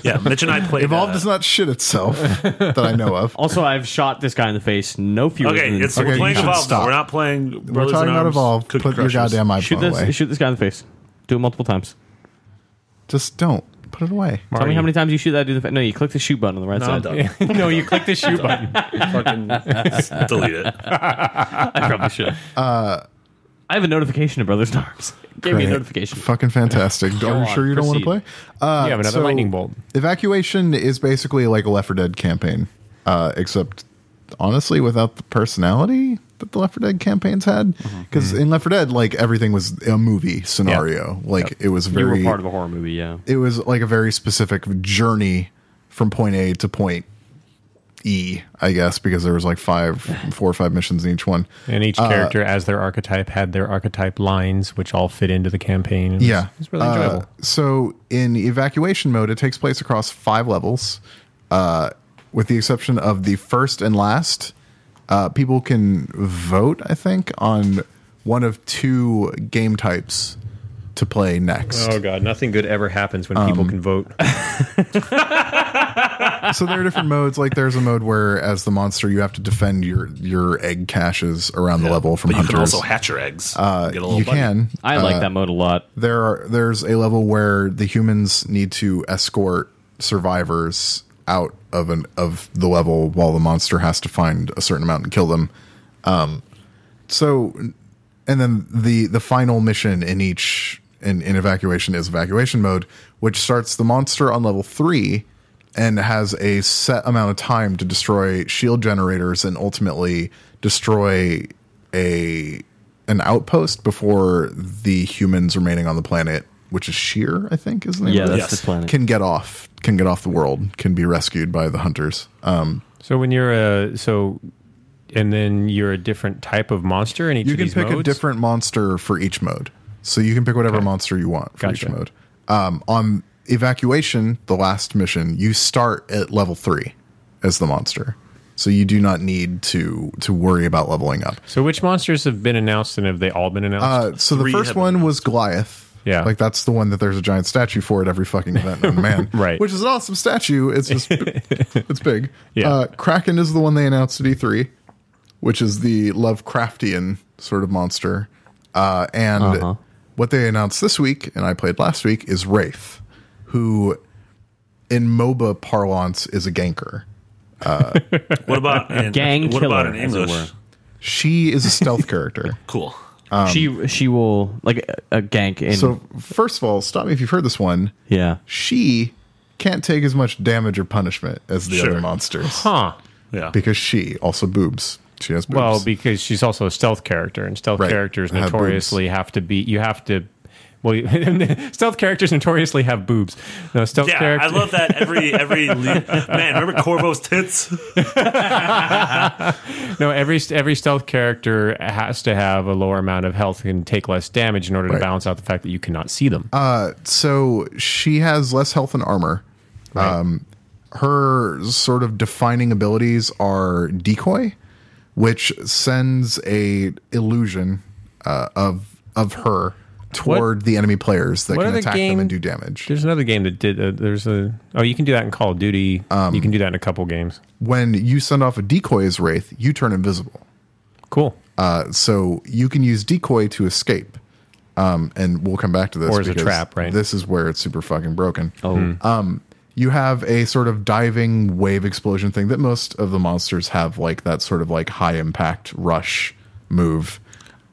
Speaker 3: Yeah, Mitch and I played.
Speaker 2: Evolve
Speaker 3: uh,
Speaker 2: does not shit itself that I know of.
Speaker 5: Also, I've shot this guy in the face no fewer
Speaker 3: Okay,
Speaker 5: than
Speaker 3: it's,
Speaker 2: Okay,
Speaker 3: we're
Speaker 2: you
Speaker 3: playing
Speaker 2: should
Speaker 3: Evolve.
Speaker 2: stop.
Speaker 3: Now. We're not playing.
Speaker 2: We're
Speaker 3: Brothers
Speaker 2: talking
Speaker 3: in
Speaker 2: about
Speaker 3: Arms,
Speaker 2: Evolve.
Speaker 3: Cookie
Speaker 2: Put your
Speaker 3: Crushers.
Speaker 2: goddamn
Speaker 5: shoot
Speaker 2: iPhone away.
Speaker 5: this shoot this guy in the face. Do it multiple times.
Speaker 2: Just don't put it away.
Speaker 5: Tell me how many times you shoot that dude in the face. No, you click the shoot button on the right
Speaker 3: No, I'm
Speaker 5: side.
Speaker 3: done.
Speaker 4: no, you click the shoe button.
Speaker 3: Fucking delete it.
Speaker 5: I probably should. Uh, I have a notification to Brothers in Arms. It Gave me a
Speaker 2: Great.
Speaker 5: notification.
Speaker 2: Fucking fantastic. Are you
Speaker 5: on,
Speaker 2: sure you don't want to play?
Speaker 5: proceed.
Speaker 2: Uh,
Speaker 4: You have another lightning bolt.
Speaker 2: Evacuation is basically like a Left 4 Dead campaign, uh, except honestly without the personality that the Left 4 Dead campaigns had.
Speaker 5: Mm-hmm.
Speaker 2: Because in Left 4 Dead, like everything was a movie scenario. Like it was
Speaker 5: You
Speaker 2: very
Speaker 5: were part of a horror movie, yeah.
Speaker 2: it was like a very specific journey from point A to point E, I guess, because there was like five, four or five missions in each one.
Speaker 4: And each character, as their archetype, had their archetype lines, which all fit into the campaign. It was-
Speaker 2: Yeah.
Speaker 4: It's really
Speaker 2: Uh,
Speaker 4: enjoyable.
Speaker 2: so in evacuation mode, it takes place across five levels, uh, with the exception of the first and last. Uh, people can vote, I think, on one of two game types to play next.
Speaker 4: Oh god, nothing good ever happens when people can vote.
Speaker 2: so there are different modes. Like there's a mode where, as the monster, you have to defend your your egg caches around the level from
Speaker 3: But you
Speaker 2: hunters.
Speaker 3: can also hatch your eggs. Uh, get a little
Speaker 2: you
Speaker 3: buddy.
Speaker 2: can.
Speaker 5: I like that mode a lot.
Speaker 2: There are there's a level where the humans need to escort survivors out of an of the level while the monster has to find a certain amount and kill them. Um, so, and then the the final mission in each in, in evacuation is evacuation mode, which starts the monster on level three and has a set amount of time to destroy shield generators and ultimately destroy a an outpost before the humans remaining on the planet, which is Sheer, I think, is the name
Speaker 5: Yeah,
Speaker 2: of it,
Speaker 5: that's
Speaker 3: Yes.
Speaker 5: the planet.
Speaker 2: can get off can get off the world, can be rescued by the hunters. Um,
Speaker 4: so when you're a so and then you're a different type of monster in each
Speaker 2: you
Speaker 4: of
Speaker 2: can
Speaker 4: these
Speaker 2: pick
Speaker 4: modes?
Speaker 2: a different monster for each mode. So you can pick whatever monster you want for each
Speaker 4: Gotcha.
Speaker 2: mode. Um, on evacuation, the last mission, you start at level three as the monster. So you do not need to to worry about leveling up.
Speaker 4: So which monsters have been announced and have they all been announced?
Speaker 2: Uh, so the
Speaker 3: Three
Speaker 2: first
Speaker 3: have
Speaker 2: one was Goliath.
Speaker 4: Yeah.
Speaker 2: Like that's the one that there's a giant statue for at every fucking event known to man.
Speaker 4: Right.
Speaker 2: Which is an awesome statue. It's just it's big.
Speaker 4: Yeah.
Speaker 2: Uh, Kraken is the one they announced at E3, which is the Lovecraftian sort of monster. Uh, and
Speaker 4: Uh-huh.
Speaker 2: what they announced this week, and I played last week, is Wraith, who in MOBA parlance is a ganker.
Speaker 3: What about in,
Speaker 5: Gang
Speaker 3: What about
Speaker 5: killer,
Speaker 3: in
Speaker 5: as it
Speaker 3: English?
Speaker 5: were.
Speaker 2: She is a stealth character.
Speaker 3: Cool.
Speaker 5: she she will like a, a gank in.
Speaker 2: Um, So first of all, stop me if you've heard this one.
Speaker 5: yeah,
Speaker 2: she can't take as much damage or punishment as the
Speaker 3: Sure.
Speaker 2: other monsters
Speaker 4: huh.
Speaker 3: Yeah.
Speaker 2: because she also boobs. She has boobs.
Speaker 4: Well, because she's also a stealth character, and stealth
Speaker 2: Right.
Speaker 4: characters
Speaker 2: Have
Speaker 4: notoriously have to be. You have to. Well, stealth characters notoriously have boobs. No, stealth
Speaker 3: yeah,
Speaker 4: character.
Speaker 3: I love that every every le- man. Remember Corvo's tits?
Speaker 4: no, every every stealth character has to have a lower amount of health and take less damage in order
Speaker 2: Right.
Speaker 4: to balance out the fact that you cannot see them.
Speaker 2: Uh, so she has less health and armor. Um, her sort of defining abilities are decoy, which sends a illusion uh, of of her toward the enemy players that
Speaker 4: what
Speaker 2: can
Speaker 4: other
Speaker 2: attack them
Speaker 4: game-
Speaker 2: and do damage.
Speaker 4: there's another game that did. Uh, there's a. Oh, you can do that in Call of Duty.
Speaker 2: Um,
Speaker 4: you can do that in a couple games.
Speaker 2: When you send off a decoy as wraith, you turn invisible.
Speaker 4: Cool.
Speaker 2: Uh, so you can use decoy to escape. Um, and we'll come back to this.
Speaker 4: Or as a
Speaker 2: because
Speaker 4: trap, right?
Speaker 2: This is where it's super fucking broken. Oh. Um, you have a sort of diving wave explosion thing that most of the monsters have, like that sort of like high impact rush move.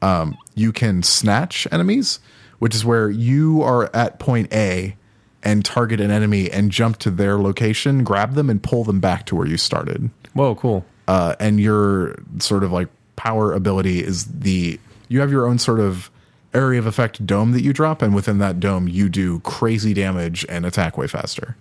Speaker 2: Um, you can snatch enemies, which is where you are at point A and target an enemy and jump to their location, grab them, and pull them back to where you started
Speaker 4: Whoa, cool.
Speaker 2: uh, and your sort of like power ability is the you have your own sort of area of effect dome that you drop, and within that dome you do crazy damage and attack way faster.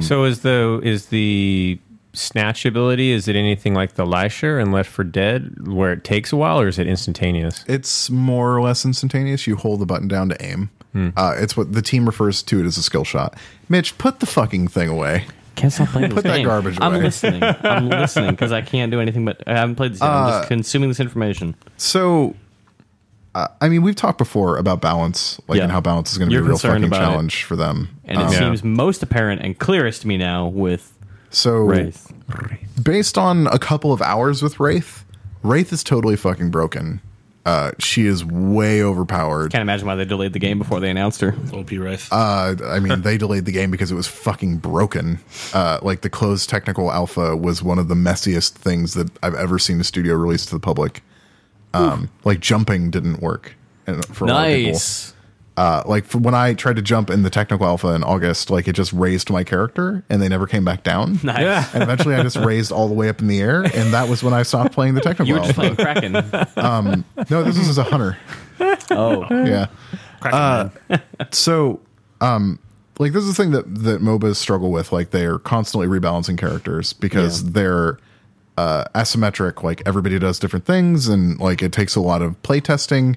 Speaker 4: so is the is the snatch ability? Is it anything like the Lasher and Left for Dead, where it takes a while, or is it instantaneous?
Speaker 2: It's more or less instantaneous. You hold the button down to aim.
Speaker 5: Hmm.
Speaker 2: Uh, it's what the team refers to it as a skill shot. Mitch, put the fucking thing away.
Speaker 5: can't stop playing. Put
Speaker 2: that garbage
Speaker 5: I'm
Speaker 2: away.
Speaker 5: listening. I'm listening because I can't do anything. But I haven't played this. Yet. I'm
Speaker 2: Uh,
Speaker 5: just consuming this information.
Speaker 2: So, uh, I mean, we've talked before about balance, like
Speaker 5: Yeah.
Speaker 2: and how balance is going to be
Speaker 5: You're
Speaker 2: a real
Speaker 5: concerned
Speaker 2: fucking
Speaker 5: about it.
Speaker 2: challenge for them.
Speaker 5: and it
Speaker 2: Um,
Speaker 4: Yeah.
Speaker 5: seems most apparent and clearest to me now with
Speaker 2: so,
Speaker 5: Wraith.
Speaker 2: based on a couple of hours with Wraith, Wraith is totally fucking broken. Uh, she is way overpowered.
Speaker 5: Can't imagine why they delayed the game before they announced her.
Speaker 3: OP Wraith.
Speaker 2: Uh, I mean, they delayed the game because it was fucking broken. Uh, like the closed technical alpha was one of the messiest things that I've ever seen a studio release to the public. Um, like jumping didn't work and- for a lot of people. Uh, like for when I tried to jump in the technical alpha in August, like it just raised my character and they never came back down.
Speaker 5: Nice.
Speaker 2: And eventually, I just raised all the way up in the air, and that was when I stopped playing the technical
Speaker 5: You were
Speaker 2: alpha.
Speaker 5: just playing Kraken.
Speaker 2: No, this is a hunter.
Speaker 5: oh,
Speaker 2: Yeah. Uh,
Speaker 3: Cracking man.
Speaker 2: So, um, like this is the thing that that MOBAs struggle with. Like they are constantly rebalancing characters because they're uh, asymmetric. Like everybody does different things, and like it takes a lot of playtesting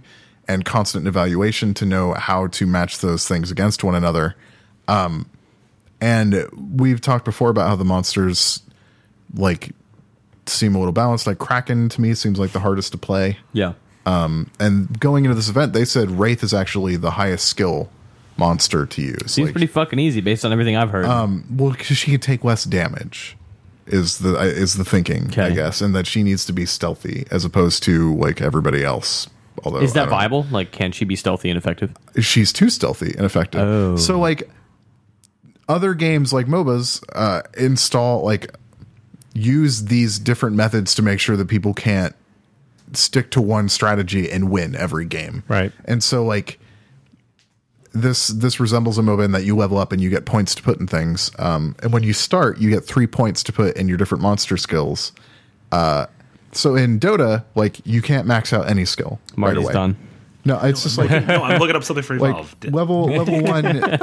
Speaker 2: and constant evaluation to know how to match those things against one another. Um, and we've talked before about how the monsters like seem a little balanced. Like Kraken to me seems like the hardest to play
Speaker 5: yeah.
Speaker 2: Um, and going into this event, they said Wraith is actually the highest skill monster to use.
Speaker 5: Seems
Speaker 2: Like,
Speaker 5: pretty fucking easy based on everything I've heard.
Speaker 2: well, because she can take less damage, is the uh, is the thinking, I
Speaker 5: Okay.
Speaker 2: guess, and that she needs to be stealthy as opposed to like everybody else. Although
Speaker 5: Is
Speaker 2: I
Speaker 5: that
Speaker 2: don't know.
Speaker 5: viable? Like, can she be stealthy and effective?
Speaker 2: she's too stealthy and effective.
Speaker 5: Oh.
Speaker 2: So like other games like MOBAs uh, install like use these different methods to make sure that people can't stick to one strategy and win every game.
Speaker 4: Right.
Speaker 2: And so like this this resembles a MOBA in that you level up and you get points to put in things. Um, and when you start, you get three points to put in your different monster skills. Uh, so in Dota, like you can't max out any skill
Speaker 5: Marty's
Speaker 2: right away.
Speaker 5: done.
Speaker 2: No, it's just like
Speaker 3: no, I'm looking up something for Oh,
Speaker 2: like
Speaker 3: Evolve.
Speaker 2: level level one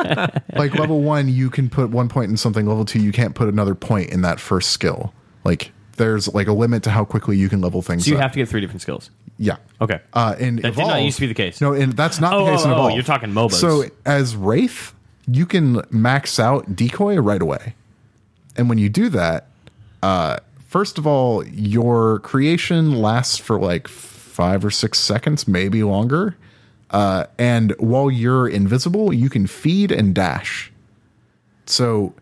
Speaker 2: like level one you can put one point in something level two you can't put another point in that first skill like there's like a limit to how quickly you can level things
Speaker 5: So you
Speaker 2: up.
Speaker 5: have to get three different skills.
Speaker 2: yeah
Speaker 5: Okay.
Speaker 2: uh in
Speaker 5: That did not used to be the case.
Speaker 2: no and that's not
Speaker 5: Oh,
Speaker 2: the case
Speaker 5: oh,
Speaker 2: in
Speaker 5: oh,
Speaker 2: Evolve.
Speaker 5: you're talking MOBAs.
Speaker 2: so as wraith you can max out decoy right away and when you do that uh first of all your creation lasts for like five or six seconds maybe longer uh, and while you're invisible, you can feed and dash. So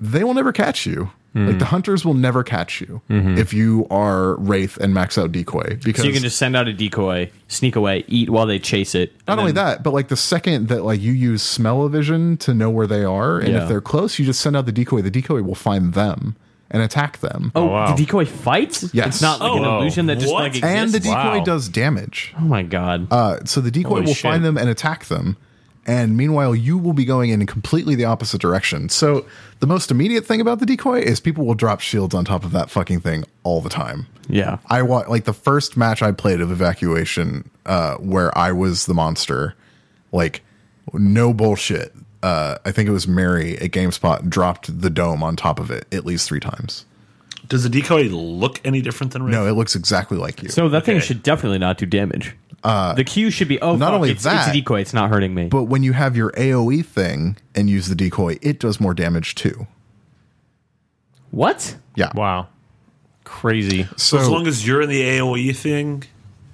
Speaker 2: they will never catch you.
Speaker 5: Hmm.
Speaker 2: Like the hunters will never catch you if you are Wraith and max out decoy. Because
Speaker 5: Mm-hmm. So you can just send out a decoy, sneak away, eat while they chase it.
Speaker 2: not only that, but like the second that like you use smell vision to know where they are, and
Speaker 5: Yeah.
Speaker 2: if they're close, you just send out the decoy. The decoy will find them and attack them.
Speaker 5: Oh,
Speaker 4: wow.
Speaker 5: the decoy fights?
Speaker 2: Yes.
Speaker 5: It's not like an
Speaker 4: Oh,
Speaker 5: illusion that just
Speaker 3: what?
Speaker 5: like exists.
Speaker 2: and the decoy
Speaker 4: Wow.
Speaker 2: does damage.
Speaker 5: oh my god.
Speaker 2: Uh, so the decoy
Speaker 4: Holy
Speaker 2: will
Speaker 4: shit.
Speaker 2: find them and attack them. And meanwhile, you will be going in completely the opposite direction. So the most immediate thing about the decoy is people will drop shields on top of that fucking thing all the time.
Speaker 5: yeah.
Speaker 2: I want like the first match I played of evacuation, uh, where I was the monster, like no bullshit. Uh, I think it was Mary at GameSpot dropped the dome on top of it at least three times.
Speaker 3: Does the decoy look any different than Wraith?
Speaker 2: No, it looks exactly like you.
Speaker 5: So that thing
Speaker 3: Okay.
Speaker 5: should definitely not do damage. the cue should be oh
Speaker 2: Uh, not
Speaker 5: fuck,
Speaker 2: only
Speaker 5: it's,
Speaker 2: that-
Speaker 5: it's a decoy, it's not hurting me.
Speaker 2: but when you have your AOE thing and use the decoy, it does more damage too.
Speaker 5: what?
Speaker 2: Yeah.
Speaker 4: Wow. Crazy.
Speaker 2: So,
Speaker 3: as long as you're in the AOE thing,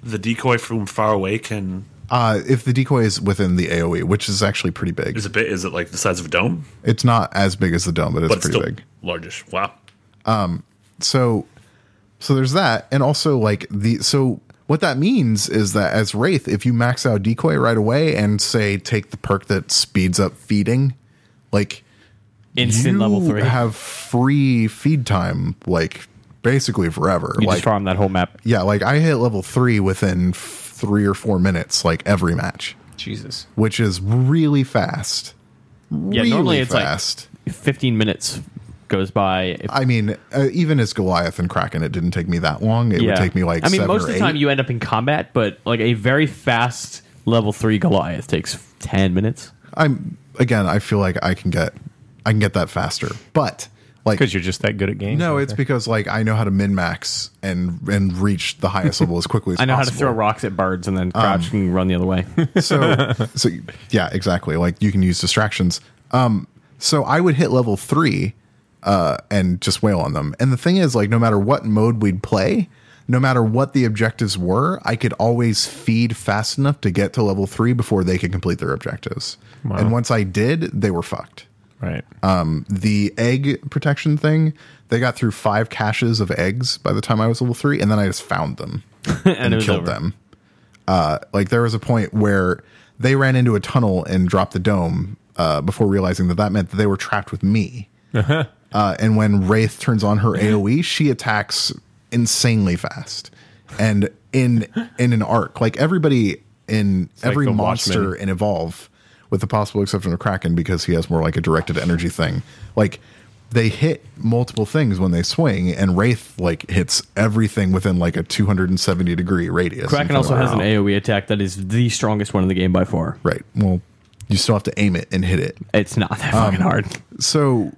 Speaker 3: the decoy from far away can
Speaker 2: uh, if the decoy is within the AOE, which is actually pretty big,
Speaker 3: is a bit. Is it like the size of a dome?
Speaker 2: it's not as big as the dome, but it's
Speaker 3: But it's
Speaker 2: pretty
Speaker 3: still
Speaker 2: big.
Speaker 3: largish. Wow.
Speaker 2: So, so there's that, and also like the so what that means is that as wraith, if you max out decoy right away and say take the perk that speeds up feeding, like
Speaker 5: Instant
Speaker 2: you
Speaker 5: level three.
Speaker 2: have free feed time, like basically forever.
Speaker 5: you
Speaker 2: like
Speaker 5: just farm that whole map.
Speaker 2: yeah, like I hit level three within f- three or four minutes, like every match.
Speaker 4: Jesus.
Speaker 2: which is really fast.
Speaker 5: Yeah, normally it's like-
Speaker 2: fast.
Speaker 5: Fifteen minutes goes by. If,
Speaker 2: I mean, uh, even as Goliath and Kraken, it didn't take me that long. It
Speaker 5: yeah.
Speaker 2: would take me like
Speaker 5: I mean,
Speaker 2: seven
Speaker 5: most
Speaker 2: or
Speaker 5: of the
Speaker 2: eight.
Speaker 5: time you end up in combat, but like a very fast level three Goliath takes ten minutes.
Speaker 2: I'm again, I feel like I can get, I can get that faster. But like,
Speaker 4: Because you're just that good at games.
Speaker 2: no,
Speaker 4: okay.
Speaker 2: it's because like I know how to min max and and reach the highest level as quickly as
Speaker 5: I know how to
Speaker 2: possible. Um,
Speaker 5: throw rocks at birds and then crouch and run the other way.
Speaker 2: so so yeah exactly like you can use distractions um so i would hit level three uh and just wail on them and the thing is like no matter what mode we'd play no matter what the objectives were i could always feed fast enough to get to level three before they could complete their objectives and once i did they were fucked
Speaker 4: Right.
Speaker 2: um, the egg protection thing they got through five caches of eggs by the time i was level three and then i just found them
Speaker 5: and it was
Speaker 2: killed
Speaker 5: over.
Speaker 2: them. Uh, like there was a point where they ran into a tunnel and dropped the dome uh, before realizing that that meant that they were trapped with me.
Speaker 5: Uh-huh.
Speaker 2: Uh, and when Wraith turns on her AOE, she attacks insanely fast and in in an arc. Like everybody in
Speaker 4: like
Speaker 2: every
Speaker 4: the
Speaker 2: monster
Speaker 4: Watchmen.
Speaker 2: in Evolve, with the possible exception of Kraken because he has more like a directed energy thing. Like they hit multiple things when they swing, and Wraith like hits everything within like a 270 degree radius.
Speaker 5: Kraken
Speaker 2: And
Speaker 5: also has an
Speaker 2: wow.
Speaker 5: AOE attack that is the strongest one in the game by far.
Speaker 2: Right. Well, you still have to aim it and hit it.
Speaker 5: It's not that
Speaker 2: Um,
Speaker 5: fucking hard.
Speaker 2: So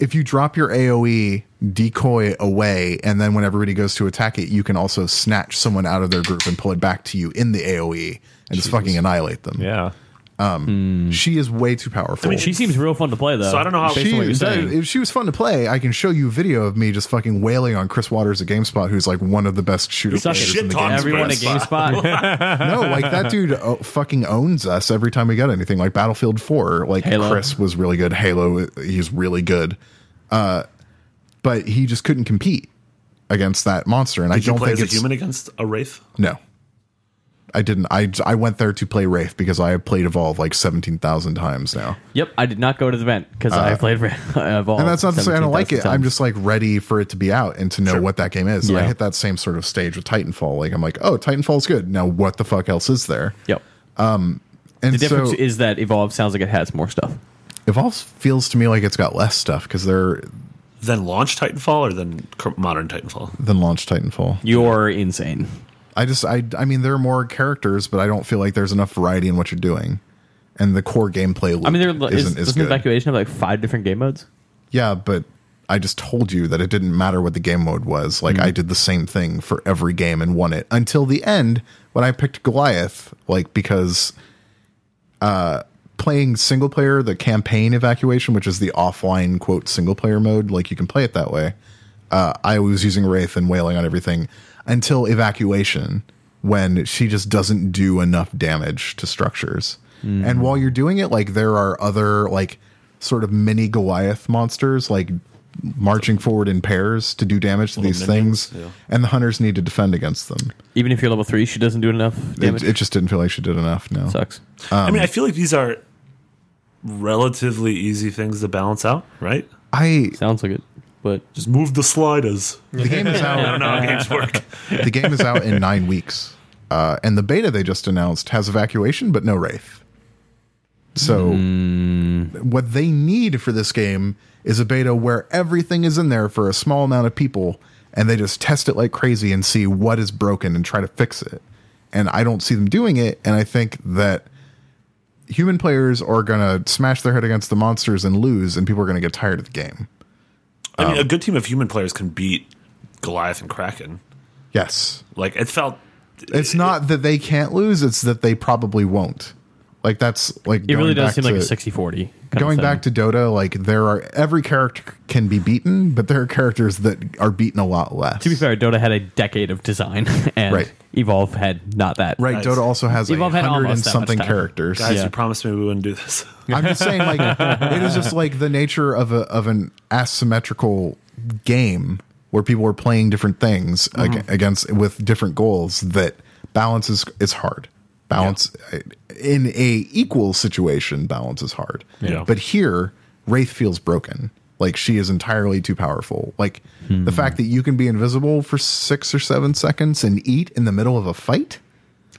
Speaker 2: if you drop your AoE decoy away, and then when everybody goes to attack it, you can also E snatch someone out of their group and pull it back to you in the AoE and just fucking annihilate them.
Speaker 4: yeah.
Speaker 2: Um, She is way too powerful.
Speaker 3: I mean,
Speaker 6: She seems real fun to play though.
Speaker 3: So I don't know how.
Speaker 6: Based on what
Speaker 2: she,
Speaker 6: you're
Speaker 2: that-
Speaker 6: saying.
Speaker 2: if she was fun to play, I can show you video of me just fucking wailing on Chris Waters at GameSpot, who's like one of the best shooters
Speaker 6: suck at
Speaker 2: in
Speaker 3: Shit
Speaker 2: the
Speaker 3: talks
Speaker 2: game.
Speaker 5: Everyone at
Speaker 3: Spot.
Speaker 5: GameSpot.
Speaker 2: no, like that dude oh, fucking owns us every time we got anything. Like Battlefield Four, like
Speaker 6: Halo.
Speaker 2: Chris was really good. Halo, he's really good, uh, but he just couldn't compete against that monster. And I
Speaker 3: Did you
Speaker 2: don't
Speaker 3: play
Speaker 2: think
Speaker 3: as a
Speaker 2: it's
Speaker 3: human against a wraith?
Speaker 2: no. I didn't. I I went there to play Wraith because I have played Evolve like seventeen thousand times now.
Speaker 5: yep, I did not go to the event because I played Re- Evolve.
Speaker 2: Uh, And that's not to say I don't like it.
Speaker 5: 17,000
Speaker 2: I'm
Speaker 5: times.
Speaker 2: just like ready for it to be out and to know what that game is. And I
Speaker 5: Yeah.
Speaker 2: hit that same sort of stage with Titanfall. Like I'm like, oh, Titanfall's good. Now what the fuck else is there?
Speaker 5: Yep.
Speaker 2: And
Speaker 5: The difference
Speaker 2: so
Speaker 5: is that Evolve sounds like it has more stuff.
Speaker 2: Evolve feels to me like it's got less stuff because they're
Speaker 3: Then launch Titanfall or then cur- modern Titanfall?
Speaker 2: than launch Titanfall.
Speaker 5: You're insane.
Speaker 2: I just I I mean there are more characters, but I don't feel like there's enough variety in what you're doing. And the core gameplay loop
Speaker 5: I mean, there is,
Speaker 2: isn't
Speaker 5: doesn't
Speaker 2: as good.
Speaker 5: evacuation have like five different game modes?
Speaker 2: Yeah, but I just told you that it didn't matter what the game mode was. Like I did the same thing for every game and won it until the end when I picked Goliath. Like because uh, playing single player, the campaign evacuation, which is the offline quote single player mode, like you can play it that way. Uh, I was using Wraith and wailing on everything until evacuation when she just doesn't do enough damage to structures.
Speaker 3: Mm-hmm.
Speaker 2: And while you're doing it, like there are other like sort of mini Goliath monsters like marching forward in pairs to do damage to these
Speaker 3: minions,
Speaker 2: things,
Speaker 3: yeah.
Speaker 2: and the hunters need to defend against them.
Speaker 5: Even if you're level three, she doesn't do enough
Speaker 2: It,
Speaker 5: damage.
Speaker 2: it just didn't feel like she did enough. No,
Speaker 5: Sucks.
Speaker 3: I
Speaker 2: Um,
Speaker 3: mean, I feel like these are relatively easy things to balance out, right?
Speaker 2: I
Speaker 5: Sounds like it, but
Speaker 3: Just move the sliders.
Speaker 2: the game is out.
Speaker 3: I don't know how games work.
Speaker 2: the game is out in nine weeks, uh, and the beta they just announced has evacuation but no wraith. So what they need for this game is a beta where everything is in there for a small amount of people, and they just test it like crazy and see what is broken and try to fix it. And I don't see them doing it, and I think that human players are gonna smash their head against the monsters and lose, and people are gonna get tired of the game.
Speaker 3: I
Speaker 5: Um,
Speaker 3: mean, a good team of human players can beat Goliath and Kraken.
Speaker 2: Yes.
Speaker 3: Like it felt.
Speaker 2: It's not that they can't lose; it's that they probably won't. Like that's like
Speaker 5: it really
Speaker 2: going
Speaker 5: does
Speaker 2: back
Speaker 5: seem like
Speaker 2: to-
Speaker 5: a 60 40.
Speaker 2: Going back to Dota, like there are every character can be beaten, but there are characters that are beaten a lot less.
Speaker 5: To be fair, Dota had a decade of design, and
Speaker 2: Right.
Speaker 5: Evolve had not that.
Speaker 2: right?
Speaker 3: Nice.
Speaker 2: Dota also has a
Speaker 5: Evolve had
Speaker 2: hundred and
Speaker 5: almost that much
Speaker 2: something
Speaker 5: time.
Speaker 2: characters.
Speaker 3: Guys,
Speaker 5: Yeah.
Speaker 3: you promised me we wouldn't do this.
Speaker 2: I'm just saying, like it is just like the nature of a of an asymmetrical game where people are playing different things ag- against with different goals. That balance is is hard. Balance in a equal situation, balance is hard.
Speaker 3: Yeah.
Speaker 2: But here, Wraith feels broken. Like she is entirely too powerful. Like the fact that you can be invisible for six or seven seconds and eat in the middle of a fight.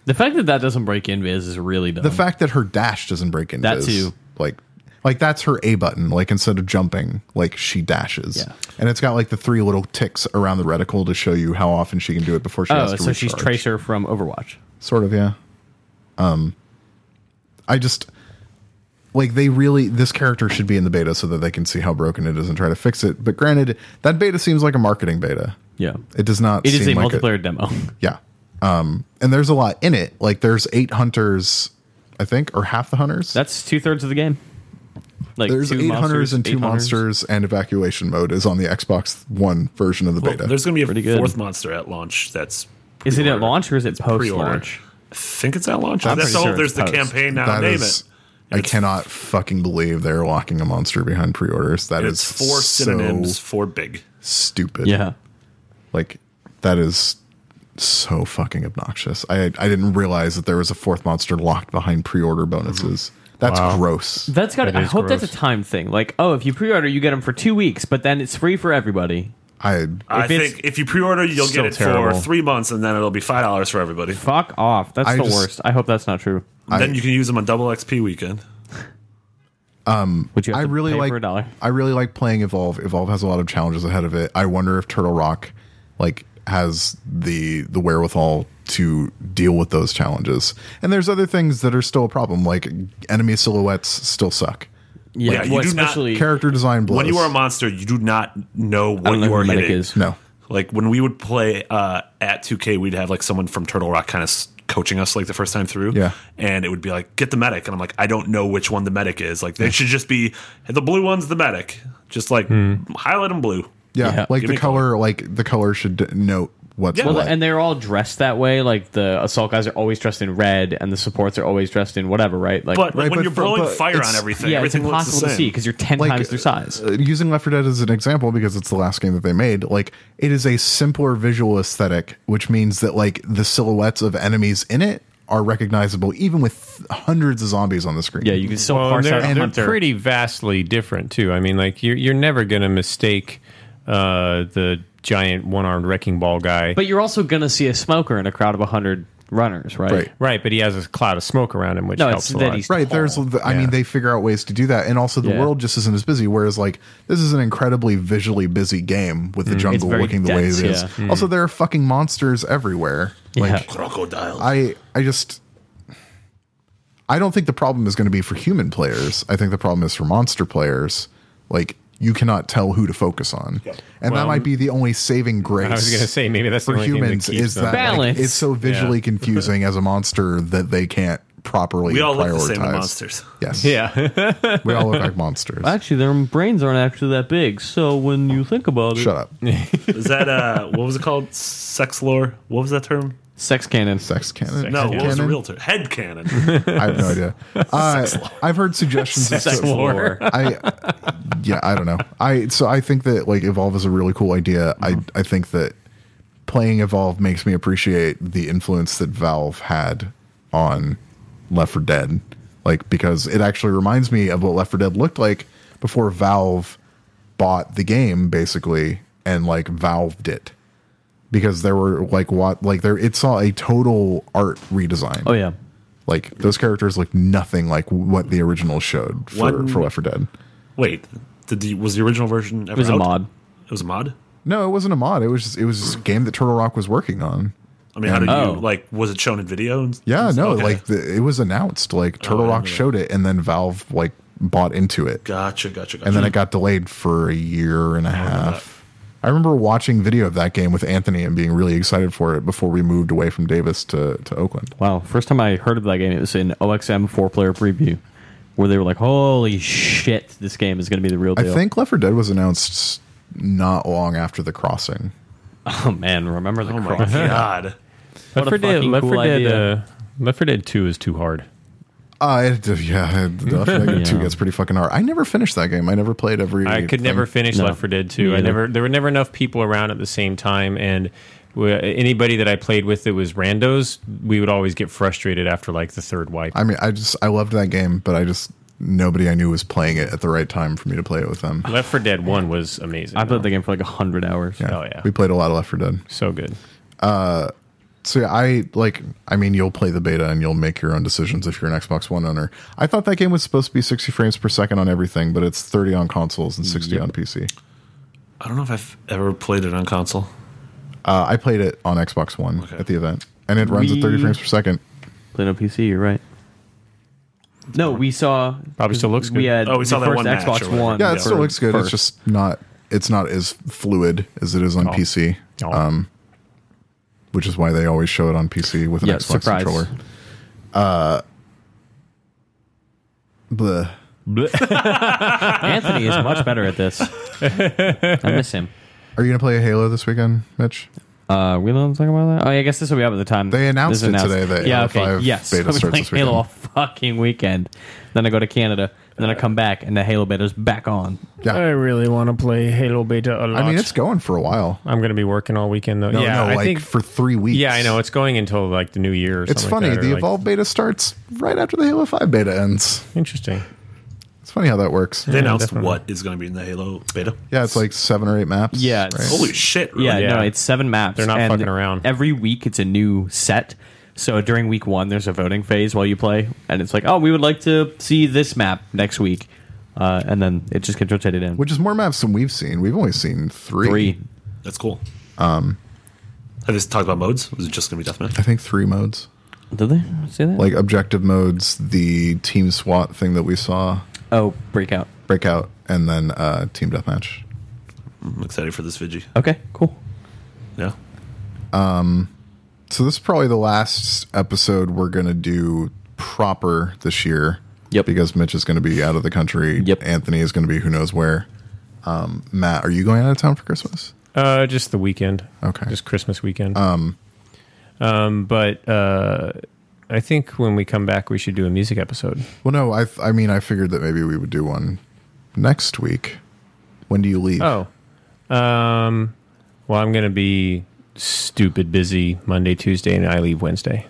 Speaker 5: The fact that that doesn't break in Viz is really dumb.
Speaker 2: The fact that her dash doesn't break into
Speaker 5: That
Speaker 2: is,
Speaker 5: too.
Speaker 2: like like that's her A button. Like instead of jumping, like she dashes.
Speaker 5: Yeah.
Speaker 2: And it's got like the three little ticks around the reticle to show you how often she can do it before she has
Speaker 5: oh,
Speaker 2: to
Speaker 5: so she's
Speaker 2: recharge
Speaker 5: Tracer from Overwatch.
Speaker 2: sort of yeah um i just like they really this character should be in the beta so that they can see how broken it is and try to fix it but granted that beta seems like a marketing beta
Speaker 5: Yeah.
Speaker 2: it does not
Speaker 5: It is a
Speaker 2: seem like
Speaker 5: multiplayer demo.
Speaker 2: yeah um and there's a lot in it like there's eight hunters i think or half the hunters
Speaker 5: That's two thirds of the game. Like
Speaker 2: there's
Speaker 5: two
Speaker 2: eight hunters
Speaker 5: monsters,
Speaker 2: and two
Speaker 5: eight hunters.
Speaker 2: monsters and evacuation mode is on the xbox one version of the
Speaker 3: Well,
Speaker 2: beta
Speaker 3: there's going to be a
Speaker 5: Pretty good.
Speaker 3: fourth monster at launch. That's
Speaker 5: Is it at
Speaker 3: pre-order.
Speaker 5: launch or is it post
Speaker 3: Pre-order.
Speaker 5: launch?
Speaker 3: I think it's at launch.
Speaker 5: I'm
Speaker 3: That's
Speaker 5: pretty
Speaker 3: the whole,
Speaker 5: sure
Speaker 3: there's
Speaker 5: it's
Speaker 3: the
Speaker 5: post.
Speaker 3: campaign now.
Speaker 2: That
Speaker 3: Name
Speaker 2: is-
Speaker 3: it.
Speaker 2: I
Speaker 3: It's-
Speaker 2: cannot fucking believe they're locking a monster behind pre-orders. That is
Speaker 3: It's four
Speaker 2: so
Speaker 3: synonyms for big.
Speaker 2: Stupid.
Speaker 5: Yeah.
Speaker 2: Like that is so fucking obnoxious. I I didn't realize that there was a fourth monster locked behind pre-order bonuses. That's gross.
Speaker 5: That's got. to
Speaker 4: That
Speaker 5: I
Speaker 4: is
Speaker 5: hope that's
Speaker 4: gross.
Speaker 5: a time thing. Like, oh, if you pre-order, you get them for two weeks, but then it's free for everybody.
Speaker 2: I
Speaker 3: I
Speaker 5: it's-
Speaker 3: think if you pre-order, you'll
Speaker 4: Still
Speaker 3: get it for
Speaker 4: terrible.
Speaker 3: three months, and then it'll be five dollars for everybody.
Speaker 5: Fuck off. That's
Speaker 2: I
Speaker 5: the
Speaker 2: just-
Speaker 5: worst. I hope that's not true.
Speaker 3: then you can use them on double XP weekend.
Speaker 5: Would you? Have
Speaker 2: I
Speaker 5: to
Speaker 2: really
Speaker 5: pay
Speaker 2: like
Speaker 5: for a dollar.
Speaker 2: I really like playing Evolve. Evolve has a lot of challenges ahead of it. I wonder if Turtle Rock like has the the wherewithal to deal with those challenges. And there's other things that are still a problem, like enemy silhouettes still suck.
Speaker 3: Yeah, you
Speaker 5: well,
Speaker 3: do not
Speaker 5: especially
Speaker 2: Character design blows.
Speaker 3: When you are a monster, you do not know
Speaker 5: I
Speaker 3: what
Speaker 5: don't know
Speaker 3: you
Speaker 5: who
Speaker 3: are
Speaker 5: medic
Speaker 3: hitting.
Speaker 5: is.
Speaker 2: no.
Speaker 3: Like when we would play uh, at 2K, we'd have like someone from Turtle Rock kind of coaching us like the first time through.
Speaker 2: Yeah.
Speaker 3: And it would be like, get the medic. And I'm like, I don't know which one the medic is. Like, they should just be the blue one's the medic. Just like highlight them blue.
Speaker 2: Hmm. Yeah,
Speaker 4: Yeah.
Speaker 2: like
Speaker 3: Give
Speaker 2: the
Speaker 3: me color.
Speaker 2: color, like the color should denote what's
Speaker 3: Yeah.
Speaker 2: what.
Speaker 3: Well,
Speaker 5: Well, and they're all dressed that way. Like the assault guys are always dressed in red, and the supports are always dressed in whatever, right? Like,
Speaker 3: But
Speaker 2: Right,
Speaker 3: when
Speaker 2: but-
Speaker 3: you're blowing
Speaker 2: but
Speaker 3: fire on
Speaker 2: it's-
Speaker 3: everything,
Speaker 5: yeah, it's
Speaker 3: everything looks the
Speaker 5: impossible
Speaker 3: same.
Speaker 5: to see because you're ten times their size.
Speaker 2: uh, using Left 4 Dead as an example because it's the last game that they made, like it is a simpler visual aesthetic, which means that like the silhouettes of enemies in it are recognizable even with hundreds of zombies on the screen.
Speaker 5: yeah, you can still
Speaker 4: Well, and
Speaker 5: parse
Speaker 4: they're,
Speaker 5: out
Speaker 4: and they're
Speaker 5: Hunter.
Speaker 4: pretty vastly different too. I mean, like you're you're never gonna mistake uh, the giant one armed wrecking ball guy,
Speaker 5: but you're also gonna see a smoker in a crowd of hundred runners, right?
Speaker 2: Right.
Speaker 4: right? But he has a cloud of smoke around him, which
Speaker 5: No,
Speaker 4: helps
Speaker 5: it's
Speaker 4: a
Speaker 5: that
Speaker 4: lot.
Speaker 5: he's
Speaker 2: Right, there's.
Speaker 5: tall.
Speaker 2: I
Speaker 4: Yeah.
Speaker 2: mean, they figure out ways to do that, and also the
Speaker 5: Yeah.
Speaker 2: world just isn't as busy. Whereas, like, this is an incredibly visually busy game
Speaker 4: Mm,
Speaker 2: with the jungle
Speaker 5: very
Speaker 2: looking the way it
Speaker 5: dense,
Speaker 2: is.
Speaker 5: yeah.
Speaker 2: Also, there are fucking monsters everywhere. Like,
Speaker 3: Crocodile.
Speaker 2: I I just I don't think the problem is going to be for human players. I think the problem is for monster players. Like you cannot tell who to focus on, and that might be the only saving grace.
Speaker 4: I was gonna say maybe that's the
Speaker 2: for
Speaker 4: only thing that
Speaker 2: humans
Speaker 4: keeps
Speaker 2: is
Speaker 4: them.
Speaker 2: that like,
Speaker 5: Balance.
Speaker 2: it's so visually confusing as a monster that they can't properly
Speaker 3: we all
Speaker 2: prioritize.
Speaker 3: look the same in monsters.
Speaker 2: Yes,
Speaker 4: yeah.
Speaker 2: we all look like monsters.
Speaker 5: Actually, their brains aren't actually that big. So when you think about it,
Speaker 2: Shut up,
Speaker 3: Is that uh what was it called? Sex lore? What was that term?
Speaker 5: sex cannon.
Speaker 2: sex cannon.
Speaker 3: No,
Speaker 2: Head
Speaker 3: what was the
Speaker 2: cannon?
Speaker 3: real term? Head cannon.
Speaker 2: I have no idea. Uh, I've heard suggestions. of
Speaker 5: Sex lore.
Speaker 2: I yeah, I don't know. I so I think that like Evolve is a really cool idea. I I think that playing Evolve makes me appreciate the influence that Valve had on Left 4 Dead. Like because it actually reminds me of what Left 4 Dead looked like before Valve bought the game basically and like valved it. Because there were like what like there it saw a total art redesign.
Speaker 5: Oh yeah.
Speaker 2: Like those characters look nothing like what the original showed for,
Speaker 3: One-
Speaker 2: for Left 4 Dead.
Speaker 3: Wait, did the, was the original version ever
Speaker 5: It was a
Speaker 3: out?
Speaker 5: mod.
Speaker 3: It was a mod?
Speaker 2: No, it wasn't a mod. It was just, it was just a game that Turtle Rock was working on.
Speaker 3: I mean, how did
Speaker 5: Oh.
Speaker 3: you like? Was it shown in video? And
Speaker 2: Yeah,
Speaker 3: and-
Speaker 2: no,
Speaker 3: okay. Oh,
Speaker 2: like the, it was announced. Like Turtle Rock
Speaker 3: I remember that.
Speaker 2: showed it, and then Valve like bought into it,
Speaker 3: gotcha, gotcha, gotcha.
Speaker 2: and then it got delayed for a year and a half. I remember watching video of that game with Anthony and being really excited for it before we moved away from Davis to, to Oakland.
Speaker 5: Wow. First time I heard of that game, it was in OXM four player preview, where they were like, "Holy shit, this game is going to be the real
Speaker 2: I
Speaker 5: deal."
Speaker 2: think Left 4 Dead was announced not long after The Crossing.
Speaker 5: Oh man, remember the
Speaker 3: oh my
Speaker 5: cross?
Speaker 3: god,
Speaker 4: Left
Speaker 5: a
Speaker 4: 4 Dead,
Speaker 5: fucking
Speaker 4: Left 4
Speaker 5: cool
Speaker 4: Dead,
Speaker 5: idea.
Speaker 4: uh, Left 4 Dead 2 is too hard.
Speaker 2: Uh, it, yeah, Left 4 Dead 2
Speaker 5: Yeah.
Speaker 2: gets pretty fucking hard. I never finished that game. I never played every.
Speaker 4: I could
Speaker 2: thing.
Speaker 4: never finish
Speaker 5: No.
Speaker 4: Left 4 Dead 2.
Speaker 5: Me
Speaker 4: I
Speaker 5: either.
Speaker 4: never there were never enough people around at the same time and w- anybody that I played with that was randos, we would always get frustrated after like the third wipe.
Speaker 2: I mean, I just I loved that game, but I just nobody I knew was playing it at the right time for me to play it with them.
Speaker 4: Left 4 Dead 1 was amazing.
Speaker 5: I played the game for like hundred hours.
Speaker 4: Oh yeah.
Speaker 2: we played a lot of Left 4 Dead.
Speaker 4: so good.
Speaker 2: So yeah, I like. I mean, you'll play the beta and you'll make your own decisions if you're an Xbox One owner. I thought that game was supposed to be 60 frames per second on everything, but it's 30 on consoles and 60 on PC.
Speaker 3: I don't know if I've ever played it on console.
Speaker 2: Uh, I played it on Xbox One
Speaker 3: Okay.
Speaker 2: at the event, and it runs at 30
Speaker 5: We-
Speaker 2: frames per second.
Speaker 5: Played on PC. You're right. No, we saw.
Speaker 4: Probably still looks
Speaker 5: We
Speaker 4: good.
Speaker 5: had
Speaker 3: Oh, we saw
Speaker 5: the
Speaker 3: that
Speaker 5: first
Speaker 3: one match or
Speaker 5: Xbox
Speaker 3: whatever.
Speaker 5: One.
Speaker 2: Yeah, it still
Speaker 5: for
Speaker 2: looks good. It's
Speaker 5: first.
Speaker 2: just not. It's not as fluid as it is on PC,
Speaker 4: Oh.
Speaker 2: um, which is why they always show it on PC with an
Speaker 5: Yeah,
Speaker 2: Xbox
Speaker 5: surprise.
Speaker 2: controller. Uh, bleh.
Speaker 5: Anthony is much better at this. I miss him.
Speaker 2: Are you gonna play Halo this weekend, Mitch?
Speaker 5: Uh, we don't talk about that. Oh, yeah, I guess this will be up at the time.
Speaker 2: They announced
Speaker 5: This is
Speaker 2: it today that
Speaker 5: yeah,
Speaker 2: Halo
Speaker 5: okay,
Speaker 2: 5
Speaker 5: yes.
Speaker 2: beta
Speaker 5: I was
Speaker 2: starts
Speaker 5: playing
Speaker 2: this
Speaker 5: Halo all
Speaker 2: weekend.
Speaker 5: fucking weekend. Then I go to Canada, and then I come back, and the Halo beta's back on.
Speaker 2: Yeah.
Speaker 6: I really want to play Halo Beta a lot.
Speaker 2: I mean, it's going for a while.
Speaker 4: I'm going to be working all weekend though.
Speaker 2: No,
Speaker 4: yeah,
Speaker 2: no,
Speaker 4: I
Speaker 2: like
Speaker 4: think
Speaker 2: for three weeks.
Speaker 4: Yeah, I know it's going until like the new year or
Speaker 2: It's
Speaker 4: something
Speaker 2: funny.
Speaker 4: like that, or,
Speaker 2: the
Speaker 4: like-
Speaker 2: Evolve beta starts right after the Halo Five beta ends.
Speaker 4: Interesting.
Speaker 2: It's funny how that works.
Speaker 3: They announced
Speaker 4: definitely.
Speaker 3: what is going to be in the Halo beta.
Speaker 2: Yeah, it's like seven or eight maps.
Speaker 5: Yeah,
Speaker 2: right?
Speaker 5: it's-
Speaker 3: Holy shit! Really?
Speaker 5: Yeah,
Speaker 4: Yeah.
Speaker 5: no, it's seven maps.
Speaker 4: They're not
Speaker 5: and
Speaker 4: fucking around.
Speaker 5: Every week, it's a new set. So during week one, there's a voting phase while you play, and it's like, oh, we would like to see this map next week, uh, and then it just gets rotated in.
Speaker 2: which is more maps than we've seen. We've only seen three.
Speaker 5: three?
Speaker 3: that's cool. Um, have they talked about modes? Was it just going to be deathmatch?
Speaker 2: I think three modes.
Speaker 5: Did they say that?
Speaker 2: like objective modes, the team SWAT thing that we saw,
Speaker 5: oh, breakout.
Speaker 2: breakout, and then uh, team deathmatch.
Speaker 3: I'm excited for this Vigi.
Speaker 5: Okay, cool.
Speaker 3: Yeah,
Speaker 2: So this is probably the last episode we're gonna do proper this year.
Speaker 7: Yep.
Speaker 2: Because Mitch is gonna be out of the country.
Speaker 7: Yep.
Speaker 2: Anthony is gonna be who knows where. Um, Matt, are you going out of town for Christmas?
Speaker 4: Uh, just the weekend.
Speaker 2: Okay.
Speaker 4: Just Christmas weekend. Um, um, but uh, I think when we come back, we should do a music episode.
Speaker 2: Well, no. I I mean I figured that maybe we would do one next week. When do you leave?
Speaker 4: Oh, um, well, I'm gonna be stupid busy Monday, Tuesday, and I leave Wednesday.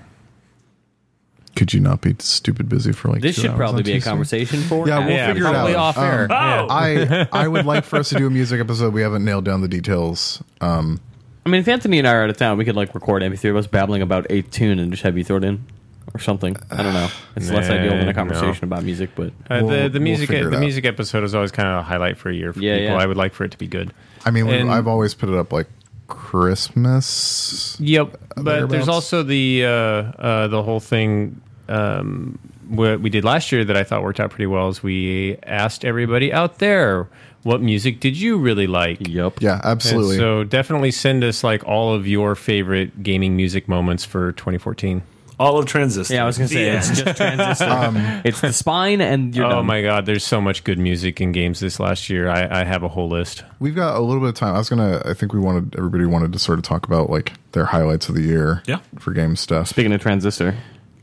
Speaker 2: Could you not be stupid busy for like
Speaker 5: This
Speaker 2: two
Speaker 5: should
Speaker 2: hours
Speaker 5: probably
Speaker 2: on
Speaker 5: be a
Speaker 2: Tuesday?
Speaker 5: conversation for
Speaker 2: Yeah, we'll
Speaker 5: now.
Speaker 4: Yeah,
Speaker 2: figure it
Speaker 4: probably
Speaker 2: out.
Speaker 4: off air.
Speaker 2: Um,
Speaker 3: Oh,
Speaker 2: I I would like for us to do a music episode. We haven't nailed down the details. Um,
Speaker 5: I mean, if Anthony and I are out of town, we could like record MP3 of us babbling about a tune and just have you throw it in or something. I don't know. It's less
Speaker 4: Nah,
Speaker 5: ideal than
Speaker 4: no.
Speaker 5: a conversation about music, but
Speaker 2: We'll-
Speaker 4: Uh, the
Speaker 2: we'll
Speaker 4: the music
Speaker 2: figure it
Speaker 4: the
Speaker 2: out.
Speaker 4: music episode is always kind of a highlight for a year for
Speaker 5: Yeah,
Speaker 4: people.
Speaker 5: yeah.
Speaker 4: I would like for it to be good.
Speaker 2: I mean, we-
Speaker 4: And-
Speaker 2: I've always put it up like Christmas.
Speaker 4: Yep, but
Speaker 2: thereabouts.
Speaker 4: there's also the uh, uh, the whole thing um, what we did last year that I thought worked out pretty well is we asked everybody out there what music did you really like.
Speaker 5: yep.
Speaker 2: Yeah,
Speaker 4: And
Speaker 2: absolutely.
Speaker 4: so definitely send us like all of your favorite gaming music moments for 2014.
Speaker 3: all of transistor.
Speaker 5: Yeah, I was gonna say
Speaker 3: The
Speaker 5: it's
Speaker 3: end.
Speaker 5: just transistor.
Speaker 2: Um,
Speaker 5: it's the spine and you're
Speaker 4: oh
Speaker 5: done.
Speaker 4: my god, there's so much good music in games this last year. I, I have a whole list.
Speaker 2: We've got a little bit of time. I was gonna. I think we wanted everybody wanted to sort of talk about like their highlights of the year.
Speaker 3: Yeah.
Speaker 2: For game stuff.
Speaker 5: Speaking of transistor,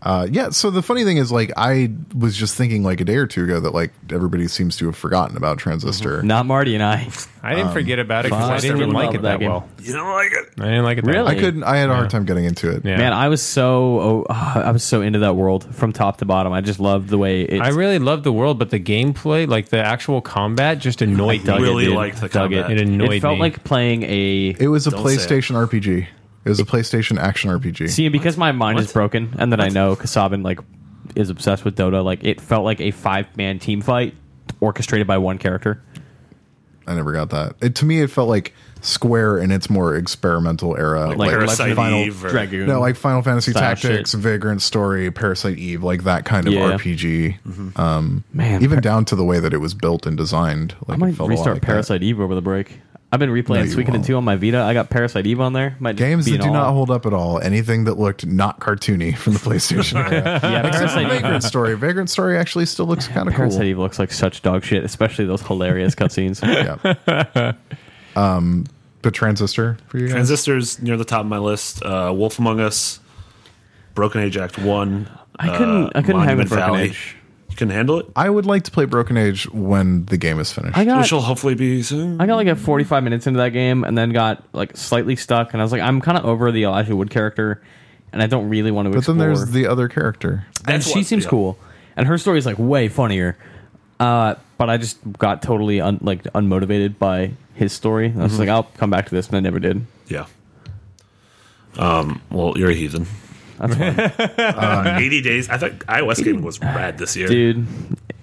Speaker 2: Uh, yeah. So the funny thing is, like, I was just thinking like a day or two ago that like everybody seems to have forgotten about
Speaker 4: Mm-hmm.
Speaker 2: Transistor.
Speaker 5: not Marty and I.
Speaker 4: I didn't forget about it because I
Speaker 5: fuck,
Speaker 4: didn't even
Speaker 5: everyone
Speaker 4: like
Speaker 5: loved
Speaker 4: it
Speaker 5: that
Speaker 4: that,
Speaker 5: game.
Speaker 4: well.
Speaker 3: You don't like it.
Speaker 4: I didn't like it that
Speaker 5: Really?
Speaker 4: well.
Speaker 2: I couldn't. I had a hard time getting into it.
Speaker 4: Yeah.
Speaker 5: Man, I was so oh, ah, I was so into that world from top to bottom. I just loved the way it.
Speaker 4: I really loved the world, but the gameplay, like the actual combat, just annoyed
Speaker 5: dug
Speaker 4: me.
Speaker 3: really
Speaker 5: it, dude.
Speaker 3: liked the
Speaker 5: Dug
Speaker 3: combat.
Speaker 4: It annoyed
Speaker 5: it felt
Speaker 4: me.
Speaker 5: like playing a.
Speaker 2: It was a
Speaker 3: Don't say it.
Speaker 2: PlayStation RPG. It was a PlayStation action RPG.
Speaker 5: See, because my mind is broken, and then I know Kasabin like is obsessed with Dota. Like it felt like a five man team fight orchestrated by one character.
Speaker 2: I never got that. It, to me, it felt like Square in its more experimental era,
Speaker 5: Like
Speaker 3: Parasite
Speaker 2: Final
Speaker 3: Eve or-
Speaker 5: Dragoon.
Speaker 2: No, like Final Fantasy
Speaker 5: style
Speaker 2: Tactics,
Speaker 5: shit.
Speaker 2: Vagrant Story, Parasite Eve, like that kind of
Speaker 5: Yeah. Mm-hmm.
Speaker 2: RPG.
Speaker 5: man,
Speaker 2: Even
Speaker 5: Par-
Speaker 2: down to the way that it was built and designed. Like,
Speaker 5: I
Speaker 2: it
Speaker 5: might
Speaker 2: felt a lot
Speaker 5: restart
Speaker 2: like that.
Speaker 5: Parasite Eve over the break. I've been
Speaker 2: No,
Speaker 5: replaying
Speaker 2: you
Speaker 5: Suikoden
Speaker 2: won't.
Speaker 5: two on my Vita. I got Parasite Eve on there. Might just
Speaker 2: Games
Speaker 5: be
Speaker 2: that
Speaker 5: an
Speaker 2: do not
Speaker 5: all-
Speaker 2: hold up at all. Anything that looked not cartoony from the PlayStation era.
Speaker 5: Yeah, Parasite Eve
Speaker 2: Vagrant Story. Vagrant Story actually still looks kind of
Speaker 5: Parasite
Speaker 2: cool.
Speaker 5: Eve looks like such dog shit, especially those hilarious cutscenes.
Speaker 2: Yeah. Um, but Transistor for you guys?
Speaker 3: Transistors near the top of my list. Uh, Wolf Among Us, Broken Age Act One.
Speaker 5: I couldn't- I couldn't hang with Broken Age.
Speaker 3: You couldn't handle it.
Speaker 2: I would like to play Broken Age when the game is finished.
Speaker 5: I
Speaker 3: which
Speaker 5: got
Speaker 3: will hopefully be soon.
Speaker 5: I got like a 45 minutes into that game and then got like slightly stuck and I was like I'm kind of over the Elijah Wood character and I don't really want to
Speaker 2: but
Speaker 5: explore.
Speaker 2: then there's the other character.
Speaker 5: and
Speaker 3: That's
Speaker 5: she
Speaker 3: what-
Speaker 5: seems
Speaker 3: yeah.
Speaker 5: cool and her story is like way funnier. Uh, but I just got totally un- like unmotivated by his story. And I was like I'll come back to this and I never did.
Speaker 3: Yeah. Um. Well, you're a heathen. Uh,
Speaker 5: That's fine.
Speaker 3: Eighty days. I thought iOS gaming was rad this year.
Speaker 5: Dude,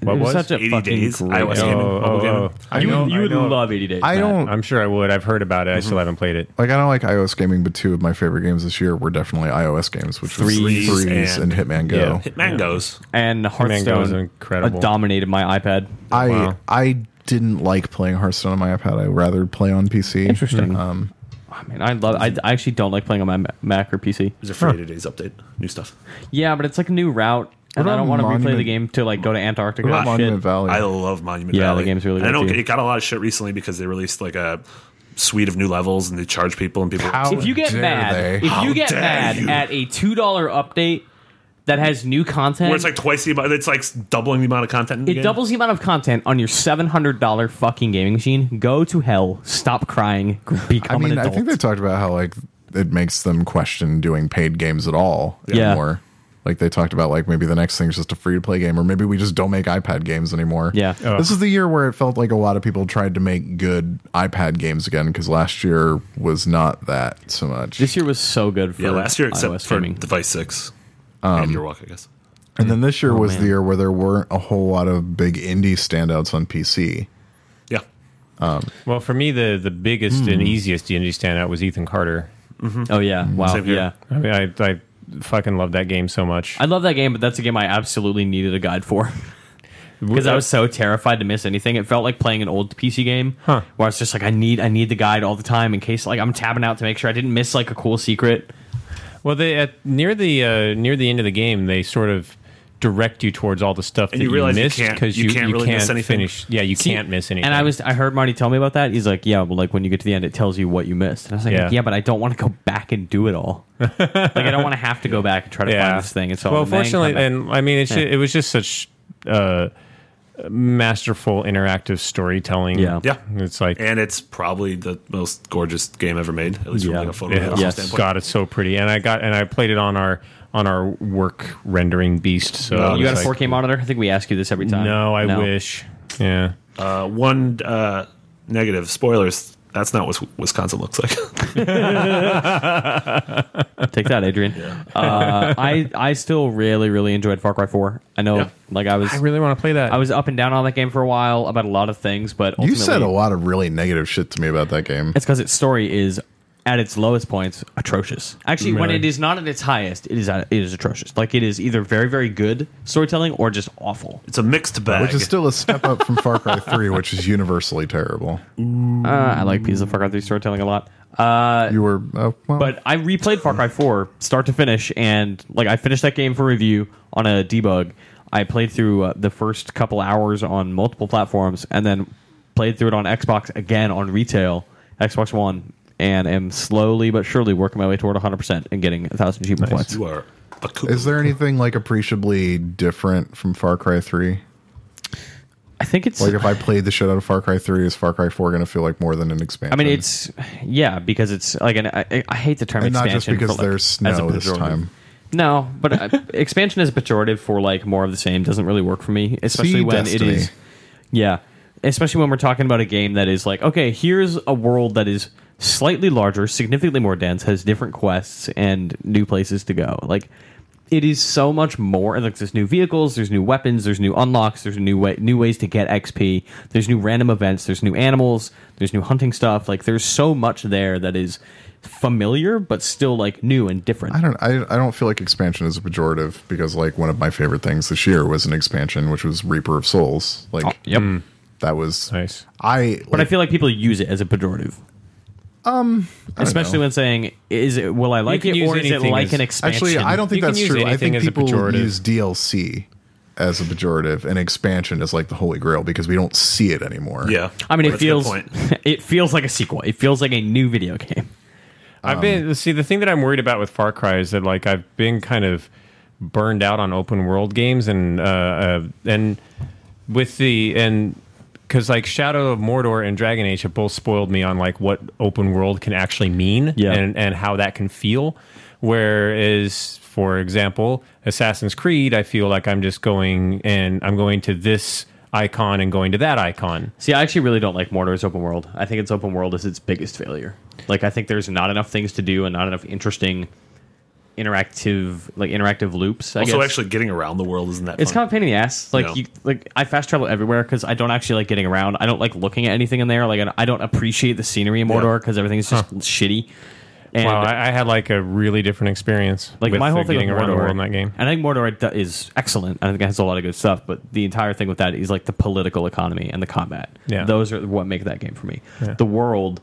Speaker 5: what
Speaker 4: was?
Speaker 5: such a
Speaker 3: 80
Speaker 5: fucking
Speaker 3: days,
Speaker 5: great
Speaker 3: iOS
Speaker 5: game.
Speaker 3: gaming,
Speaker 4: Oh,
Speaker 3: mobile
Speaker 4: oh,
Speaker 3: gaming.
Speaker 4: oh.
Speaker 2: I
Speaker 5: You,
Speaker 2: know-
Speaker 5: would- you
Speaker 2: I
Speaker 5: would
Speaker 2: know-
Speaker 5: love 80 days.
Speaker 2: I
Speaker 5: Matt. uh,
Speaker 2: don't
Speaker 4: I'm sure I would. I've heard about it. I
Speaker 3: Mm-hmm.
Speaker 4: still haven't played it.
Speaker 2: like I don't like iOS gaming, but two of my favorite games this year were definitely iOS games, which was
Speaker 3: Threes
Speaker 2: Threes,
Speaker 3: and-
Speaker 2: and, Hitman Go.
Speaker 3: Hit mangoes.
Speaker 5: and
Speaker 4: Mango is
Speaker 5: Hearthstone
Speaker 4: incredible.
Speaker 5: uh, dominated my iPad.
Speaker 2: I
Speaker 4: Wow.
Speaker 2: I didn't like playing Hearthstone on my iPad. I rather play on PC.
Speaker 5: Interesting.
Speaker 2: Um,
Speaker 5: I mean, I love. I, I actually don't like playing on my Ma- Mac or PC.
Speaker 3: There's a free eighty days update. New stuff.
Speaker 5: Yeah, but it's like a new route, and I
Speaker 2: about
Speaker 5: don't want to replay the
Speaker 2: Monument-
Speaker 5: game to like go to Antarctica.
Speaker 2: what
Speaker 5: and
Speaker 2: about Monument
Speaker 5: Ah, shit.
Speaker 2: Valley?
Speaker 3: I love Monument
Speaker 5: Yeah, the
Speaker 3: Valley.
Speaker 5: game's really
Speaker 3: I
Speaker 5: good,
Speaker 3: know
Speaker 5: too.
Speaker 3: it got a lot of shit recently because they released like a suite of new levels and they charge people and people.
Speaker 2: How
Speaker 5: If you get
Speaker 2: dare
Speaker 5: mad,
Speaker 2: they?
Speaker 5: if you get
Speaker 3: dare
Speaker 5: mad
Speaker 3: you.
Speaker 5: at a two dollar update that has new content,
Speaker 3: Where it's like twice the amount. It's like doubling the amount of content. In the
Speaker 5: it
Speaker 3: game.
Speaker 5: doubles the amount of content on your seven hundred dollar fucking gaming machine. Go to hell. Stop crying.
Speaker 2: I
Speaker 5: Become
Speaker 2: mean,
Speaker 5: an
Speaker 2: I
Speaker 5: adult.
Speaker 2: think they talked about how like it makes them question doing paid games at all
Speaker 5: Yeah.
Speaker 2: anymore. Like they talked about, like maybe the next thing is just a free to play game, or maybe we just don't make iPad games anymore.
Speaker 5: Yeah. Oh.
Speaker 2: this is the year where it felt like a lot of people tried to make good iPad games again because last year was not that so much.
Speaker 5: this year was so good for
Speaker 3: Yeah, last year except
Speaker 5: iOS
Speaker 3: for
Speaker 5: gaming.
Speaker 3: Device Six and your walk, I guess.
Speaker 2: And then this year was
Speaker 5: Oh, man.
Speaker 2: the year where there weren't a whole lot of big indie standouts on PC.
Speaker 3: Yeah.
Speaker 4: Well, for me, the the biggest and
Speaker 3: Hmm.
Speaker 4: easiest D&D standout was Ethan Carter.
Speaker 5: oh yeah, wow,
Speaker 3: Mm-hmm. Same here.
Speaker 5: yeah.
Speaker 4: I mean, I, I fucking love that game so much.
Speaker 5: I love that game, but that's a game I absolutely needed a guide for. because I was so terrified to miss anything. It felt like playing an old PC game where I was just like, I need, I need the guide all the time in case like I'm tabbing out to make sure I didn't miss like a cool secret.
Speaker 4: Well, they at near the uh, near the end of the game, they sort of direct you towards all the stuff
Speaker 3: And
Speaker 4: that
Speaker 3: you realize you
Speaker 4: missed
Speaker 3: can't-
Speaker 4: because
Speaker 3: you
Speaker 4: you,
Speaker 3: can't really miss anything.
Speaker 4: finish. Yeah, you
Speaker 5: See,
Speaker 4: can't miss anything.
Speaker 5: And I was I heard Marty tell me about that. He's like, yeah, well, like when you get to the end, it tells you what you missed. And I was like,
Speaker 4: Yeah.
Speaker 5: yeah, but I don't want to go back and do it all. like I don't want to have to go back and try to find this thing. It's all
Speaker 4: well,
Speaker 5: and then
Speaker 4: fortunately,
Speaker 5: come back.
Speaker 4: and I mean, it's ju- it was just such uh, masterful interactive storytelling.
Speaker 5: Yeah.
Speaker 3: Yeah.
Speaker 4: it's like
Speaker 3: and it's probably the most gorgeous game ever made, at least
Speaker 5: Yeah.
Speaker 3: from like a photo
Speaker 4: Yeah.
Speaker 5: Yes.
Speaker 3: standpoint.
Speaker 4: God, it's so pretty. And I got and I played it on our on our work rendering beast. So I
Speaker 5: you
Speaker 4: was
Speaker 5: got a
Speaker 4: like,
Speaker 5: 4K monitor? I think we ask you this every time.
Speaker 4: No, I wish. Yeah.
Speaker 3: Uh, one uh, negative spoilers. That's not what Wisconsin looks like.
Speaker 5: Take that, Adrian. uh, I I still really really enjoyed Far Cry 4. I know, like I was
Speaker 4: I really want to play that.
Speaker 5: I was up and down on that game for a while about a lot of things, but ultimately,
Speaker 2: You said a lot of really negative shit to me about that game.
Speaker 5: It's because its story is at its lowest points atrocious. Actually, when
Speaker 4: Really?
Speaker 5: it is not at its highest, it is at, it is atrocious. Like it is either very very good storytelling or just awful.
Speaker 3: it's a mixed bag.
Speaker 2: Which is still a step up from Far Cry 3, which is universally terrible. Mm.
Speaker 5: Uh, I like Pieces of Far Cry 3 storytelling a lot. Uh,
Speaker 2: You were, oh, well,
Speaker 5: but I replayed Far Cry 4 start to finish, and like I finished that game for review on a debug. I played through uh, the first couple hours on multiple platforms, and then played through it on Xbox again on retail, Xbox One, and am slowly but surely working my way toward 100% and getting 1,000 achievement points.
Speaker 3: you are a cuckoo.
Speaker 2: is there anything like appreciably different from Far Cry 3?
Speaker 5: I think it's.
Speaker 2: Like if I played the shit out of Far Cry 3, is Far Cry 4 going to feel like more than an expansion?
Speaker 5: I mean, it's yeah because it's like an I, I hate the term
Speaker 2: and not
Speaker 5: expansion
Speaker 2: just because
Speaker 5: for, like,
Speaker 2: there's
Speaker 5: as a
Speaker 2: snow this
Speaker 5: pejorative.
Speaker 2: time.
Speaker 5: No, but uh, expansion is pejorative for like more of the same doesn't really work for me, especially
Speaker 2: See
Speaker 5: when
Speaker 2: Destiny.
Speaker 5: it is. Yeah, especially when we're talking about a game that is like, okay, here's a world that is slightly larger, significantly more dense, has different quests and new places to go. Like, it is so much more. And like, there's new vehicles, there's new weapons, there's new unlocks, there's new way, new ways to get XP, there's new random events, there's new animals, there's new hunting stuff. Like, there's so much there that is familiar but still like new and different.
Speaker 2: I don't. I, I don't feel like expansion is a pejorative because like one of my favorite things this year was an expansion, which was Reaper of Souls. Like
Speaker 5: Yep.
Speaker 2: that was
Speaker 4: nice.
Speaker 2: I.
Speaker 5: But I feel like people use it as a pejorative, especially when saying, "Is it will I like
Speaker 4: can
Speaker 5: it
Speaker 4: use
Speaker 5: or is it
Speaker 4: anything
Speaker 5: like
Speaker 4: as-
Speaker 5: an expansion?"
Speaker 2: actually I don't think
Speaker 4: You can
Speaker 2: that's
Speaker 4: use
Speaker 2: true. I
Speaker 4: anything
Speaker 2: think
Speaker 4: as a
Speaker 2: people
Speaker 4: pejorative.
Speaker 2: use DLC as a pejorative, and expansion is like the holy grail because we don't see it anymore.
Speaker 3: Yeah.
Speaker 5: I mean, it
Speaker 3: That's a good
Speaker 5: feels
Speaker 3: point.
Speaker 5: it feels like a sequel. It feels like a new video game.
Speaker 4: I've been
Speaker 5: Um,
Speaker 4: see the thing that I'm worried about with Far Cry is that like I've been kind of burned out on open world games and uh, uh and with the and because like Shadow of Mordor and Dragon Age have both spoiled me on like what open world can actually mean
Speaker 5: Yeah.
Speaker 4: and and how that can feel. Whereas for example, Assassin's Creed, I feel like I'm just going and I'm going to this icon and going to that icon.
Speaker 5: See, I actually really don't like Mordor's open world. I think its open world is its biggest failure. Like, I think there's not enough things to do and not enough interesting interactive like interactive loops. I
Speaker 3: Also,
Speaker 5: guess.
Speaker 3: actually, getting around the world isn't that.
Speaker 5: It's
Speaker 3: fun.
Speaker 5: kind of a pain in the ass. Like
Speaker 3: No.
Speaker 5: you, like I fast travel everywhere because I don't actually like getting around. I don't like looking at anything in there. Like I don't- I don't appreciate the scenery in Mordor because everything's just shitty. And
Speaker 4: Wow, I, I had like a really different experience.
Speaker 5: like
Speaker 4: with
Speaker 5: my whole
Speaker 4: the
Speaker 5: thing
Speaker 4: getting
Speaker 5: with
Speaker 4: around
Speaker 5: Mordor,
Speaker 4: the world in that game.
Speaker 5: And I think Mordor d- is excellent. I think it has a lot of good stuff. But the entire thing with that is like the political economy and the combat.
Speaker 4: Yeah.
Speaker 5: those are what make that game for me. The world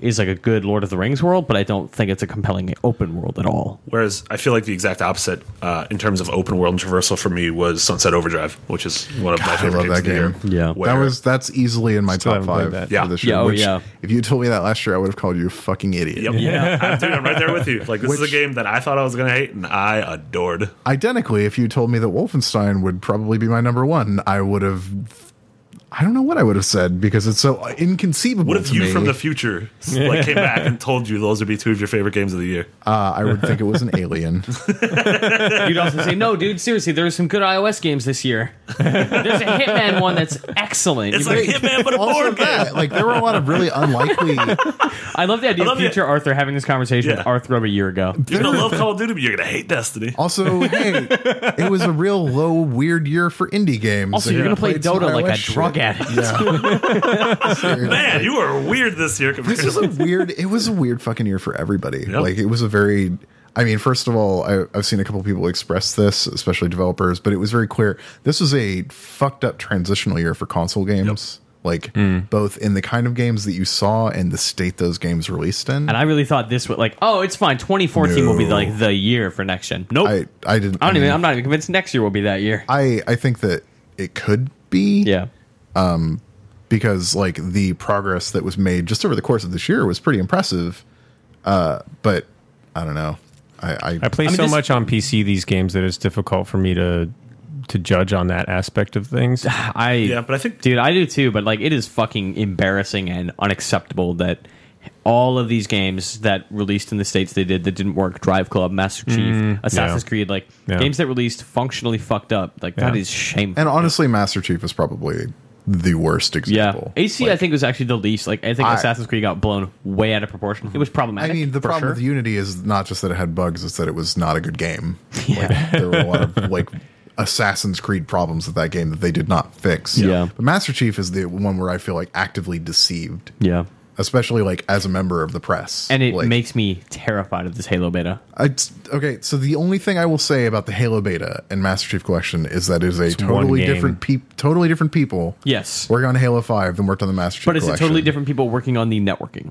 Speaker 5: is like a good Lord of the Rings world, but I don't think it's a compelling open world at all.
Speaker 3: Whereas I feel like the exact opposite uh, in terms of open world and traversal for me was Sunset Overdrive, which is one of my
Speaker 2: I
Speaker 3: favorite
Speaker 2: love that
Speaker 3: games
Speaker 2: game.
Speaker 3: of the year.
Speaker 5: Yeah.
Speaker 2: that
Speaker 3: Where-
Speaker 2: was that's easily in my
Speaker 4: Still
Speaker 2: top
Speaker 4: haven't played
Speaker 2: five.
Speaker 4: that.
Speaker 3: Yeah.
Speaker 2: for this
Speaker 5: Yeah,
Speaker 2: year.
Speaker 5: oh,
Speaker 2: which,
Speaker 5: yeah.
Speaker 2: If you told me that last year, I would have called you a fucking idiot.
Speaker 3: Yep.
Speaker 5: Yeah.
Speaker 3: I'm, dude, I'm right there with you. Like this is
Speaker 2: Which-
Speaker 3: a game that I thought I was gonna hate, and I adored.
Speaker 2: Identically, if you told me that Wolfenstein would probably be my number one, I would have. I don't know what I would have said because it's so inconceivable.
Speaker 3: What if
Speaker 2: to
Speaker 3: you
Speaker 2: me.
Speaker 3: from the future like came back and told you those would be two of your favorite games of the year?
Speaker 2: Uh, I would think it was an alien.
Speaker 5: You'd also say, "No, dude, seriously, there's some good iOS games this year. There's a Hitman one that's excellent.
Speaker 3: It's like Hitman, but a
Speaker 2: also
Speaker 3: board game.
Speaker 2: that, like there were a lot of really unlikely.
Speaker 5: I love the idea of
Speaker 3: love it.
Speaker 5: future Arthur having this conversation
Speaker 3: Yeah.
Speaker 5: with Arthur of a year ago.
Speaker 3: You're gonna love Call of Duty, but you're gonna hate Destiny.
Speaker 2: Also, hey, it was a real low, weird year for indie games.
Speaker 5: Also,
Speaker 2: Like,
Speaker 5: you're
Speaker 2: I
Speaker 5: gonna play
Speaker 2: played some
Speaker 5: Dota like
Speaker 2: iOS
Speaker 5: a drug
Speaker 2: shit.
Speaker 5: addict.
Speaker 2: Yeah. Seriously.
Speaker 3: Man, you are weird this year compared
Speaker 2: this is
Speaker 3: to
Speaker 2: a weird it was a weird fucking year for everybody
Speaker 3: Yep.
Speaker 2: like it was a very i mean first of all I, i've seen a couple people express this especially developers but it was very clear this was a fucked up transitional year for console games like
Speaker 5: Hmm.
Speaker 2: both in the kind of games that you saw and the state those games released in.
Speaker 5: And I really thought this would like, oh, it's fine. 2014 will be
Speaker 2: No.
Speaker 5: like the year for next gen. Nope. I,
Speaker 2: I, I didn't.
Speaker 5: don't even.
Speaker 2: mean,
Speaker 5: I'm not even convinced next year will be that year.
Speaker 2: I I think that it could be
Speaker 5: yeah.
Speaker 2: because like the progress that was made just over the course of this year was pretty impressive. Uh, but I don't know. I,
Speaker 4: I
Speaker 2: I
Speaker 4: play
Speaker 5: mean,
Speaker 4: so
Speaker 5: this-
Speaker 4: much on PC these games that it's difficult for me to to judge on that aspect of things.
Speaker 5: I
Speaker 3: Yeah, but I think
Speaker 5: dude, I do too. But like, it is fucking embarrassing and unacceptable that all of these games that released in the states they did that didn't work. Drive Club, Master Chief,
Speaker 2: Mm,
Speaker 5: Assassin's
Speaker 4: yeah.
Speaker 5: Creed, like
Speaker 4: Yeah.
Speaker 5: games that released functionally fucked up. Like that
Speaker 4: Yeah.
Speaker 5: is shameful.
Speaker 2: and honestly, Master Chief is probably the worst
Speaker 5: yeah,
Speaker 2: example.
Speaker 5: AC I think was actually the least. Like I think
Speaker 2: I-
Speaker 5: Assassin's Creed got blown way out of proportion. It was
Speaker 2: I
Speaker 5: problematic.
Speaker 2: mean, the
Speaker 5: for
Speaker 2: problem
Speaker 5: sure.
Speaker 2: with Unity is not just that it had bugs; it's that it was not a good game.
Speaker 5: Yeah.
Speaker 2: Like, there were a lot of like Assassin's Creed problems with that game that they did not fix.
Speaker 5: Yeah.
Speaker 2: But Master Chief is the one where I feel like actively deceived,
Speaker 5: yeah,
Speaker 2: especially like as a member of the press.
Speaker 5: and it
Speaker 2: Like,
Speaker 5: makes me terrified of this Halo beta.
Speaker 2: I, okay. So the only thing I will say about the Halo beta and Master Chief Collection is that it is a
Speaker 4: one
Speaker 2: totally
Speaker 4: game.
Speaker 2: different peop totally different people
Speaker 5: Yes,
Speaker 2: working on Halo Five than worked on the Master Chief.
Speaker 5: but it's a
Speaker 2: Collection.
Speaker 5: totally different people working on the networking.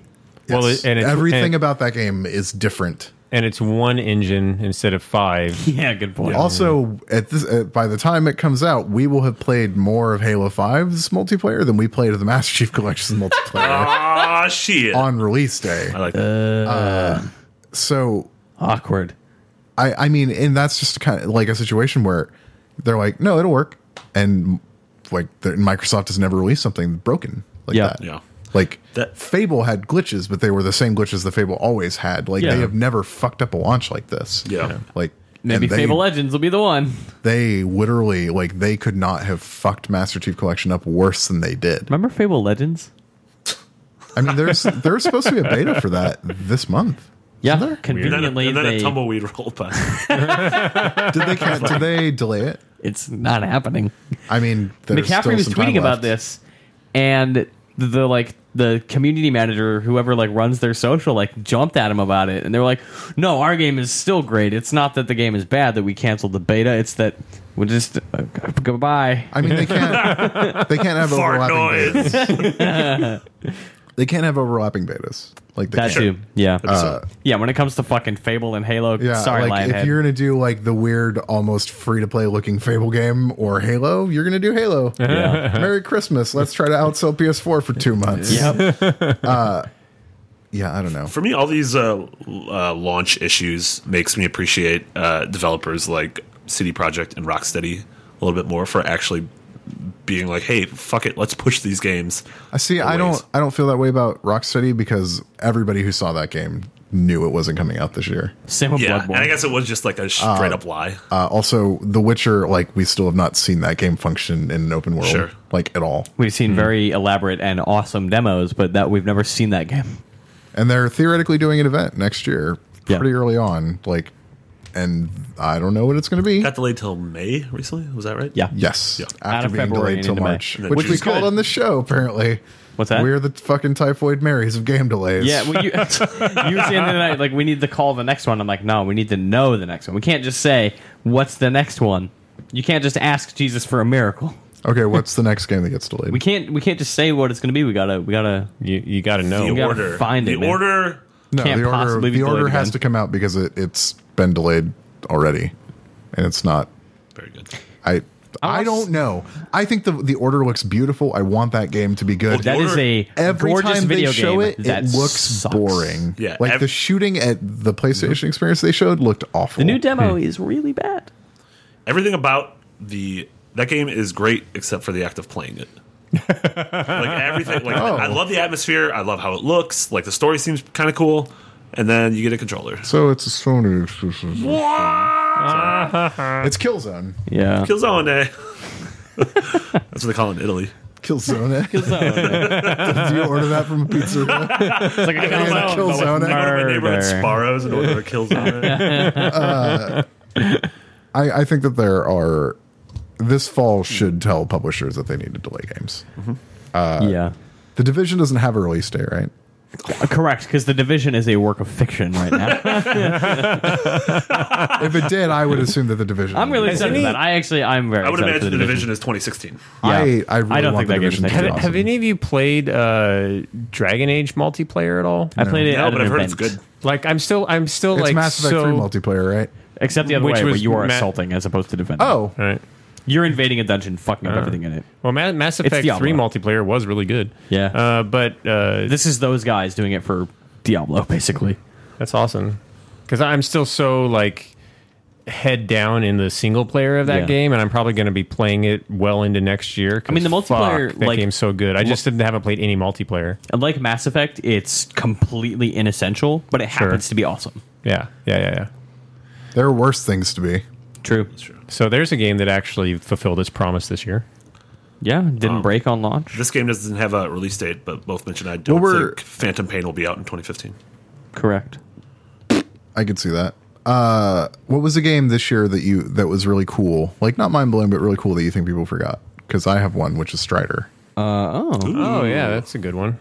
Speaker 4: Well,
Speaker 2: Yes.
Speaker 4: it- and it's-
Speaker 2: everything
Speaker 4: and-
Speaker 2: about that game is different.
Speaker 4: And it's one engine instead of five.
Speaker 5: Yeah, good point.
Speaker 2: Also, at this, uh, by the time it comes out, we will have played more of Halo 5's multiplayer than we played of the Master Chief Collection's multiplayer
Speaker 3: ah shit.
Speaker 2: on release day.
Speaker 3: I
Speaker 5: Uh,
Speaker 3: like that.
Speaker 2: So,
Speaker 5: Awkward.
Speaker 2: I, I mean, and that's just kind of like a situation where they're like, no, it'll work, and like the, Microsoft has never released something broken like
Speaker 5: Yeah.
Speaker 2: that.
Speaker 3: yeah.
Speaker 2: Like
Speaker 3: That-
Speaker 2: Fable had glitches, but they were the same glitches that Fable always had. Like
Speaker 5: Yeah.
Speaker 2: they have never fucked up a launch like this.
Speaker 3: Yeah.
Speaker 2: Like
Speaker 5: Maybe
Speaker 2: and they-
Speaker 5: Fable Legends will be the one.
Speaker 2: they literally like they could not have fucked Master Chief Collection up worse than they did.
Speaker 5: Remember Fable Legends?
Speaker 2: I mean, there's there's supposed to be a beta for that this month.
Speaker 5: Yeah,
Speaker 3: And then, a,
Speaker 5: conveniently
Speaker 3: and then a
Speaker 5: they-
Speaker 3: tumbleweed rolled by.
Speaker 2: Did they can did they delay it?
Speaker 5: it's not happening.
Speaker 2: I mean, there's
Speaker 5: McCaffrey
Speaker 2: still
Speaker 5: was
Speaker 2: some time
Speaker 5: tweeting about
Speaker 2: left.
Speaker 5: this, and the, the like the community manager, whoever like runs their social, like jumped at him about it, and they were like, "No, our game is still great. It's not that the game is bad that we canceled the beta. It's that we just uh, goodbye."
Speaker 2: I mean, they can't they can't have
Speaker 3: Fart
Speaker 2: overlapping
Speaker 3: noise.
Speaker 2: betas. they can't have overlapping betas like they
Speaker 5: That
Speaker 2: can't.
Speaker 5: too, yeah,
Speaker 2: Uh,
Speaker 5: yeah. When it comes to fucking Fable and Halo,
Speaker 2: yeah,
Speaker 5: sorry,
Speaker 2: like if
Speaker 5: Lionhead.
Speaker 2: you're gonna do like the weird, almost free to play looking Fable game or Halo, you're gonna do Halo.
Speaker 5: Yeah.
Speaker 2: Merry Christmas! Let's try to outsell PS4 for two months. Uh,
Speaker 5: Yep.
Speaker 2: Yeah, I don't know.
Speaker 3: For me, all these uh, l- uh, launch issues makes me appreciate uh, developers like City Project and Rocksteady a little bit more for actually being like, "Hey, fuck it, let's push these games."
Speaker 2: I see. I don't.
Speaker 3: ways.
Speaker 2: I don't feel that way about Rocksteady because everybody who saw that game knew it wasn't coming out this year.
Speaker 5: Same with
Speaker 3: Yeah, and I
Speaker 5: Bloodborne.
Speaker 3: guess it was just like a straight up lie.
Speaker 2: Uh, also, The Witcher, like we still have not seen that game function in an open world,
Speaker 3: Sure.
Speaker 2: like at all.
Speaker 5: We've seen very elaborate and awesome demos, but that we've never seen that game.
Speaker 2: And they're theoretically doing an event next year,
Speaker 5: Yeah.
Speaker 2: pretty early on. Like, and I don't know what it's going to be.
Speaker 3: Got delayed till May recently. Was that right?
Speaker 5: Yeah.
Speaker 2: yes,
Speaker 3: Yeah.
Speaker 2: after
Speaker 5: of
Speaker 2: being
Speaker 5: February
Speaker 2: delayed
Speaker 5: and
Speaker 2: till
Speaker 5: into May.
Speaker 2: March,
Speaker 3: And then
Speaker 2: which
Speaker 3: June.
Speaker 2: we called
Speaker 5: Good.
Speaker 2: on the show. Apparently,
Speaker 5: What's that?
Speaker 2: We're the fucking typhoid Marys of game delays.
Speaker 5: Yeah, well, you, you were saying the other night, like, we need to call the next one. I'm like, no, we need to know the next one. We can't just say, what's the next one? You can't just ask Jesus for a miracle.
Speaker 2: okay, what's the next game that gets delayed?
Speaker 5: We can't. We can't just say what it's going to be. We gotta. We gotta.
Speaker 4: You you got to know.
Speaker 5: You
Speaker 3: The
Speaker 5: gotta
Speaker 3: order.
Speaker 5: find
Speaker 3: the
Speaker 5: it, man.
Speaker 3: order.
Speaker 2: No,
Speaker 5: Can't
Speaker 2: the order,
Speaker 5: possibly be
Speaker 2: the
Speaker 5: delayed
Speaker 2: order has
Speaker 5: again.
Speaker 2: to come out because it, it's been delayed already, and it's not.
Speaker 3: Very good.
Speaker 2: I I
Speaker 5: Unless-
Speaker 2: don't know. I think the the order looks beautiful. I want that game to be good.
Speaker 3: Well,
Speaker 5: That
Speaker 3: The
Speaker 5: is
Speaker 3: order-
Speaker 5: a
Speaker 2: Every
Speaker 5: gorgeous
Speaker 2: time
Speaker 5: video
Speaker 2: they show
Speaker 5: game.
Speaker 2: it,
Speaker 5: that
Speaker 2: it looks
Speaker 5: sucks.
Speaker 2: boring.
Speaker 3: Yeah,
Speaker 2: like
Speaker 3: ev-
Speaker 2: the shooting at the PlayStation experience they showed looked awful.
Speaker 5: The new demo is really bad.
Speaker 3: Everything about the that game is great except for the act of playing it. like everything. Like I love the atmosphere. I love how it looks. Like the story seems kind of cool. And then you get a controller.
Speaker 2: so it's a Sony exclusive. It's Killzone.
Speaker 5: Yeah.
Speaker 3: Killzone. That's what they call it in Itaily.
Speaker 2: Killzone. Did you order that from a pizza?
Speaker 5: It's like I
Speaker 3: I
Speaker 2: got
Speaker 5: got
Speaker 2: a Killzone.
Speaker 3: go to my neighborhood
Speaker 5: Murder.
Speaker 3: Sparrows and order a Killzone.
Speaker 2: I, I think that there are. This fall should tell publishers that they need to delay games.
Speaker 5: Yeah. Uh,
Speaker 2: The division doesn't have a release date, right?
Speaker 5: Correct, because the division is a work of fiction right now.
Speaker 2: If it did, I would assume that the division.
Speaker 5: I'm really
Speaker 2: would.
Speaker 5: excited for
Speaker 4: any-
Speaker 5: that. I actually, I'm very.
Speaker 3: I would
Speaker 5: excited for
Speaker 3: imagine the
Speaker 5: the
Speaker 3: division is 2016.
Speaker 2: I, I really
Speaker 5: I don't
Speaker 2: want
Speaker 5: think
Speaker 2: the
Speaker 5: that game's
Speaker 2: division. To
Speaker 5: next
Speaker 2: be
Speaker 5: year.
Speaker 4: Have,
Speaker 2: awesome.
Speaker 4: have any of you played uh, Dragon Age multiplayer at all?
Speaker 5: I played it.
Speaker 3: No,
Speaker 5: at
Speaker 3: but
Speaker 5: an
Speaker 3: I've heard
Speaker 5: event,
Speaker 3: it's good.
Speaker 4: Like I'm still I'm still
Speaker 2: It's
Speaker 4: like
Speaker 2: Mass Effect
Speaker 4: so,
Speaker 2: Three multiplayer, right?
Speaker 5: except the other
Speaker 4: Which
Speaker 5: way, where
Speaker 4: was
Speaker 5: you are
Speaker 4: ma-
Speaker 5: assaulting as opposed to defending.
Speaker 2: Oh,
Speaker 4: All right.
Speaker 5: you're invading a dungeon, fucking up everything in it.
Speaker 4: Well, Ma- Mass Effect
Speaker 5: Diablo.
Speaker 4: Three multiplayer was really good.
Speaker 5: Yeah.
Speaker 4: uh, but uh,
Speaker 5: This is those guys doing it for Diablo, basically.
Speaker 4: that's awesome because I'm still so like head down in the single player of that
Speaker 5: Yeah.
Speaker 4: game, and I'm probably going to be playing it well into next year.
Speaker 5: I mean, the
Speaker 4: 'cause
Speaker 5: multiplayer,
Speaker 4: fuck, that
Speaker 5: like-
Speaker 4: game's so good. I just didn't haven't played any multiplayer.
Speaker 5: And like Mass Effect, it's completely inessential, but it happens to be awesome.
Speaker 4: Yeah, yeah, yeah, yeah.
Speaker 2: there are worse things to be.
Speaker 5: True.
Speaker 4: So there's a game that actually fulfilled its promise this year.
Speaker 5: Yeah, didn't break on launch.
Speaker 3: This game doesn't have a release date, but both Mitch and I don't
Speaker 2: Well, we're-
Speaker 3: think Phantom Pain will be out in 2015.
Speaker 5: Correct.
Speaker 2: I could see that. Uh, what was the game this year that you that was really cool? Like not mind blowing, but really cool that you think people forgot? Because I have one, which is Strider.
Speaker 4: Oh yeah, that's a good one.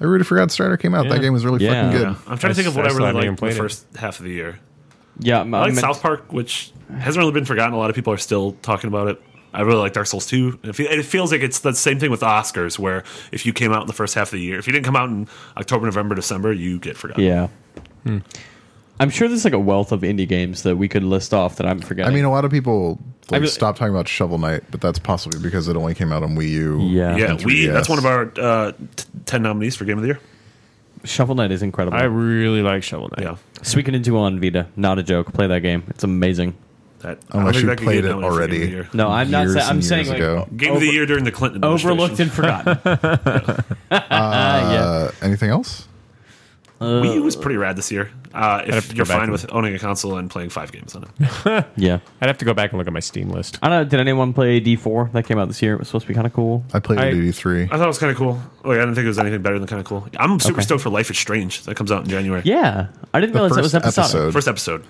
Speaker 2: I really forgot Strider came out. That game was really
Speaker 5: Yeah.
Speaker 2: fucking good.
Speaker 3: Yeah. I'm trying to think of what I
Speaker 4: I still
Speaker 3: really
Speaker 4: haven't even
Speaker 3: liked the
Speaker 4: played it.
Speaker 3: first half of the year.
Speaker 5: Yeah, I'm,
Speaker 3: I like
Speaker 5: I'm-
Speaker 3: South Park, which hasn't really been forgotten. A lot of people are still talking about it. I really like Dark Souls 2. It fe- and it feels like it's the same thing with Oscars, where if you came out in the first half of the year, if you didn't come out in October, November, December, you get forgotten.
Speaker 5: Yeah. I'm sure there's like a wealth of indie games that we could list off that I'm
Speaker 2: I
Speaker 5: forgetting.
Speaker 2: mean, a lot of people like,
Speaker 5: really-
Speaker 2: stop talking about Shovel Knight, but that's possibly because it only came out on Wii U.
Speaker 5: Yeah.
Speaker 3: Yeah,
Speaker 2: and
Speaker 3: we
Speaker 2: 3DS.
Speaker 3: that's one of our uh, t- 10 nominees for Game of the Year.
Speaker 5: Shovel Knight is incredible.
Speaker 4: I really like Shovel Knight.
Speaker 3: Yeah.
Speaker 5: Suikoden 2 on Vita. Not a joke. Play that game. It's amazing.
Speaker 3: That, I don't
Speaker 2: Unless
Speaker 3: think
Speaker 2: you
Speaker 3: that could
Speaker 2: played
Speaker 3: get
Speaker 2: it
Speaker 3: nominated for
Speaker 2: already.
Speaker 3: Game of the Year.
Speaker 5: No, I'm not
Speaker 2: Years
Speaker 5: saying I'm
Speaker 2: and
Speaker 5: saying
Speaker 2: years
Speaker 5: like
Speaker 2: ago.
Speaker 3: Game of the Year during the Clinton administration.
Speaker 5: overlooked and forgotten.
Speaker 2: Uh, anything else?
Speaker 3: Wii U was pretty rad this year. Uh,
Speaker 4: have
Speaker 3: if
Speaker 4: to
Speaker 3: you're
Speaker 4: go back
Speaker 3: fine
Speaker 4: and-
Speaker 3: with owning a console and playing five games on it,
Speaker 5: yeah.
Speaker 4: I'd have to go back and look at my Steam list.
Speaker 5: I don't know. Did anyone play D4? That came out this year. It was supposed to be kind of cool.
Speaker 2: I played
Speaker 4: I-
Speaker 2: Duty Three.
Speaker 3: I thought it was kind of cool. Like I didn't think it was anything better than kind of cool. I'm super stoked for Life is Strange that comes out in January.
Speaker 5: Yeah. I didn't realize that Oh, was episodic.
Speaker 3: First episode.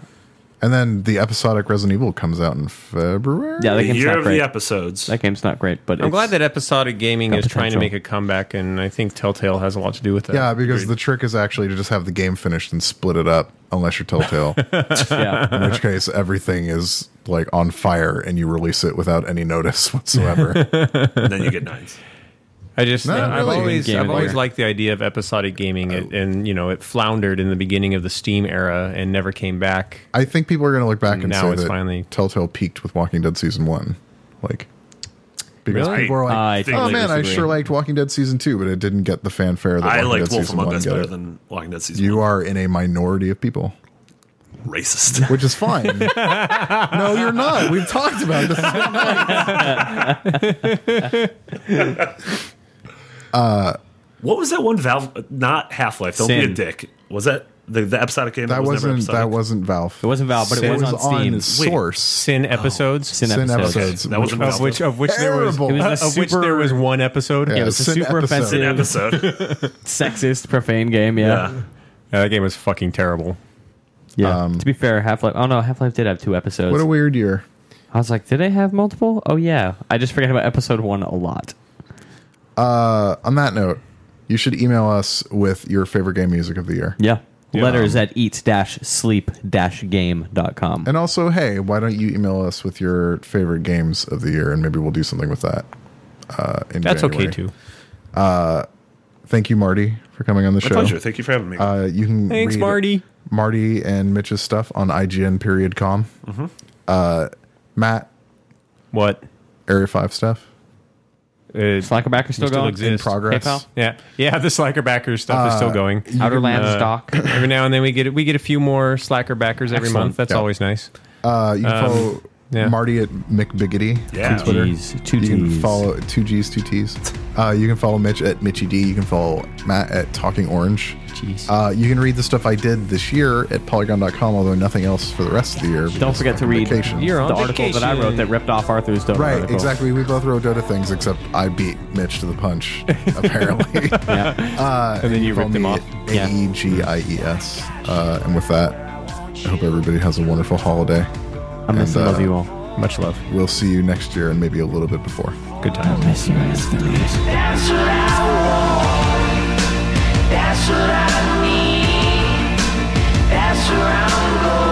Speaker 2: and then the episodic Resident Evil comes out in February.
Speaker 5: Yeah, that
Speaker 3: The
Speaker 5: game's
Speaker 3: year
Speaker 5: not
Speaker 3: of the
Speaker 5: great.
Speaker 3: episodes.
Speaker 5: that game's not great, but
Speaker 4: I'm
Speaker 5: it's-
Speaker 4: glad that episodic gaming
Speaker 5: got
Speaker 4: is trying to
Speaker 5: potential.
Speaker 4: make a comeback, and I think Telltale has a lot to do with that.
Speaker 2: Yeah, because the trick is actually to just have the game finished and split it up, unless you're Telltale,
Speaker 5: yeah.
Speaker 2: in which case everything is like on fire and you release it without any notice whatsoever.
Speaker 3: and then you get nines.
Speaker 4: I just
Speaker 2: No,
Speaker 4: I've
Speaker 2: really.
Speaker 4: always
Speaker 5: Game of
Speaker 4: I've
Speaker 5: the
Speaker 4: always
Speaker 5: year.
Speaker 4: liked the idea of episodic gaming,
Speaker 2: Oh.
Speaker 4: it, and you know it floundered in the beginning of the Steam era and never came back.
Speaker 2: I think people are going to look back and
Speaker 4: Now
Speaker 2: say
Speaker 4: it's
Speaker 2: that
Speaker 4: finally-
Speaker 2: Telltale peaked with Walking Dead season one, like because
Speaker 4: Really?
Speaker 2: people are like,
Speaker 5: I
Speaker 2: "Oh
Speaker 5: totally
Speaker 2: man, I
Speaker 5: disagree.
Speaker 2: sure liked Walking Dead season two, but it didn't get the fanfare that
Speaker 3: I
Speaker 2: Walking
Speaker 3: liked
Speaker 2: Dead
Speaker 3: Wolf
Speaker 2: season
Speaker 3: Among
Speaker 2: one
Speaker 3: Us
Speaker 2: got
Speaker 3: better
Speaker 2: it."
Speaker 3: than Walking Dead season.
Speaker 2: You
Speaker 3: one.
Speaker 2: are in a minority of people,
Speaker 3: racist.
Speaker 2: which is fine. no, you're not. We've talked about this. uh,
Speaker 3: what was that one Valve? Not Half Life. Don't be a
Speaker 5: Sin.
Speaker 3: dick. Was that the, the episodic game?
Speaker 2: That
Speaker 3: never
Speaker 2: wasn't
Speaker 3: episodic?
Speaker 2: that wasn't Valve.
Speaker 5: It wasn't Valve, but it
Speaker 2: It
Speaker 5: was,
Speaker 2: was
Speaker 5: on Steam.
Speaker 2: on Source.
Speaker 4: Sin episodes,
Speaker 5: Sin
Speaker 2: Oh, Sin
Speaker 5: episodes.
Speaker 2: episodes.
Speaker 3: That wasn't
Speaker 4: of
Speaker 3: Valve.
Speaker 4: which of which there
Speaker 2: Terrible.
Speaker 4: was
Speaker 2: It
Speaker 5: was a
Speaker 4: of which there
Speaker 5: super-
Speaker 4: was one episode.
Speaker 2: Yeah,
Speaker 5: it was a
Speaker 2: Sin
Speaker 5: super
Speaker 2: episode.
Speaker 5: offensive,
Speaker 3: episode.
Speaker 5: sexist, profane game. Yeah.
Speaker 3: yeah.
Speaker 4: Yeah, that game was fucking terrible.
Speaker 5: Yeah. to be fair, Half Life. Oh no, Half Life did have two episodes.
Speaker 2: Um, What a weird year.
Speaker 5: I was like, did they have multiple? Oh yeah, I just forget about episode one a lot.
Speaker 2: Uh, on that note, you should email us with your favorite game music of the year.
Speaker 5: Yeah. Letters at eat dash sleep dash game dot com.
Speaker 2: And also, hey, why don't you email us with your favorite games of the year, and maybe we'll do something with that. Uh, in
Speaker 4: That's
Speaker 2: January.
Speaker 4: okay too.
Speaker 2: Thank you, Marty, for coming on the
Speaker 3: My
Speaker 2: show.
Speaker 3: pleasure. Thank you for having me.
Speaker 2: Uh, you can
Speaker 4: Thanks,
Speaker 2: read
Speaker 4: Marty.
Speaker 2: Marty and Mitch's stuff on IGN period com. Uh, Matt,
Speaker 4: What?
Speaker 2: Area Five stuff.
Speaker 4: Uh,
Speaker 5: Slackerback is still
Speaker 4: still
Speaker 5: going.
Speaker 4: exist.
Speaker 2: In progress.
Speaker 5: PayPal?
Speaker 4: yeah, yeah. The slacker backers stuff is
Speaker 2: Uh,
Speaker 4: still going.
Speaker 5: Outerlands
Speaker 4: Uh,
Speaker 5: doc.
Speaker 4: every now and then we get we get a few more slacker backers every
Speaker 5: Excellent.
Speaker 4: month. That's
Speaker 2: Yeah.
Speaker 4: always nice.
Speaker 2: Uh, you can follow
Speaker 4: Um, yeah.
Speaker 2: Marty at McBiggity.
Speaker 3: Yeah.
Speaker 2: on Twitter.
Speaker 5: G's, two
Speaker 2: you can
Speaker 5: Gs.
Speaker 2: follow two G's, two T's. Uh, you can follow Mitch at Mitchy D. You can follow Matt at Talking Orange.
Speaker 5: Jeez.
Speaker 2: Uh, you can read the stuff I did this year at Polygon.com, although nothing else for the rest of the year.
Speaker 5: Don't forget to read
Speaker 2: vacation.
Speaker 4: You're on
Speaker 5: the article that I wrote
Speaker 4: vacation.
Speaker 5: that ripped off Arthur's Dota
Speaker 2: Right,
Speaker 5: article.
Speaker 2: exactly. We both wrote Dota things, except I beat Mitch to the punch, apparently.
Speaker 5: Yeah.
Speaker 2: uh,
Speaker 4: And then you ripped him off.
Speaker 5: Yeah.
Speaker 2: A E G I E S. Uh, and with that, I hope everybody has a wonderful holiday.
Speaker 5: I miss and
Speaker 2: And, uh,
Speaker 5: love you all.
Speaker 4: Much love.
Speaker 2: We'll see you next year and maybe a little bit before.
Speaker 4: Good times.
Speaker 7: That's what I want. That's what I need. That's where I'm going.